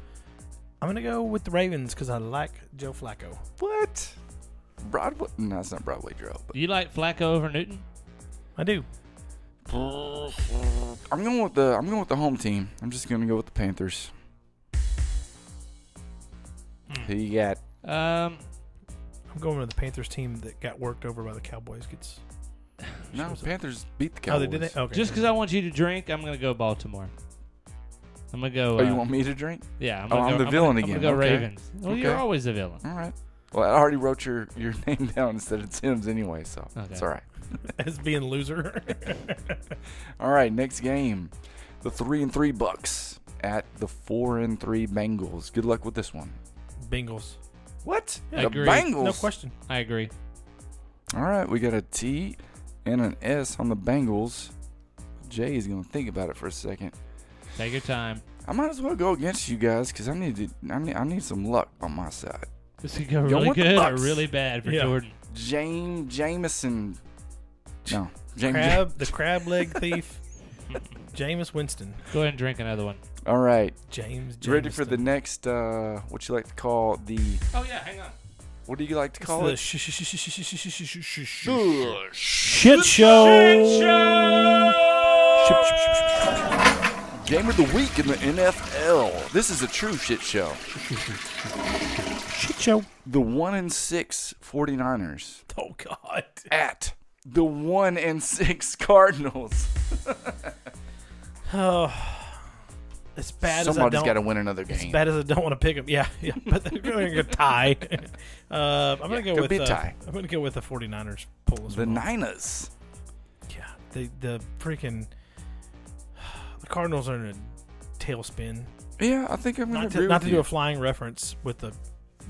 Speaker 6: I'm gonna go with the Ravens because I like Joe Flacco.
Speaker 5: What? Broadway? No, it's not Broadway Drill. But
Speaker 7: You like Flacco over Newton?
Speaker 6: I do.
Speaker 5: I'm going with the I'm going with the home team. I'm just going to go with the Panthers.
Speaker 7: Hmm.
Speaker 5: Who you got?
Speaker 7: Um,
Speaker 6: I'm going with the Panthers team that got worked over by the Cowboys. Gets
Speaker 5: No, Panthers beat
Speaker 6: oh
Speaker 5: the Cowboys.
Speaker 6: they did it. Okay,
Speaker 7: just because I want you to drink, I'm gonna go Baltimore. I'm gonna go.
Speaker 5: Oh,
Speaker 7: uh,
Speaker 5: you want me to drink?
Speaker 7: Yeah, I'm
Speaker 5: Oh,
Speaker 7: gonna
Speaker 5: I'm
Speaker 7: go,
Speaker 5: the
Speaker 7: I'm
Speaker 5: villain
Speaker 7: gonna, I'm
Speaker 5: again.
Speaker 7: gonna go
Speaker 5: Okay.
Speaker 7: Ravens. Well, you're
Speaker 5: Okay.
Speaker 7: always the villain.
Speaker 5: All right. Well, I already wrote your, your <laughs> name down instead of Tim's anyway, so
Speaker 7: Okay.
Speaker 5: it's all right.
Speaker 6: as being loser.
Speaker 5: All right, next game, the three and three Bucks at the four and three Bengals. Good luck with this one.
Speaker 6: Bengals.
Speaker 5: What?
Speaker 7: I
Speaker 5: the
Speaker 7: agree.
Speaker 5: Bengals.
Speaker 6: No question.
Speaker 7: I agree.
Speaker 5: All right, we got a T and an S on the Bengals. Jay is gonna think about it for a second.
Speaker 7: Take your time.
Speaker 5: I might as well go against you guys because I need to. I need, I need some luck on my side.
Speaker 7: This could go
Speaker 5: Y'all
Speaker 7: really
Speaker 5: want the
Speaker 7: good or
Speaker 5: Bucks?
Speaker 7: really bad for
Speaker 6: Yeah.
Speaker 7: Jordan.
Speaker 5: James Jameson. No, James.
Speaker 6: Crab, the crab leg thief, Jameis Winston.
Speaker 7: Go ahead and drink another one.
Speaker 5: All right,
Speaker 6: James.
Speaker 5: you ready for the
Speaker 6: Jameson.
Speaker 5: next? uh What you like to call the?
Speaker 7: Oh yeah, hang on.
Speaker 5: What do you like to
Speaker 6: It's
Speaker 5: call
Speaker 6: the
Speaker 5: it?
Speaker 6: sh- sh- sh- sh- sh- sh- sh- sh- sh- shit show. Ship, ship, ship, ship, ship.
Speaker 5: Game of the week in the NFL. This is a true shit show.
Speaker 6: Shit show.
Speaker 5: The 1 and 6 49ers
Speaker 6: Oh God.
Speaker 5: <laughs> at the 1 and 6 Cardinals.
Speaker 6: As bad
Speaker 5: Somebody's
Speaker 6: as I
Speaker 5: got to
Speaker 6: don't,
Speaker 5: win another
Speaker 6: as
Speaker 5: game.
Speaker 6: bad as I don't want to pick them. Yeah, <laughs> yeah. But they're going to
Speaker 5: <laughs>
Speaker 6: tie. Uh, I'm gonna go
Speaker 5: could
Speaker 6: with
Speaker 5: be a
Speaker 6: uh,
Speaker 5: tie.
Speaker 6: I'm gonna go with the 49ers pull as
Speaker 5: The
Speaker 6: well.
Speaker 5: Niners.
Speaker 6: Yeah, the the freaking <sighs> the Cardinals are in a tailspin.
Speaker 5: Yeah, I think I'm going
Speaker 6: Not
Speaker 5: to agree
Speaker 6: to, not
Speaker 5: with
Speaker 6: to
Speaker 5: you.
Speaker 6: do a flying reference with the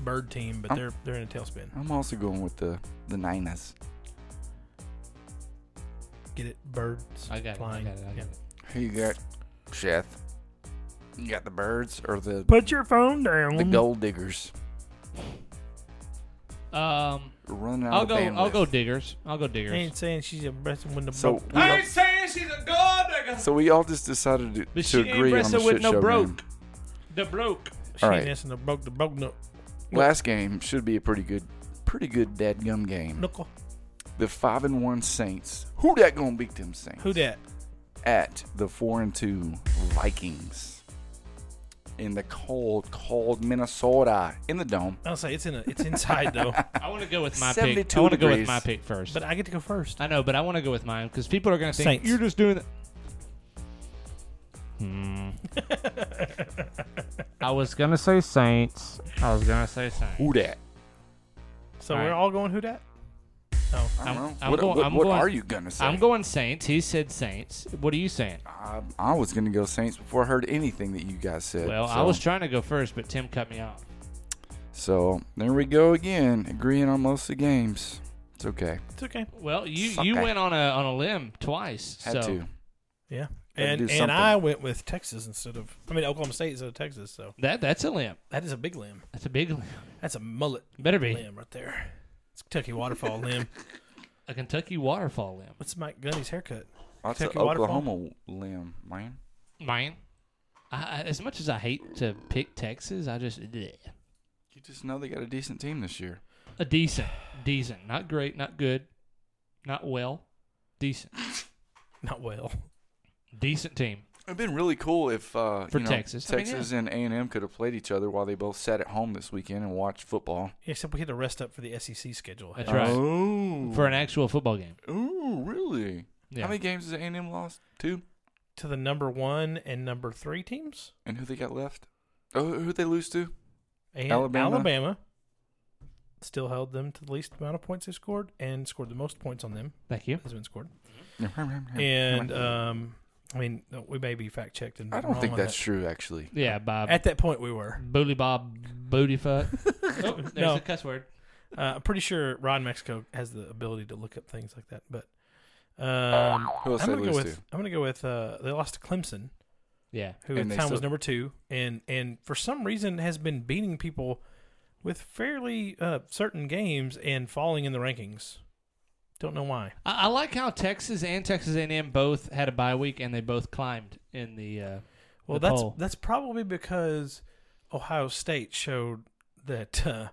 Speaker 6: bird team, but
Speaker 5: I'm-
Speaker 6: they're they're in a tailspin.
Speaker 5: I'm also going with the the Niners.
Speaker 6: Get it? Birds
Speaker 7: I got it, I
Speaker 6: flying.
Speaker 7: got it, I got
Speaker 6: Yeah.
Speaker 7: it.
Speaker 5: Who you got, Seth? You got the birds or the
Speaker 6: Put your phone down.
Speaker 5: the gold diggers
Speaker 7: Um,
Speaker 5: running out
Speaker 7: I'll
Speaker 5: of
Speaker 7: go.
Speaker 5: bandwidth?
Speaker 7: I'll go diggers. I'll go
Speaker 6: I
Speaker 7: diggers.
Speaker 6: ain't saying she's a breast when the
Speaker 5: So
Speaker 6: bu-
Speaker 5: we, all,
Speaker 7: saying she's a god digger,
Speaker 5: so we all just decided to,
Speaker 7: but
Speaker 5: to
Speaker 7: she ain't
Speaker 5: agree on the
Speaker 7: wrestled with
Speaker 5: shit
Speaker 7: no
Speaker 5: show
Speaker 7: broke.
Speaker 5: game.
Speaker 7: The broke.
Speaker 6: she
Speaker 5: all
Speaker 6: ain't
Speaker 5: right.
Speaker 6: answering the broke the broke nook
Speaker 5: Last game should be a pretty good, pretty good dadgum game.
Speaker 6: knuckle.
Speaker 5: The five and one Saints. Who that gonna beat them Saints?
Speaker 6: Who that?
Speaker 5: at the four and two Vikings in the cold, cold Minnesota in the dome.
Speaker 6: I'll say it's in a, it's inside
Speaker 5: <laughs>
Speaker 6: though.
Speaker 7: I want to go with my pick.
Speaker 5: 72
Speaker 7: I want to go with
Speaker 5: degrees.
Speaker 7: my pick first.
Speaker 6: But I get to go first.
Speaker 7: I know, but I want to go with mine because people are going to think
Speaker 6: Saints.
Speaker 7: you're just doing that. Hmm. I was going to say Saints. I was going to say Saints.
Speaker 5: Who that?
Speaker 6: So
Speaker 7: All
Speaker 6: we're
Speaker 7: right.
Speaker 6: all going who that? Oh,
Speaker 5: I don't
Speaker 7: I'm-
Speaker 5: know.
Speaker 7: I'm
Speaker 5: what
Speaker 7: going-
Speaker 5: what,
Speaker 7: I'm
Speaker 5: what
Speaker 7: going-
Speaker 5: are you gonna say?
Speaker 7: I'm going Saints. He said Saints. What are you saying?
Speaker 5: I, I was gonna go Saints before I heard anything that you guys said.
Speaker 7: Well,
Speaker 5: so,
Speaker 7: I was trying to go first, but Tim cut me off.
Speaker 5: so there we go again, agreeing on most of the games. It's okay.
Speaker 6: it's okay.
Speaker 7: Well, you
Speaker 5: Suck
Speaker 7: you
Speaker 5: it.
Speaker 7: went on a on a limb twice. so
Speaker 5: Had to.
Speaker 6: Yeah.
Speaker 5: Gotta do
Speaker 6: And and
Speaker 5: something.
Speaker 6: I went with Texas instead of I mean Oklahoma State instead of Texas. So
Speaker 7: that that's a limb.
Speaker 6: that is a big limb.
Speaker 7: That's a big limb.
Speaker 6: That's a mullet
Speaker 7: Better be
Speaker 6: limb right there. It's Kentucky waterfall
Speaker 5: <laughs>
Speaker 6: limb.
Speaker 7: a Kentucky waterfall limb.
Speaker 6: What's Mike Gundy's haircut?
Speaker 5: That's an
Speaker 6: Kentucky waterfall?
Speaker 5: Oklahoma limb, man.
Speaker 7: Mine. I, I- as much as I hate to pick Texas, I just bleh.
Speaker 5: You just know they got a decent team this year.
Speaker 7: a decent, decent, not great, not good, not well, decent,
Speaker 6: Not well. <laughs>
Speaker 7: decent team.
Speaker 5: It'd been really cool if uh,
Speaker 7: For
Speaker 5: you know,
Speaker 7: Texas. I mean,
Speaker 5: Texas and A and M could have played each other while they both sat at home this weekend and watched football.
Speaker 6: Except we had to rest up for the SEC schedule.
Speaker 7: That's right.
Speaker 5: Oh,
Speaker 7: For an actual football game.
Speaker 5: Ooh, really?
Speaker 7: Yeah.
Speaker 5: How many games has A&M lost? Two.
Speaker 6: To the number one and number three teams?
Speaker 5: And who they got left? Oh, who they lose to?
Speaker 6: And
Speaker 5: Alabama.
Speaker 6: Alabama still held them to the least amount of points they scored and scored the most points on them
Speaker 7: Thank you.
Speaker 6: has been scored. And
Speaker 7: uh,
Speaker 6: um, I mean, we may be fact checked and
Speaker 5: I don't
Speaker 6: wrong
Speaker 5: think
Speaker 6: on
Speaker 5: that's
Speaker 6: that.
Speaker 5: true. Actually,
Speaker 7: Yeah, Bob.
Speaker 6: At that point, we were.
Speaker 7: Booty Bob
Speaker 6: <laughs>
Speaker 7: Booty Fuck. oh, there's
Speaker 6: No.
Speaker 7: a cuss word.
Speaker 6: Uh, I'm pretty sure Ron Mexico has the ability to look up things like that. But um,
Speaker 5: Who else
Speaker 6: I'm
Speaker 5: they
Speaker 6: gonna go
Speaker 5: lose
Speaker 6: with
Speaker 5: to?
Speaker 6: I'm gonna go with uh, they lost to Clemson,
Speaker 7: Yeah.
Speaker 6: who at
Speaker 5: And
Speaker 6: the
Speaker 5: they
Speaker 6: time was
Speaker 5: still-
Speaker 6: number two, and and for some reason has been beating people with fairly uh, certain games and falling in the rankings. Don't know why.
Speaker 7: I, I like how Texas and Texas A&M both had a bye week and they both climbed in the. Uh,
Speaker 6: Well,
Speaker 7: the
Speaker 6: that's
Speaker 7: poll.
Speaker 6: that's probably because Ohio State showed that uh,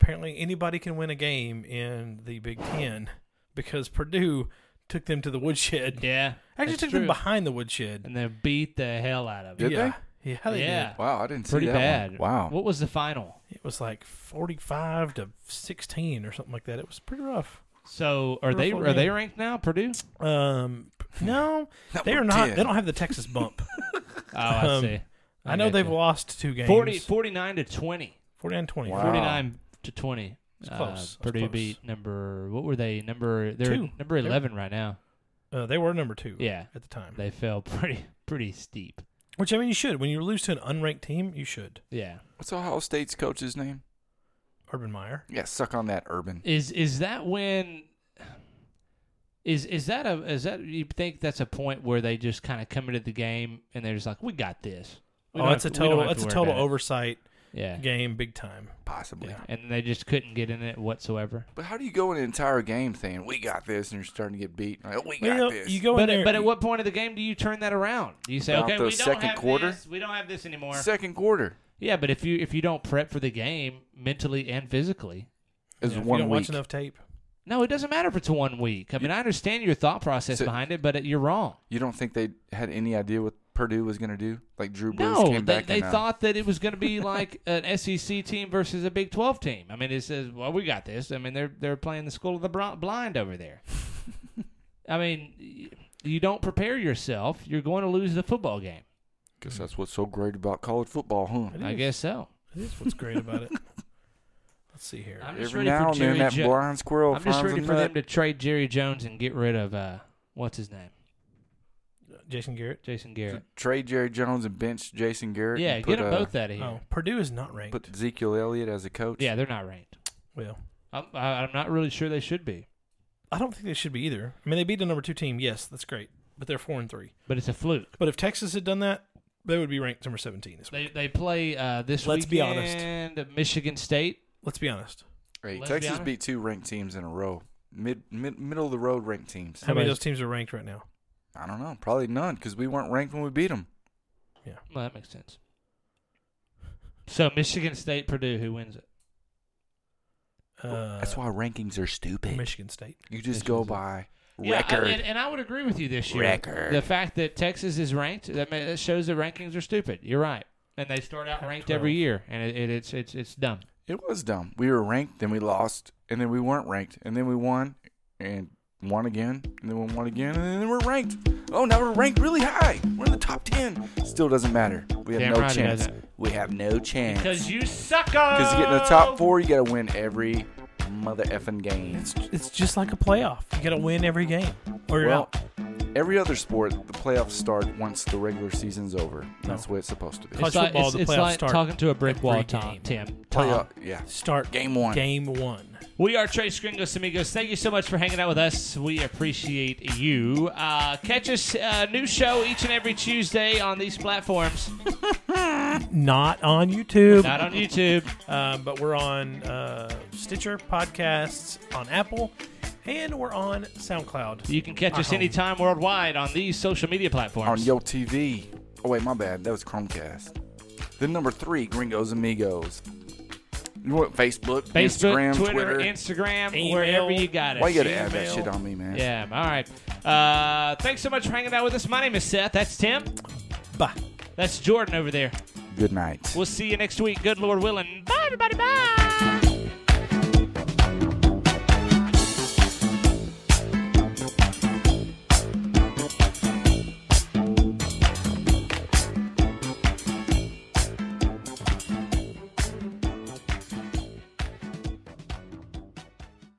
Speaker 6: apparently anybody can win a game in the Big Ten because Purdue took them to the woodshed.
Speaker 7: yeah.
Speaker 6: Actually,
Speaker 7: that's
Speaker 6: took
Speaker 7: true.
Speaker 6: them behind the woodshed.
Speaker 7: And they beat the hell out of it.
Speaker 5: Did
Speaker 6: yeah, yeah, they
Speaker 7: yeah.
Speaker 5: Wow, I didn't see
Speaker 7: Pretty
Speaker 5: that
Speaker 7: bad.
Speaker 5: One. Wow.
Speaker 7: What was the final?
Speaker 6: did. It was like forty-five to sixteen or something like that. It was pretty rough.
Speaker 7: So
Speaker 6: Three
Speaker 7: are
Speaker 6: or
Speaker 7: they
Speaker 6: four
Speaker 7: are they
Speaker 6: games.
Speaker 7: ranked now? Purdue.
Speaker 6: Um, no, they are
Speaker 5: Number
Speaker 6: not.
Speaker 5: 10.
Speaker 6: They don't have the Texas
Speaker 7: <laughs>
Speaker 6: bump.
Speaker 7: Oh, I
Speaker 6: Um,
Speaker 7: see.
Speaker 6: I know
Speaker 7: got
Speaker 6: they've
Speaker 7: you.
Speaker 6: lost two games.
Speaker 7: 40, 49 to twenty.
Speaker 6: 49 20.
Speaker 5: Wow.
Speaker 7: 49 to 20.
Speaker 6: It's close. It's
Speaker 7: Purdue
Speaker 6: close.
Speaker 7: beat number what were they? Number they're
Speaker 6: Two.
Speaker 7: number
Speaker 6: They were-
Speaker 7: 11 right now.
Speaker 6: Uh, they were number two.
Speaker 7: Yeah.
Speaker 6: at the time.
Speaker 7: They fell <laughs> pretty pretty steep.
Speaker 6: Which I mean, you should. When you lose to an unranked team, you should.
Speaker 7: Yeah.
Speaker 5: What's Ohio State's coach's name?
Speaker 6: Urban Meyer.
Speaker 5: Yeah, suck on that, Urban.
Speaker 7: Is is that when is is that a is that you think that's a point where they just kind of come into the game and they're just like we got this. We
Speaker 6: Oh,
Speaker 7: don't
Speaker 6: it's a
Speaker 7: have to- we don't
Speaker 6: total.
Speaker 7: have
Speaker 6: It's a
Speaker 7: to worry
Speaker 6: total
Speaker 7: about it."
Speaker 6: oversight
Speaker 7: Yeah.
Speaker 6: game, big time.
Speaker 5: Possibly.
Speaker 7: Yeah. And they just couldn't get in it whatsoever.
Speaker 5: But how do you go an entire game saying we got this, and you're starting to get beat? Like, we got
Speaker 6: Well,
Speaker 5: this.
Speaker 6: you go in
Speaker 7: But
Speaker 6: there.
Speaker 7: at, but at what point of the game do you turn that around? Do you say
Speaker 5: About
Speaker 7: okay,
Speaker 5: the
Speaker 7: we don't
Speaker 5: second
Speaker 7: have
Speaker 5: quarter?
Speaker 7: this. We don't have this anymore.
Speaker 5: Second quarter
Speaker 7: Yeah, but if you if you don't prep for the game mentally and physically,
Speaker 5: is
Speaker 6: yeah, if
Speaker 5: one
Speaker 6: you don't
Speaker 5: week.
Speaker 6: watch enough tape.
Speaker 7: no, it doesn't matter if it's one week. I mean, I understand your thought process
Speaker 5: So-
Speaker 7: behind it, but it, you're wrong.
Speaker 5: You don't think they had any idea what Purdue was going to do? Like Drew Brees
Speaker 7: No,
Speaker 5: came
Speaker 7: they,
Speaker 5: back.
Speaker 7: they
Speaker 5: and, uh,
Speaker 7: thought that it was going to be like <laughs> an SEC team versus a Big Twelve team. I mean, it says, "Well, we
Speaker 5: <laughs>
Speaker 7: got this." I mean, they're they're playing the school of the bro- blind over there. I mean, you don't prepare yourself, you're going to lose the football game.
Speaker 5: Guess that's what's so great about college football, huh?
Speaker 6: It
Speaker 7: I
Speaker 6: is.
Speaker 7: guess so.
Speaker 6: It is what's great about
Speaker 7: <laughs>
Speaker 6: it. Let's see here.
Speaker 7: I'm just
Speaker 5: Every
Speaker 7: ready
Speaker 5: now
Speaker 7: for
Speaker 5: and then
Speaker 7: Jerry
Speaker 5: that
Speaker 7: Jo-
Speaker 5: blind squirrel
Speaker 7: I'm just
Speaker 5: finds
Speaker 7: ready
Speaker 5: a
Speaker 7: for
Speaker 5: nut.
Speaker 7: them to trade Jerry Jones and get rid of uh, what's his name,
Speaker 6: Jason Garrett.
Speaker 7: Jason Garrett.
Speaker 5: trade Jerry Jones and bench Jason Garrett.
Speaker 7: Yeah,
Speaker 5: and
Speaker 7: get
Speaker 5: put,
Speaker 7: them
Speaker 5: uh,
Speaker 7: both out of here.
Speaker 6: Oh, Purdue is not ranked.
Speaker 5: Put Ezekiel Elliott as a coach.
Speaker 7: Yeah, they're not ranked.
Speaker 6: well,
Speaker 7: I'm, I- I'm not really sure they should be,
Speaker 6: I don't think they should be either. I mean, they beat a number two team. Yes, that's great, but they're four and three.
Speaker 7: but it's a fluke.
Speaker 6: But if Texas had done that, they would be ranked number seventeen this week.
Speaker 7: They they play uh, this
Speaker 6: Let's be honest.
Speaker 7: weekend Michigan State.
Speaker 6: Let's be honest.
Speaker 5: Hey,
Speaker 7: Let's be
Speaker 5: Texas
Speaker 7: honest.
Speaker 5: beat two ranked teams in a row. Mid, mid middle of the road ranked teams.
Speaker 6: How many of
Speaker 7: Somebody's-
Speaker 6: those teams are ranked right now?
Speaker 5: I don't know, probably none because we weren't ranked when we beat them.
Speaker 7: Well, that makes sense. So Michigan State, Purdue, who wins it?
Speaker 6: Uh,
Speaker 5: That's why rankings are stupid.
Speaker 6: Michigan State.
Speaker 5: you just
Speaker 7: Michigan's
Speaker 5: go
Speaker 7: a-
Speaker 5: by
Speaker 7: Yeah, I-
Speaker 5: record.
Speaker 7: and, and I would agree with you this year.
Speaker 5: Record.
Speaker 7: The fact that Texas is ranked that, ma- that shows that rankings are stupid. You're right, and they start out ranked every year, and it, it, it's it's it's dumb.
Speaker 5: it was dumb. We were ranked, then we lost, and then we weren't ranked, and then we won, and won again, and then we won again, and then we're ranked. Oh, now we're ranked really high. We're in the top ten. Still doesn't matter. We have
Speaker 7: Damn
Speaker 5: no
Speaker 7: right it
Speaker 5: chance.
Speaker 7: doesn't.
Speaker 5: We have no chance.
Speaker 7: Because you suck.
Speaker 5: Because to get in the top four, you got to win every mother effing game.
Speaker 6: It's it's just like a playoff. You got to win every game, or uh, you're
Speaker 5: Well,
Speaker 6: out.
Speaker 5: every other sport, the playoffs start once the regular season's over. That's the way it's supposed to be.
Speaker 6: College
Speaker 7: It's like,
Speaker 6: football,
Speaker 7: it's,
Speaker 6: the
Speaker 7: it's
Speaker 6: playoffs
Speaker 7: like
Speaker 6: start
Speaker 7: talking to a brick wall,
Speaker 6: every
Speaker 7: Tom,
Speaker 6: game.
Speaker 7: Tim. Tom.
Speaker 5: Playoff, yeah.
Speaker 6: Start
Speaker 5: Game one.
Speaker 6: Game one.
Speaker 7: We are Trace Gringos Amigos. Thank you so much for hanging out with us. We appreciate you. Uh, catch us uh, new show each and every Tuesday on these platforms.
Speaker 6: Not on YouTube.
Speaker 7: Not on YouTube.
Speaker 6: Um, but we're on uh, Stitcher podcasts on Apple, and we're on SoundCloud.
Speaker 7: You can catch us anytime worldwide on these social media platforms.
Speaker 5: On Yo TV. Oh, wait, my bad. That was Chromecast. Then number three, Gringos Amigos. You want Facebook,
Speaker 7: Facebook,
Speaker 5: Instagram,
Speaker 7: Twitter,
Speaker 5: Twitter.
Speaker 7: Instagram,
Speaker 6: Email.
Speaker 7: wherever you got it.
Speaker 5: Why you got to add that
Speaker 6: Gmail.
Speaker 5: shit on me, man?
Speaker 7: yeah, all right. Uh, thanks so much for hanging out with us. My name is Seth. That's Tim.
Speaker 6: Bye.
Speaker 7: That's Jordan over there.
Speaker 5: Good night.
Speaker 7: We'll see you next week. Good Lord willing. Bye, everybody. Bye.